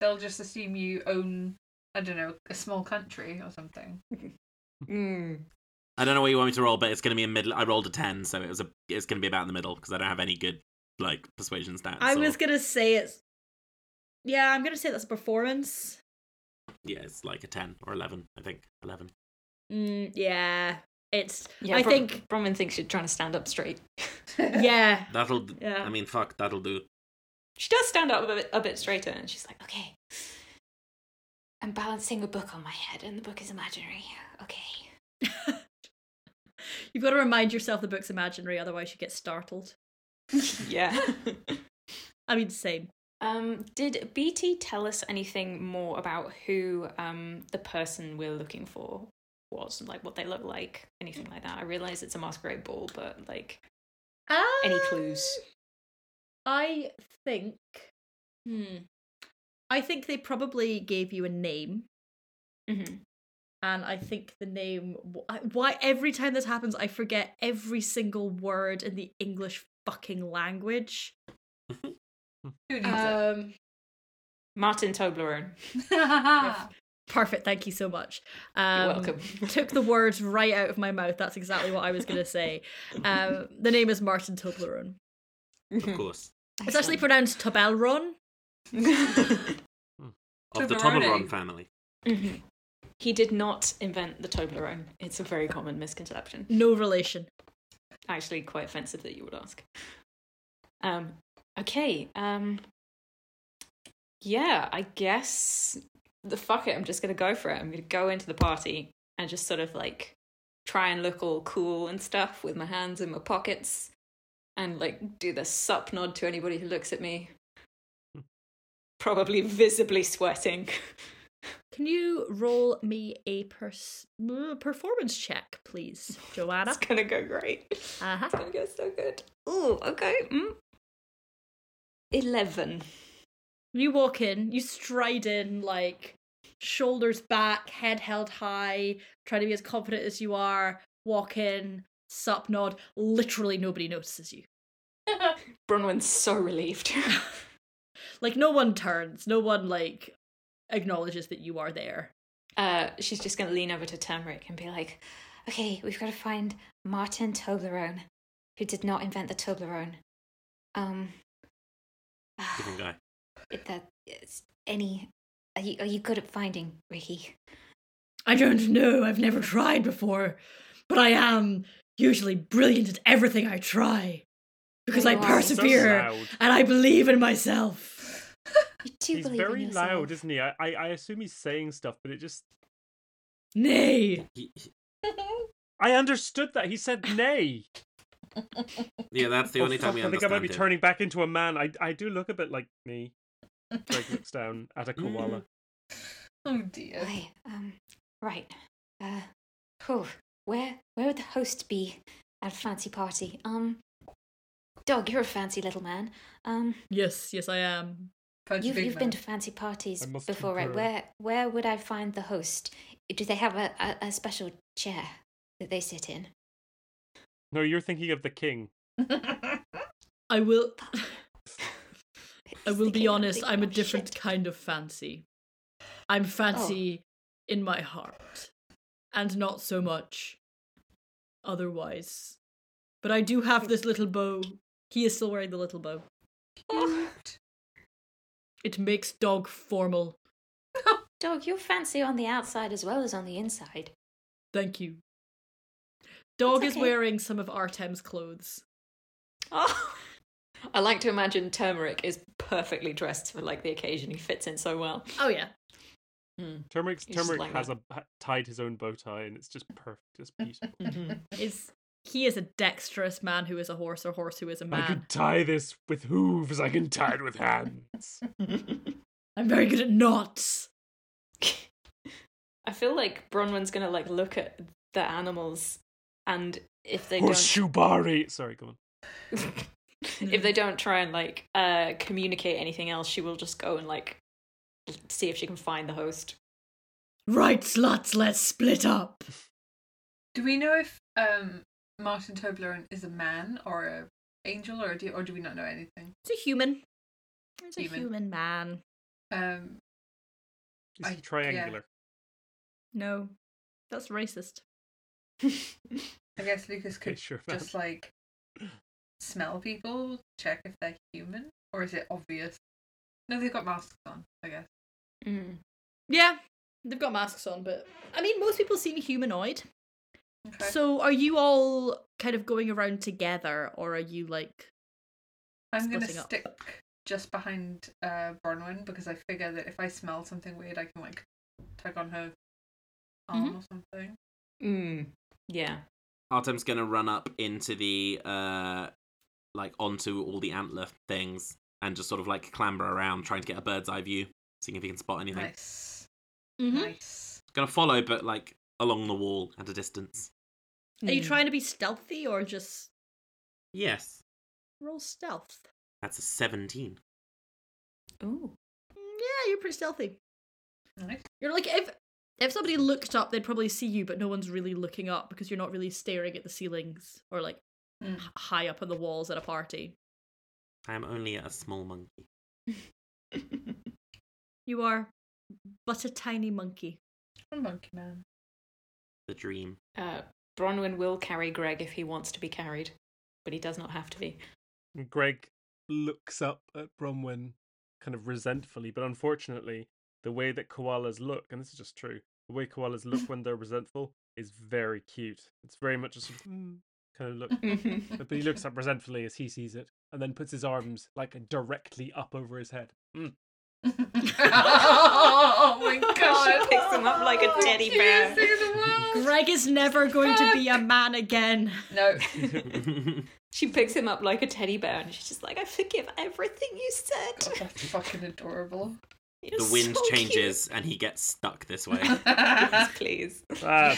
Speaker 6: They'll just assume you own, I don't know, a small country or something.
Speaker 7: Mm.
Speaker 2: I don't know what you want me to roll, but it's going to be a middle. I rolled a ten, so it was a. It's going to be about in the middle because I don't have any good like persuasion stats.
Speaker 4: I
Speaker 2: or-
Speaker 4: was gonna say it's. Yeah, I'm gonna say that's a performance.
Speaker 2: yeah, it's like a 10 or 11, I think. 11.
Speaker 4: Mm, yeah, it's.
Speaker 7: Yeah,
Speaker 4: I
Speaker 7: Bron-
Speaker 4: think.
Speaker 7: Bronwyn thinks you're trying to stand up straight.
Speaker 4: Yeah.
Speaker 2: That'll,
Speaker 4: Yeah.
Speaker 2: I mean, fuck, that'll do.
Speaker 7: She does stand up a bit, a bit straighter, and she's like, "Okay,
Speaker 8: I'm balancing a book on my head, and the book is imaginary. Okay.
Speaker 4: You've got to remind yourself the book's imaginary, otherwise you get startled.
Speaker 7: yeah."
Speaker 4: I mean, same.
Speaker 7: Um, did BT tell us anything more about who um, the person we're looking for was, like what they look like, anything like that. I realize it's a masquerade ball, but like any
Speaker 4: Ah!
Speaker 7: clues?
Speaker 4: I think. Hmm. I think they probably gave you a name,
Speaker 7: hmm
Speaker 4: and I think the name. wh- I- Why every time this happens, I forget every single word in the English fucking language.
Speaker 6: Who needs
Speaker 4: Um.
Speaker 7: Martin Toblerone.
Speaker 6: it?
Speaker 4: Perfect. Thank you so much.
Speaker 7: You're
Speaker 4: Um,
Speaker 7: welcome.
Speaker 4: took the words right out of my mouth. That's exactly what I was going to say. Um, the name is Martin Toblerone.
Speaker 2: Of course.
Speaker 4: It's actually pronounced Tobelron.
Speaker 2: Of the
Speaker 6: Toblerone.
Speaker 2: Toblerone family.
Speaker 4: Mm-hmm.
Speaker 7: Mhm. He did not invent the Toblerone. It's a very common misconception.
Speaker 4: No relation.
Speaker 7: Actually, quite offensive that you would ask. Um, okay. Um, yeah, I guess the fuck it. I'm just gonna go for it. I'm gonna go into the party and just sort of like try and look all cool and stuff with my hands in my pockets and like do the sup nod to anybody who looks at me. Probably visibly sweating.
Speaker 4: Can you roll me a pers- uh, performance check, please, Joanna?
Speaker 7: That's gonna go great.
Speaker 4: Uh-huh.
Speaker 7: It's gonna go so good. Ooh, okay. Mm. Eleven.
Speaker 4: You walk in, you stride in, like shoulders back, head held high, trying to be as confident as you are. Walk in, sup nod. Literally nobody notices you.
Speaker 7: Bronwyn's so relieved.
Speaker 4: Like no one turns, no one like acknowledges that you are there.
Speaker 7: uh, she's just gonna lean over to Turmeric and be like,
Speaker 8: Okay, we've got to find Martin Toblerone, who did not invent the Toblerone. Um,
Speaker 2: Different guy.
Speaker 8: it, that it's any. Are you are you good at finding Ricky?
Speaker 4: I don't know, I've never tried before, but I am usually brilliant at everything I try because I
Speaker 8: Wow.
Speaker 4: persevere
Speaker 5: So loud.
Speaker 4: and I believe in myself.
Speaker 8: You do
Speaker 5: he's
Speaker 8: believe in
Speaker 5: very
Speaker 8: yourself.
Speaker 5: loud, isn't he? I, I I assume he's saying stuff, but it just
Speaker 4: Nay,
Speaker 2: He- he-
Speaker 5: I understood that he said nay.
Speaker 2: yeah, that's the
Speaker 5: Oh,
Speaker 2: only time
Speaker 5: fuck,
Speaker 2: we
Speaker 5: I think I
Speaker 2: understand
Speaker 5: might be
Speaker 2: him.
Speaker 5: turning back into a man. I I do look a bit like me. Greg looks down at a koala.
Speaker 6: oh dear.
Speaker 8: Okay, um, right. Uh, phew, where where would the host be at a fancy party? Um, dog, you're a fancy little man. Um,
Speaker 4: Yes, yes, I am.
Speaker 6: Fancy
Speaker 8: you've
Speaker 6: big
Speaker 8: you've
Speaker 6: man.
Speaker 8: been to fancy parties
Speaker 5: I must
Speaker 8: before, right?
Speaker 5: concur.
Speaker 8: Where where would I find the host? Do they have a, a, a special chair that they sit in?
Speaker 5: No, you're thinking of the king.
Speaker 4: I will. I
Speaker 8: He's
Speaker 4: will
Speaker 8: thinking
Speaker 4: be
Speaker 8: of
Speaker 4: honest.
Speaker 8: the-
Speaker 4: I'm a
Speaker 8: oh,
Speaker 4: different
Speaker 8: shit.
Speaker 4: kind of fancy. I'm fancy
Speaker 8: Oh.
Speaker 4: in my heart, and not so much otherwise. But I do have this little bow. He is still wearing the little bow.
Speaker 6: Cute.
Speaker 4: It makes dog formal.
Speaker 8: Dog, you're fancy on the outside as well as on the inside.
Speaker 4: Thank you. Dog
Speaker 8: That's
Speaker 4: is
Speaker 8: okay.
Speaker 4: wearing some of Artem's clothes.
Speaker 7: "Oh." I like to imagine Turmeric is perfectly dressed for like the occasion. He fits in so well.
Speaker 4: Oh yeah.
Speaker 5: Turmeric's
Speaker 7: Hmm. He's just
Speaker 5: Turmeric
Speaker 7: like
Speaker 5: has a ha- tied his own bow tie, and it's just perfect. It's beautiful.
Speaker 4: Is he is a dexterous man who is a horse or horse who is a
Speaker 5: I
Speaker 4: man.
Speaker 5: can tie this with hooves. I can tie it with hands.
Speaker 4: I'm very good at knots.
Speaker 7: I feel like Bronwyn's gonna like look at the animals, and if they don't
Speaker 5: Horseshoebari. Sorry, come on.
Speaker 7: if they don't try and like uh communicate anything else she will just go and like see if she can find the host
Speaker 4: Right, sluts, let's split up.
Speaker 6: Do we know if um Martin Toblerone is a man or a angel or do or do we not know anything?
Speaker 4: It's a human. It's a
Speaker 6: Human.
Speaker 4: human, man.
Speaker 6: Um,
Speaker 5: Is
Speaker 6: I-
Speaker 5: he triangular?
Speaker 4: No, that's racist.
Speaker 6: I guess Lucas could
Speaker 5: Okay, sure. man.
Speaker 6: just like smell people, check if they're human, or is it obvious? No, they've got masks on. I guess.
Speaker 7: mm.
Speaker 4: Yeah, they've got masks on, but I mean, most people seem humanoid.
Speaker 6: Okay.
Speaker 4: So, are you all kind of going around together, or are you like?
Speaker 6: I'm gonna
Speaker 4: splitting up.
Speaker 6: stick just behind uh Bronwyn because I figure that if I smell something weird, I can like tug on her arm
Speaker 4: Mm-hmm.
Speaker 6: or something.
Speaker 7: Mm. yeah
Speaker 2: Artem's gonna run up into the uh like onto all the antler things and just sort of like clamber around trying to get a bird's eye view, seeing if he can spot anything.
Speaker 4: Mm-hmm.
Speaker 6: Nice, nice.
Speaker 2: Gonna follow but like along the wall at a distance.
Speaker 4: Are
Speaker 6: Hmm.
Speaker 4: you trying to be stealthy or just
Speaker 2: Yes,
Speaker 4: roll stealth?
Speaker 2: that's a 17.
Speaker 7: Ooh.
Speaker 4: Mm, Yeah, you're pretty stealthy.
Speaker 6: Nice.
Speaker 4: You're like if if somebody looked up, they'd probably see you, but no one's really looking up because you're not really staring at the ceilings or like
Speaker 6: Mm.
Speaker 4: h- high up on the walls at a party.
Speaker 2: I am only a small monkey.
Speaker 4: You are but a tiny monkey.
Speaker 6: I'm monkey man.
Speaker 2: The dream.
Speaker 7: Uh, Bronwyn will carry Greg if he wants to be carried, but he does not have to be.
Speaker 5: And Greg looks up at Bronwyn kind of resentfully, but unfortunately, the way that koalas look, and this is just true, the way koalas look when they're resentful is very cute. It's very much a sort of
Speaker 7: Hmm.
Speaker 5: "Mm," kind of look.
Speaker 7: Mhm.
Speaker 5: But he looks up resentfully as he sees it, and then puts his arms like directly up over his head. Mm.
Speaker 6: oh my god!
Speaker 7: She picks him up like a teddy bear.
Speaker 6: Cutest thing in the world.
Speaker 4: Greg is never going to be a man again.
Speaker 6: No,
Speaker 7: she picks him up like a teddy bear and she's just like, I forgive everything you
Speaker 6: God,
Speaker 7: said.
Speaker 6: that's fucking adorable.
Speaker 7: You're
Speaker 2: the wind
Speaker 7: so cute."
Speaker 2: changes and he gets stuck this way.
Speaker 7: Yes, please.
Speaker 5: Ah,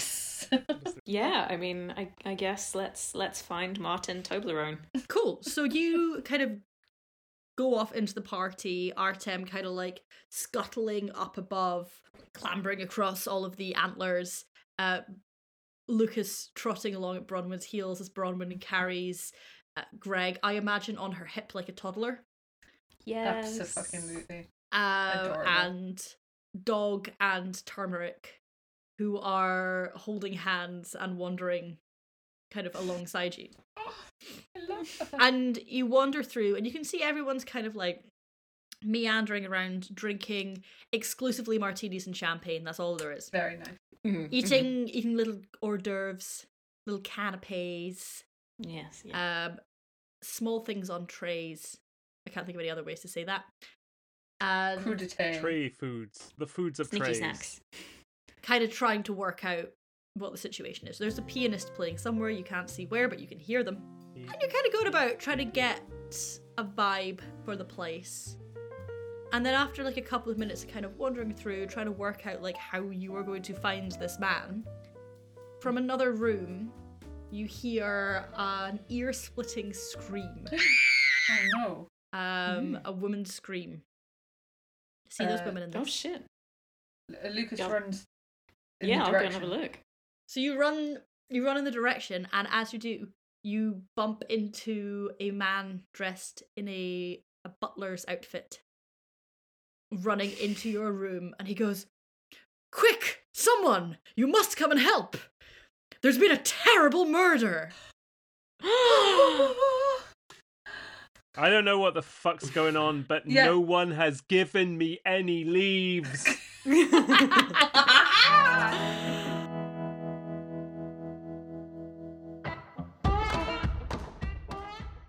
Speaker 7: Yeah, I mean, I, I guess let's let's find Martin Toblerone.
Speaker 4: Cool. So you kind of go off into the party, Artem kind of like scuttling up above, clambering across all of the antlers. Uh, Lucas trotting along at Bronwyn's heels as Bronwyn carries uh, Greg, I imagine, on her hip like a toddler.
Speaker 7: Yes.
Speaker 6: Absolutely.
Speaker 4: Um,
Speaker 6: Adorable.
Speaker 4: and Dog and Turmeric, who are holding hands and wandering kind of alongside you.
Speaker 6: Oh, I love that.
Speaker 4: and you wander through and you can see everyone's kind of like meandering around drinking exclusively martinis and champagne that's all there is
Speaker 6: Very nice.
Speaker 7: Mhm, mhm.
Speaker 4: eating eating little hors d'oeuvres little canapes
Speaker 7: Yes. Yeah.
Speaker 4: um small things on trays i can't think of any other ways to say that and
Speaker 6: Crudité.
Speaker 5: tray foods. The foods of
Speaker 7: Sneaky
Speaker 5: trays.
Speaker 7: snacks.
Speaker 4: kind of trying to work out what the situation is there's a pianist playing somewhere you can't see where but you can hear them
Speaker 5: He-
Speaker 4: And you're kind of going about trying to get a vibe for the place. And then after like a couple of minutes of kind of wandering through, trying to work out like how you are going to find this man, from another room, you hear an ear-splitting scream.
Speaker 6: Oh no. Hmm.
Speaker 4: Um, a woman's scream. See those
Speaker 6: Uh,
Speaker 4: women in there.
Speaker 7: Oh shit.
Speaker 6: L- Lucas
Speaker 7: Yeah.
Speaker 6: runs. In
Speaker 7: Yeah,
Speaker 6: the
Speaker 7: I'll go and have a
Speaker 6: direction.
Speaker 7: look.
Speaker 4: So you run you run in the direction and as you do, you bump into a man dressed in a, a butler's outfit running into your room and he goes, "Quick, someone, you must come and help. There's been a terrible murder."
Speaker 5: I don't know what the fuck's going on, but
Speaker 6: Yeah.
Speaker 5: no one has given me any leaves.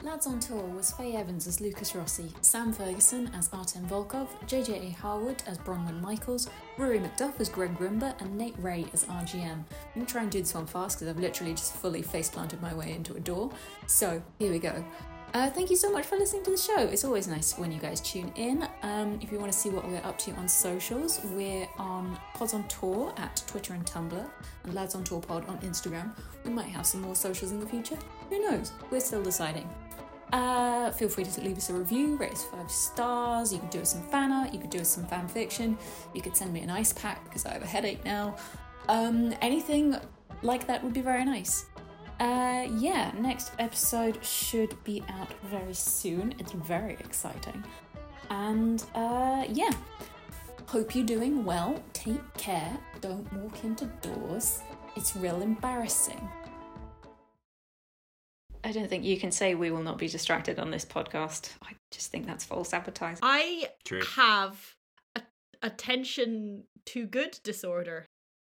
Speaker 9: Lads on Tour was Faye Evans as Lucas Rossi, Sam Ferguson as Artem Volkov, JJ A. Harwood as Bronwyn Michaels, Rory McDuff as Greg Grimber, and Nate Ray as RGM. I'm going to try and do this one fast because I've literally just fully face planted my way into a door. So here we go. Uh, thank you so much for listening to the show. It's always nice when you guys tune in. Um, if you want to see what we're up to on socials, we're on Pods on Tour at Twitter and Tumblr, and Lads on Tour Pod on Instagram. We might have some more socials in the future. Who knows? We're still deciding. Uh, feel free to leave us a review, rate us five stars. You can do us some fan art, you could do us some fan fiction, you could send me an ice pack because I have a headache now. Um, anything like that would be very nice. Uh, yeah, next episode should be out very soon. It's very exciting. And uh, yeah, hope you're doing well. Take care. Don't walk into doors, it's real embarrassing.
Speaker 7: I don't think you can say we will not be distracted on this podcast. I just think that's false advertising.
Speaker 4: I
Speaker 2: True.
Speaker 4: have a- attention to good disorder.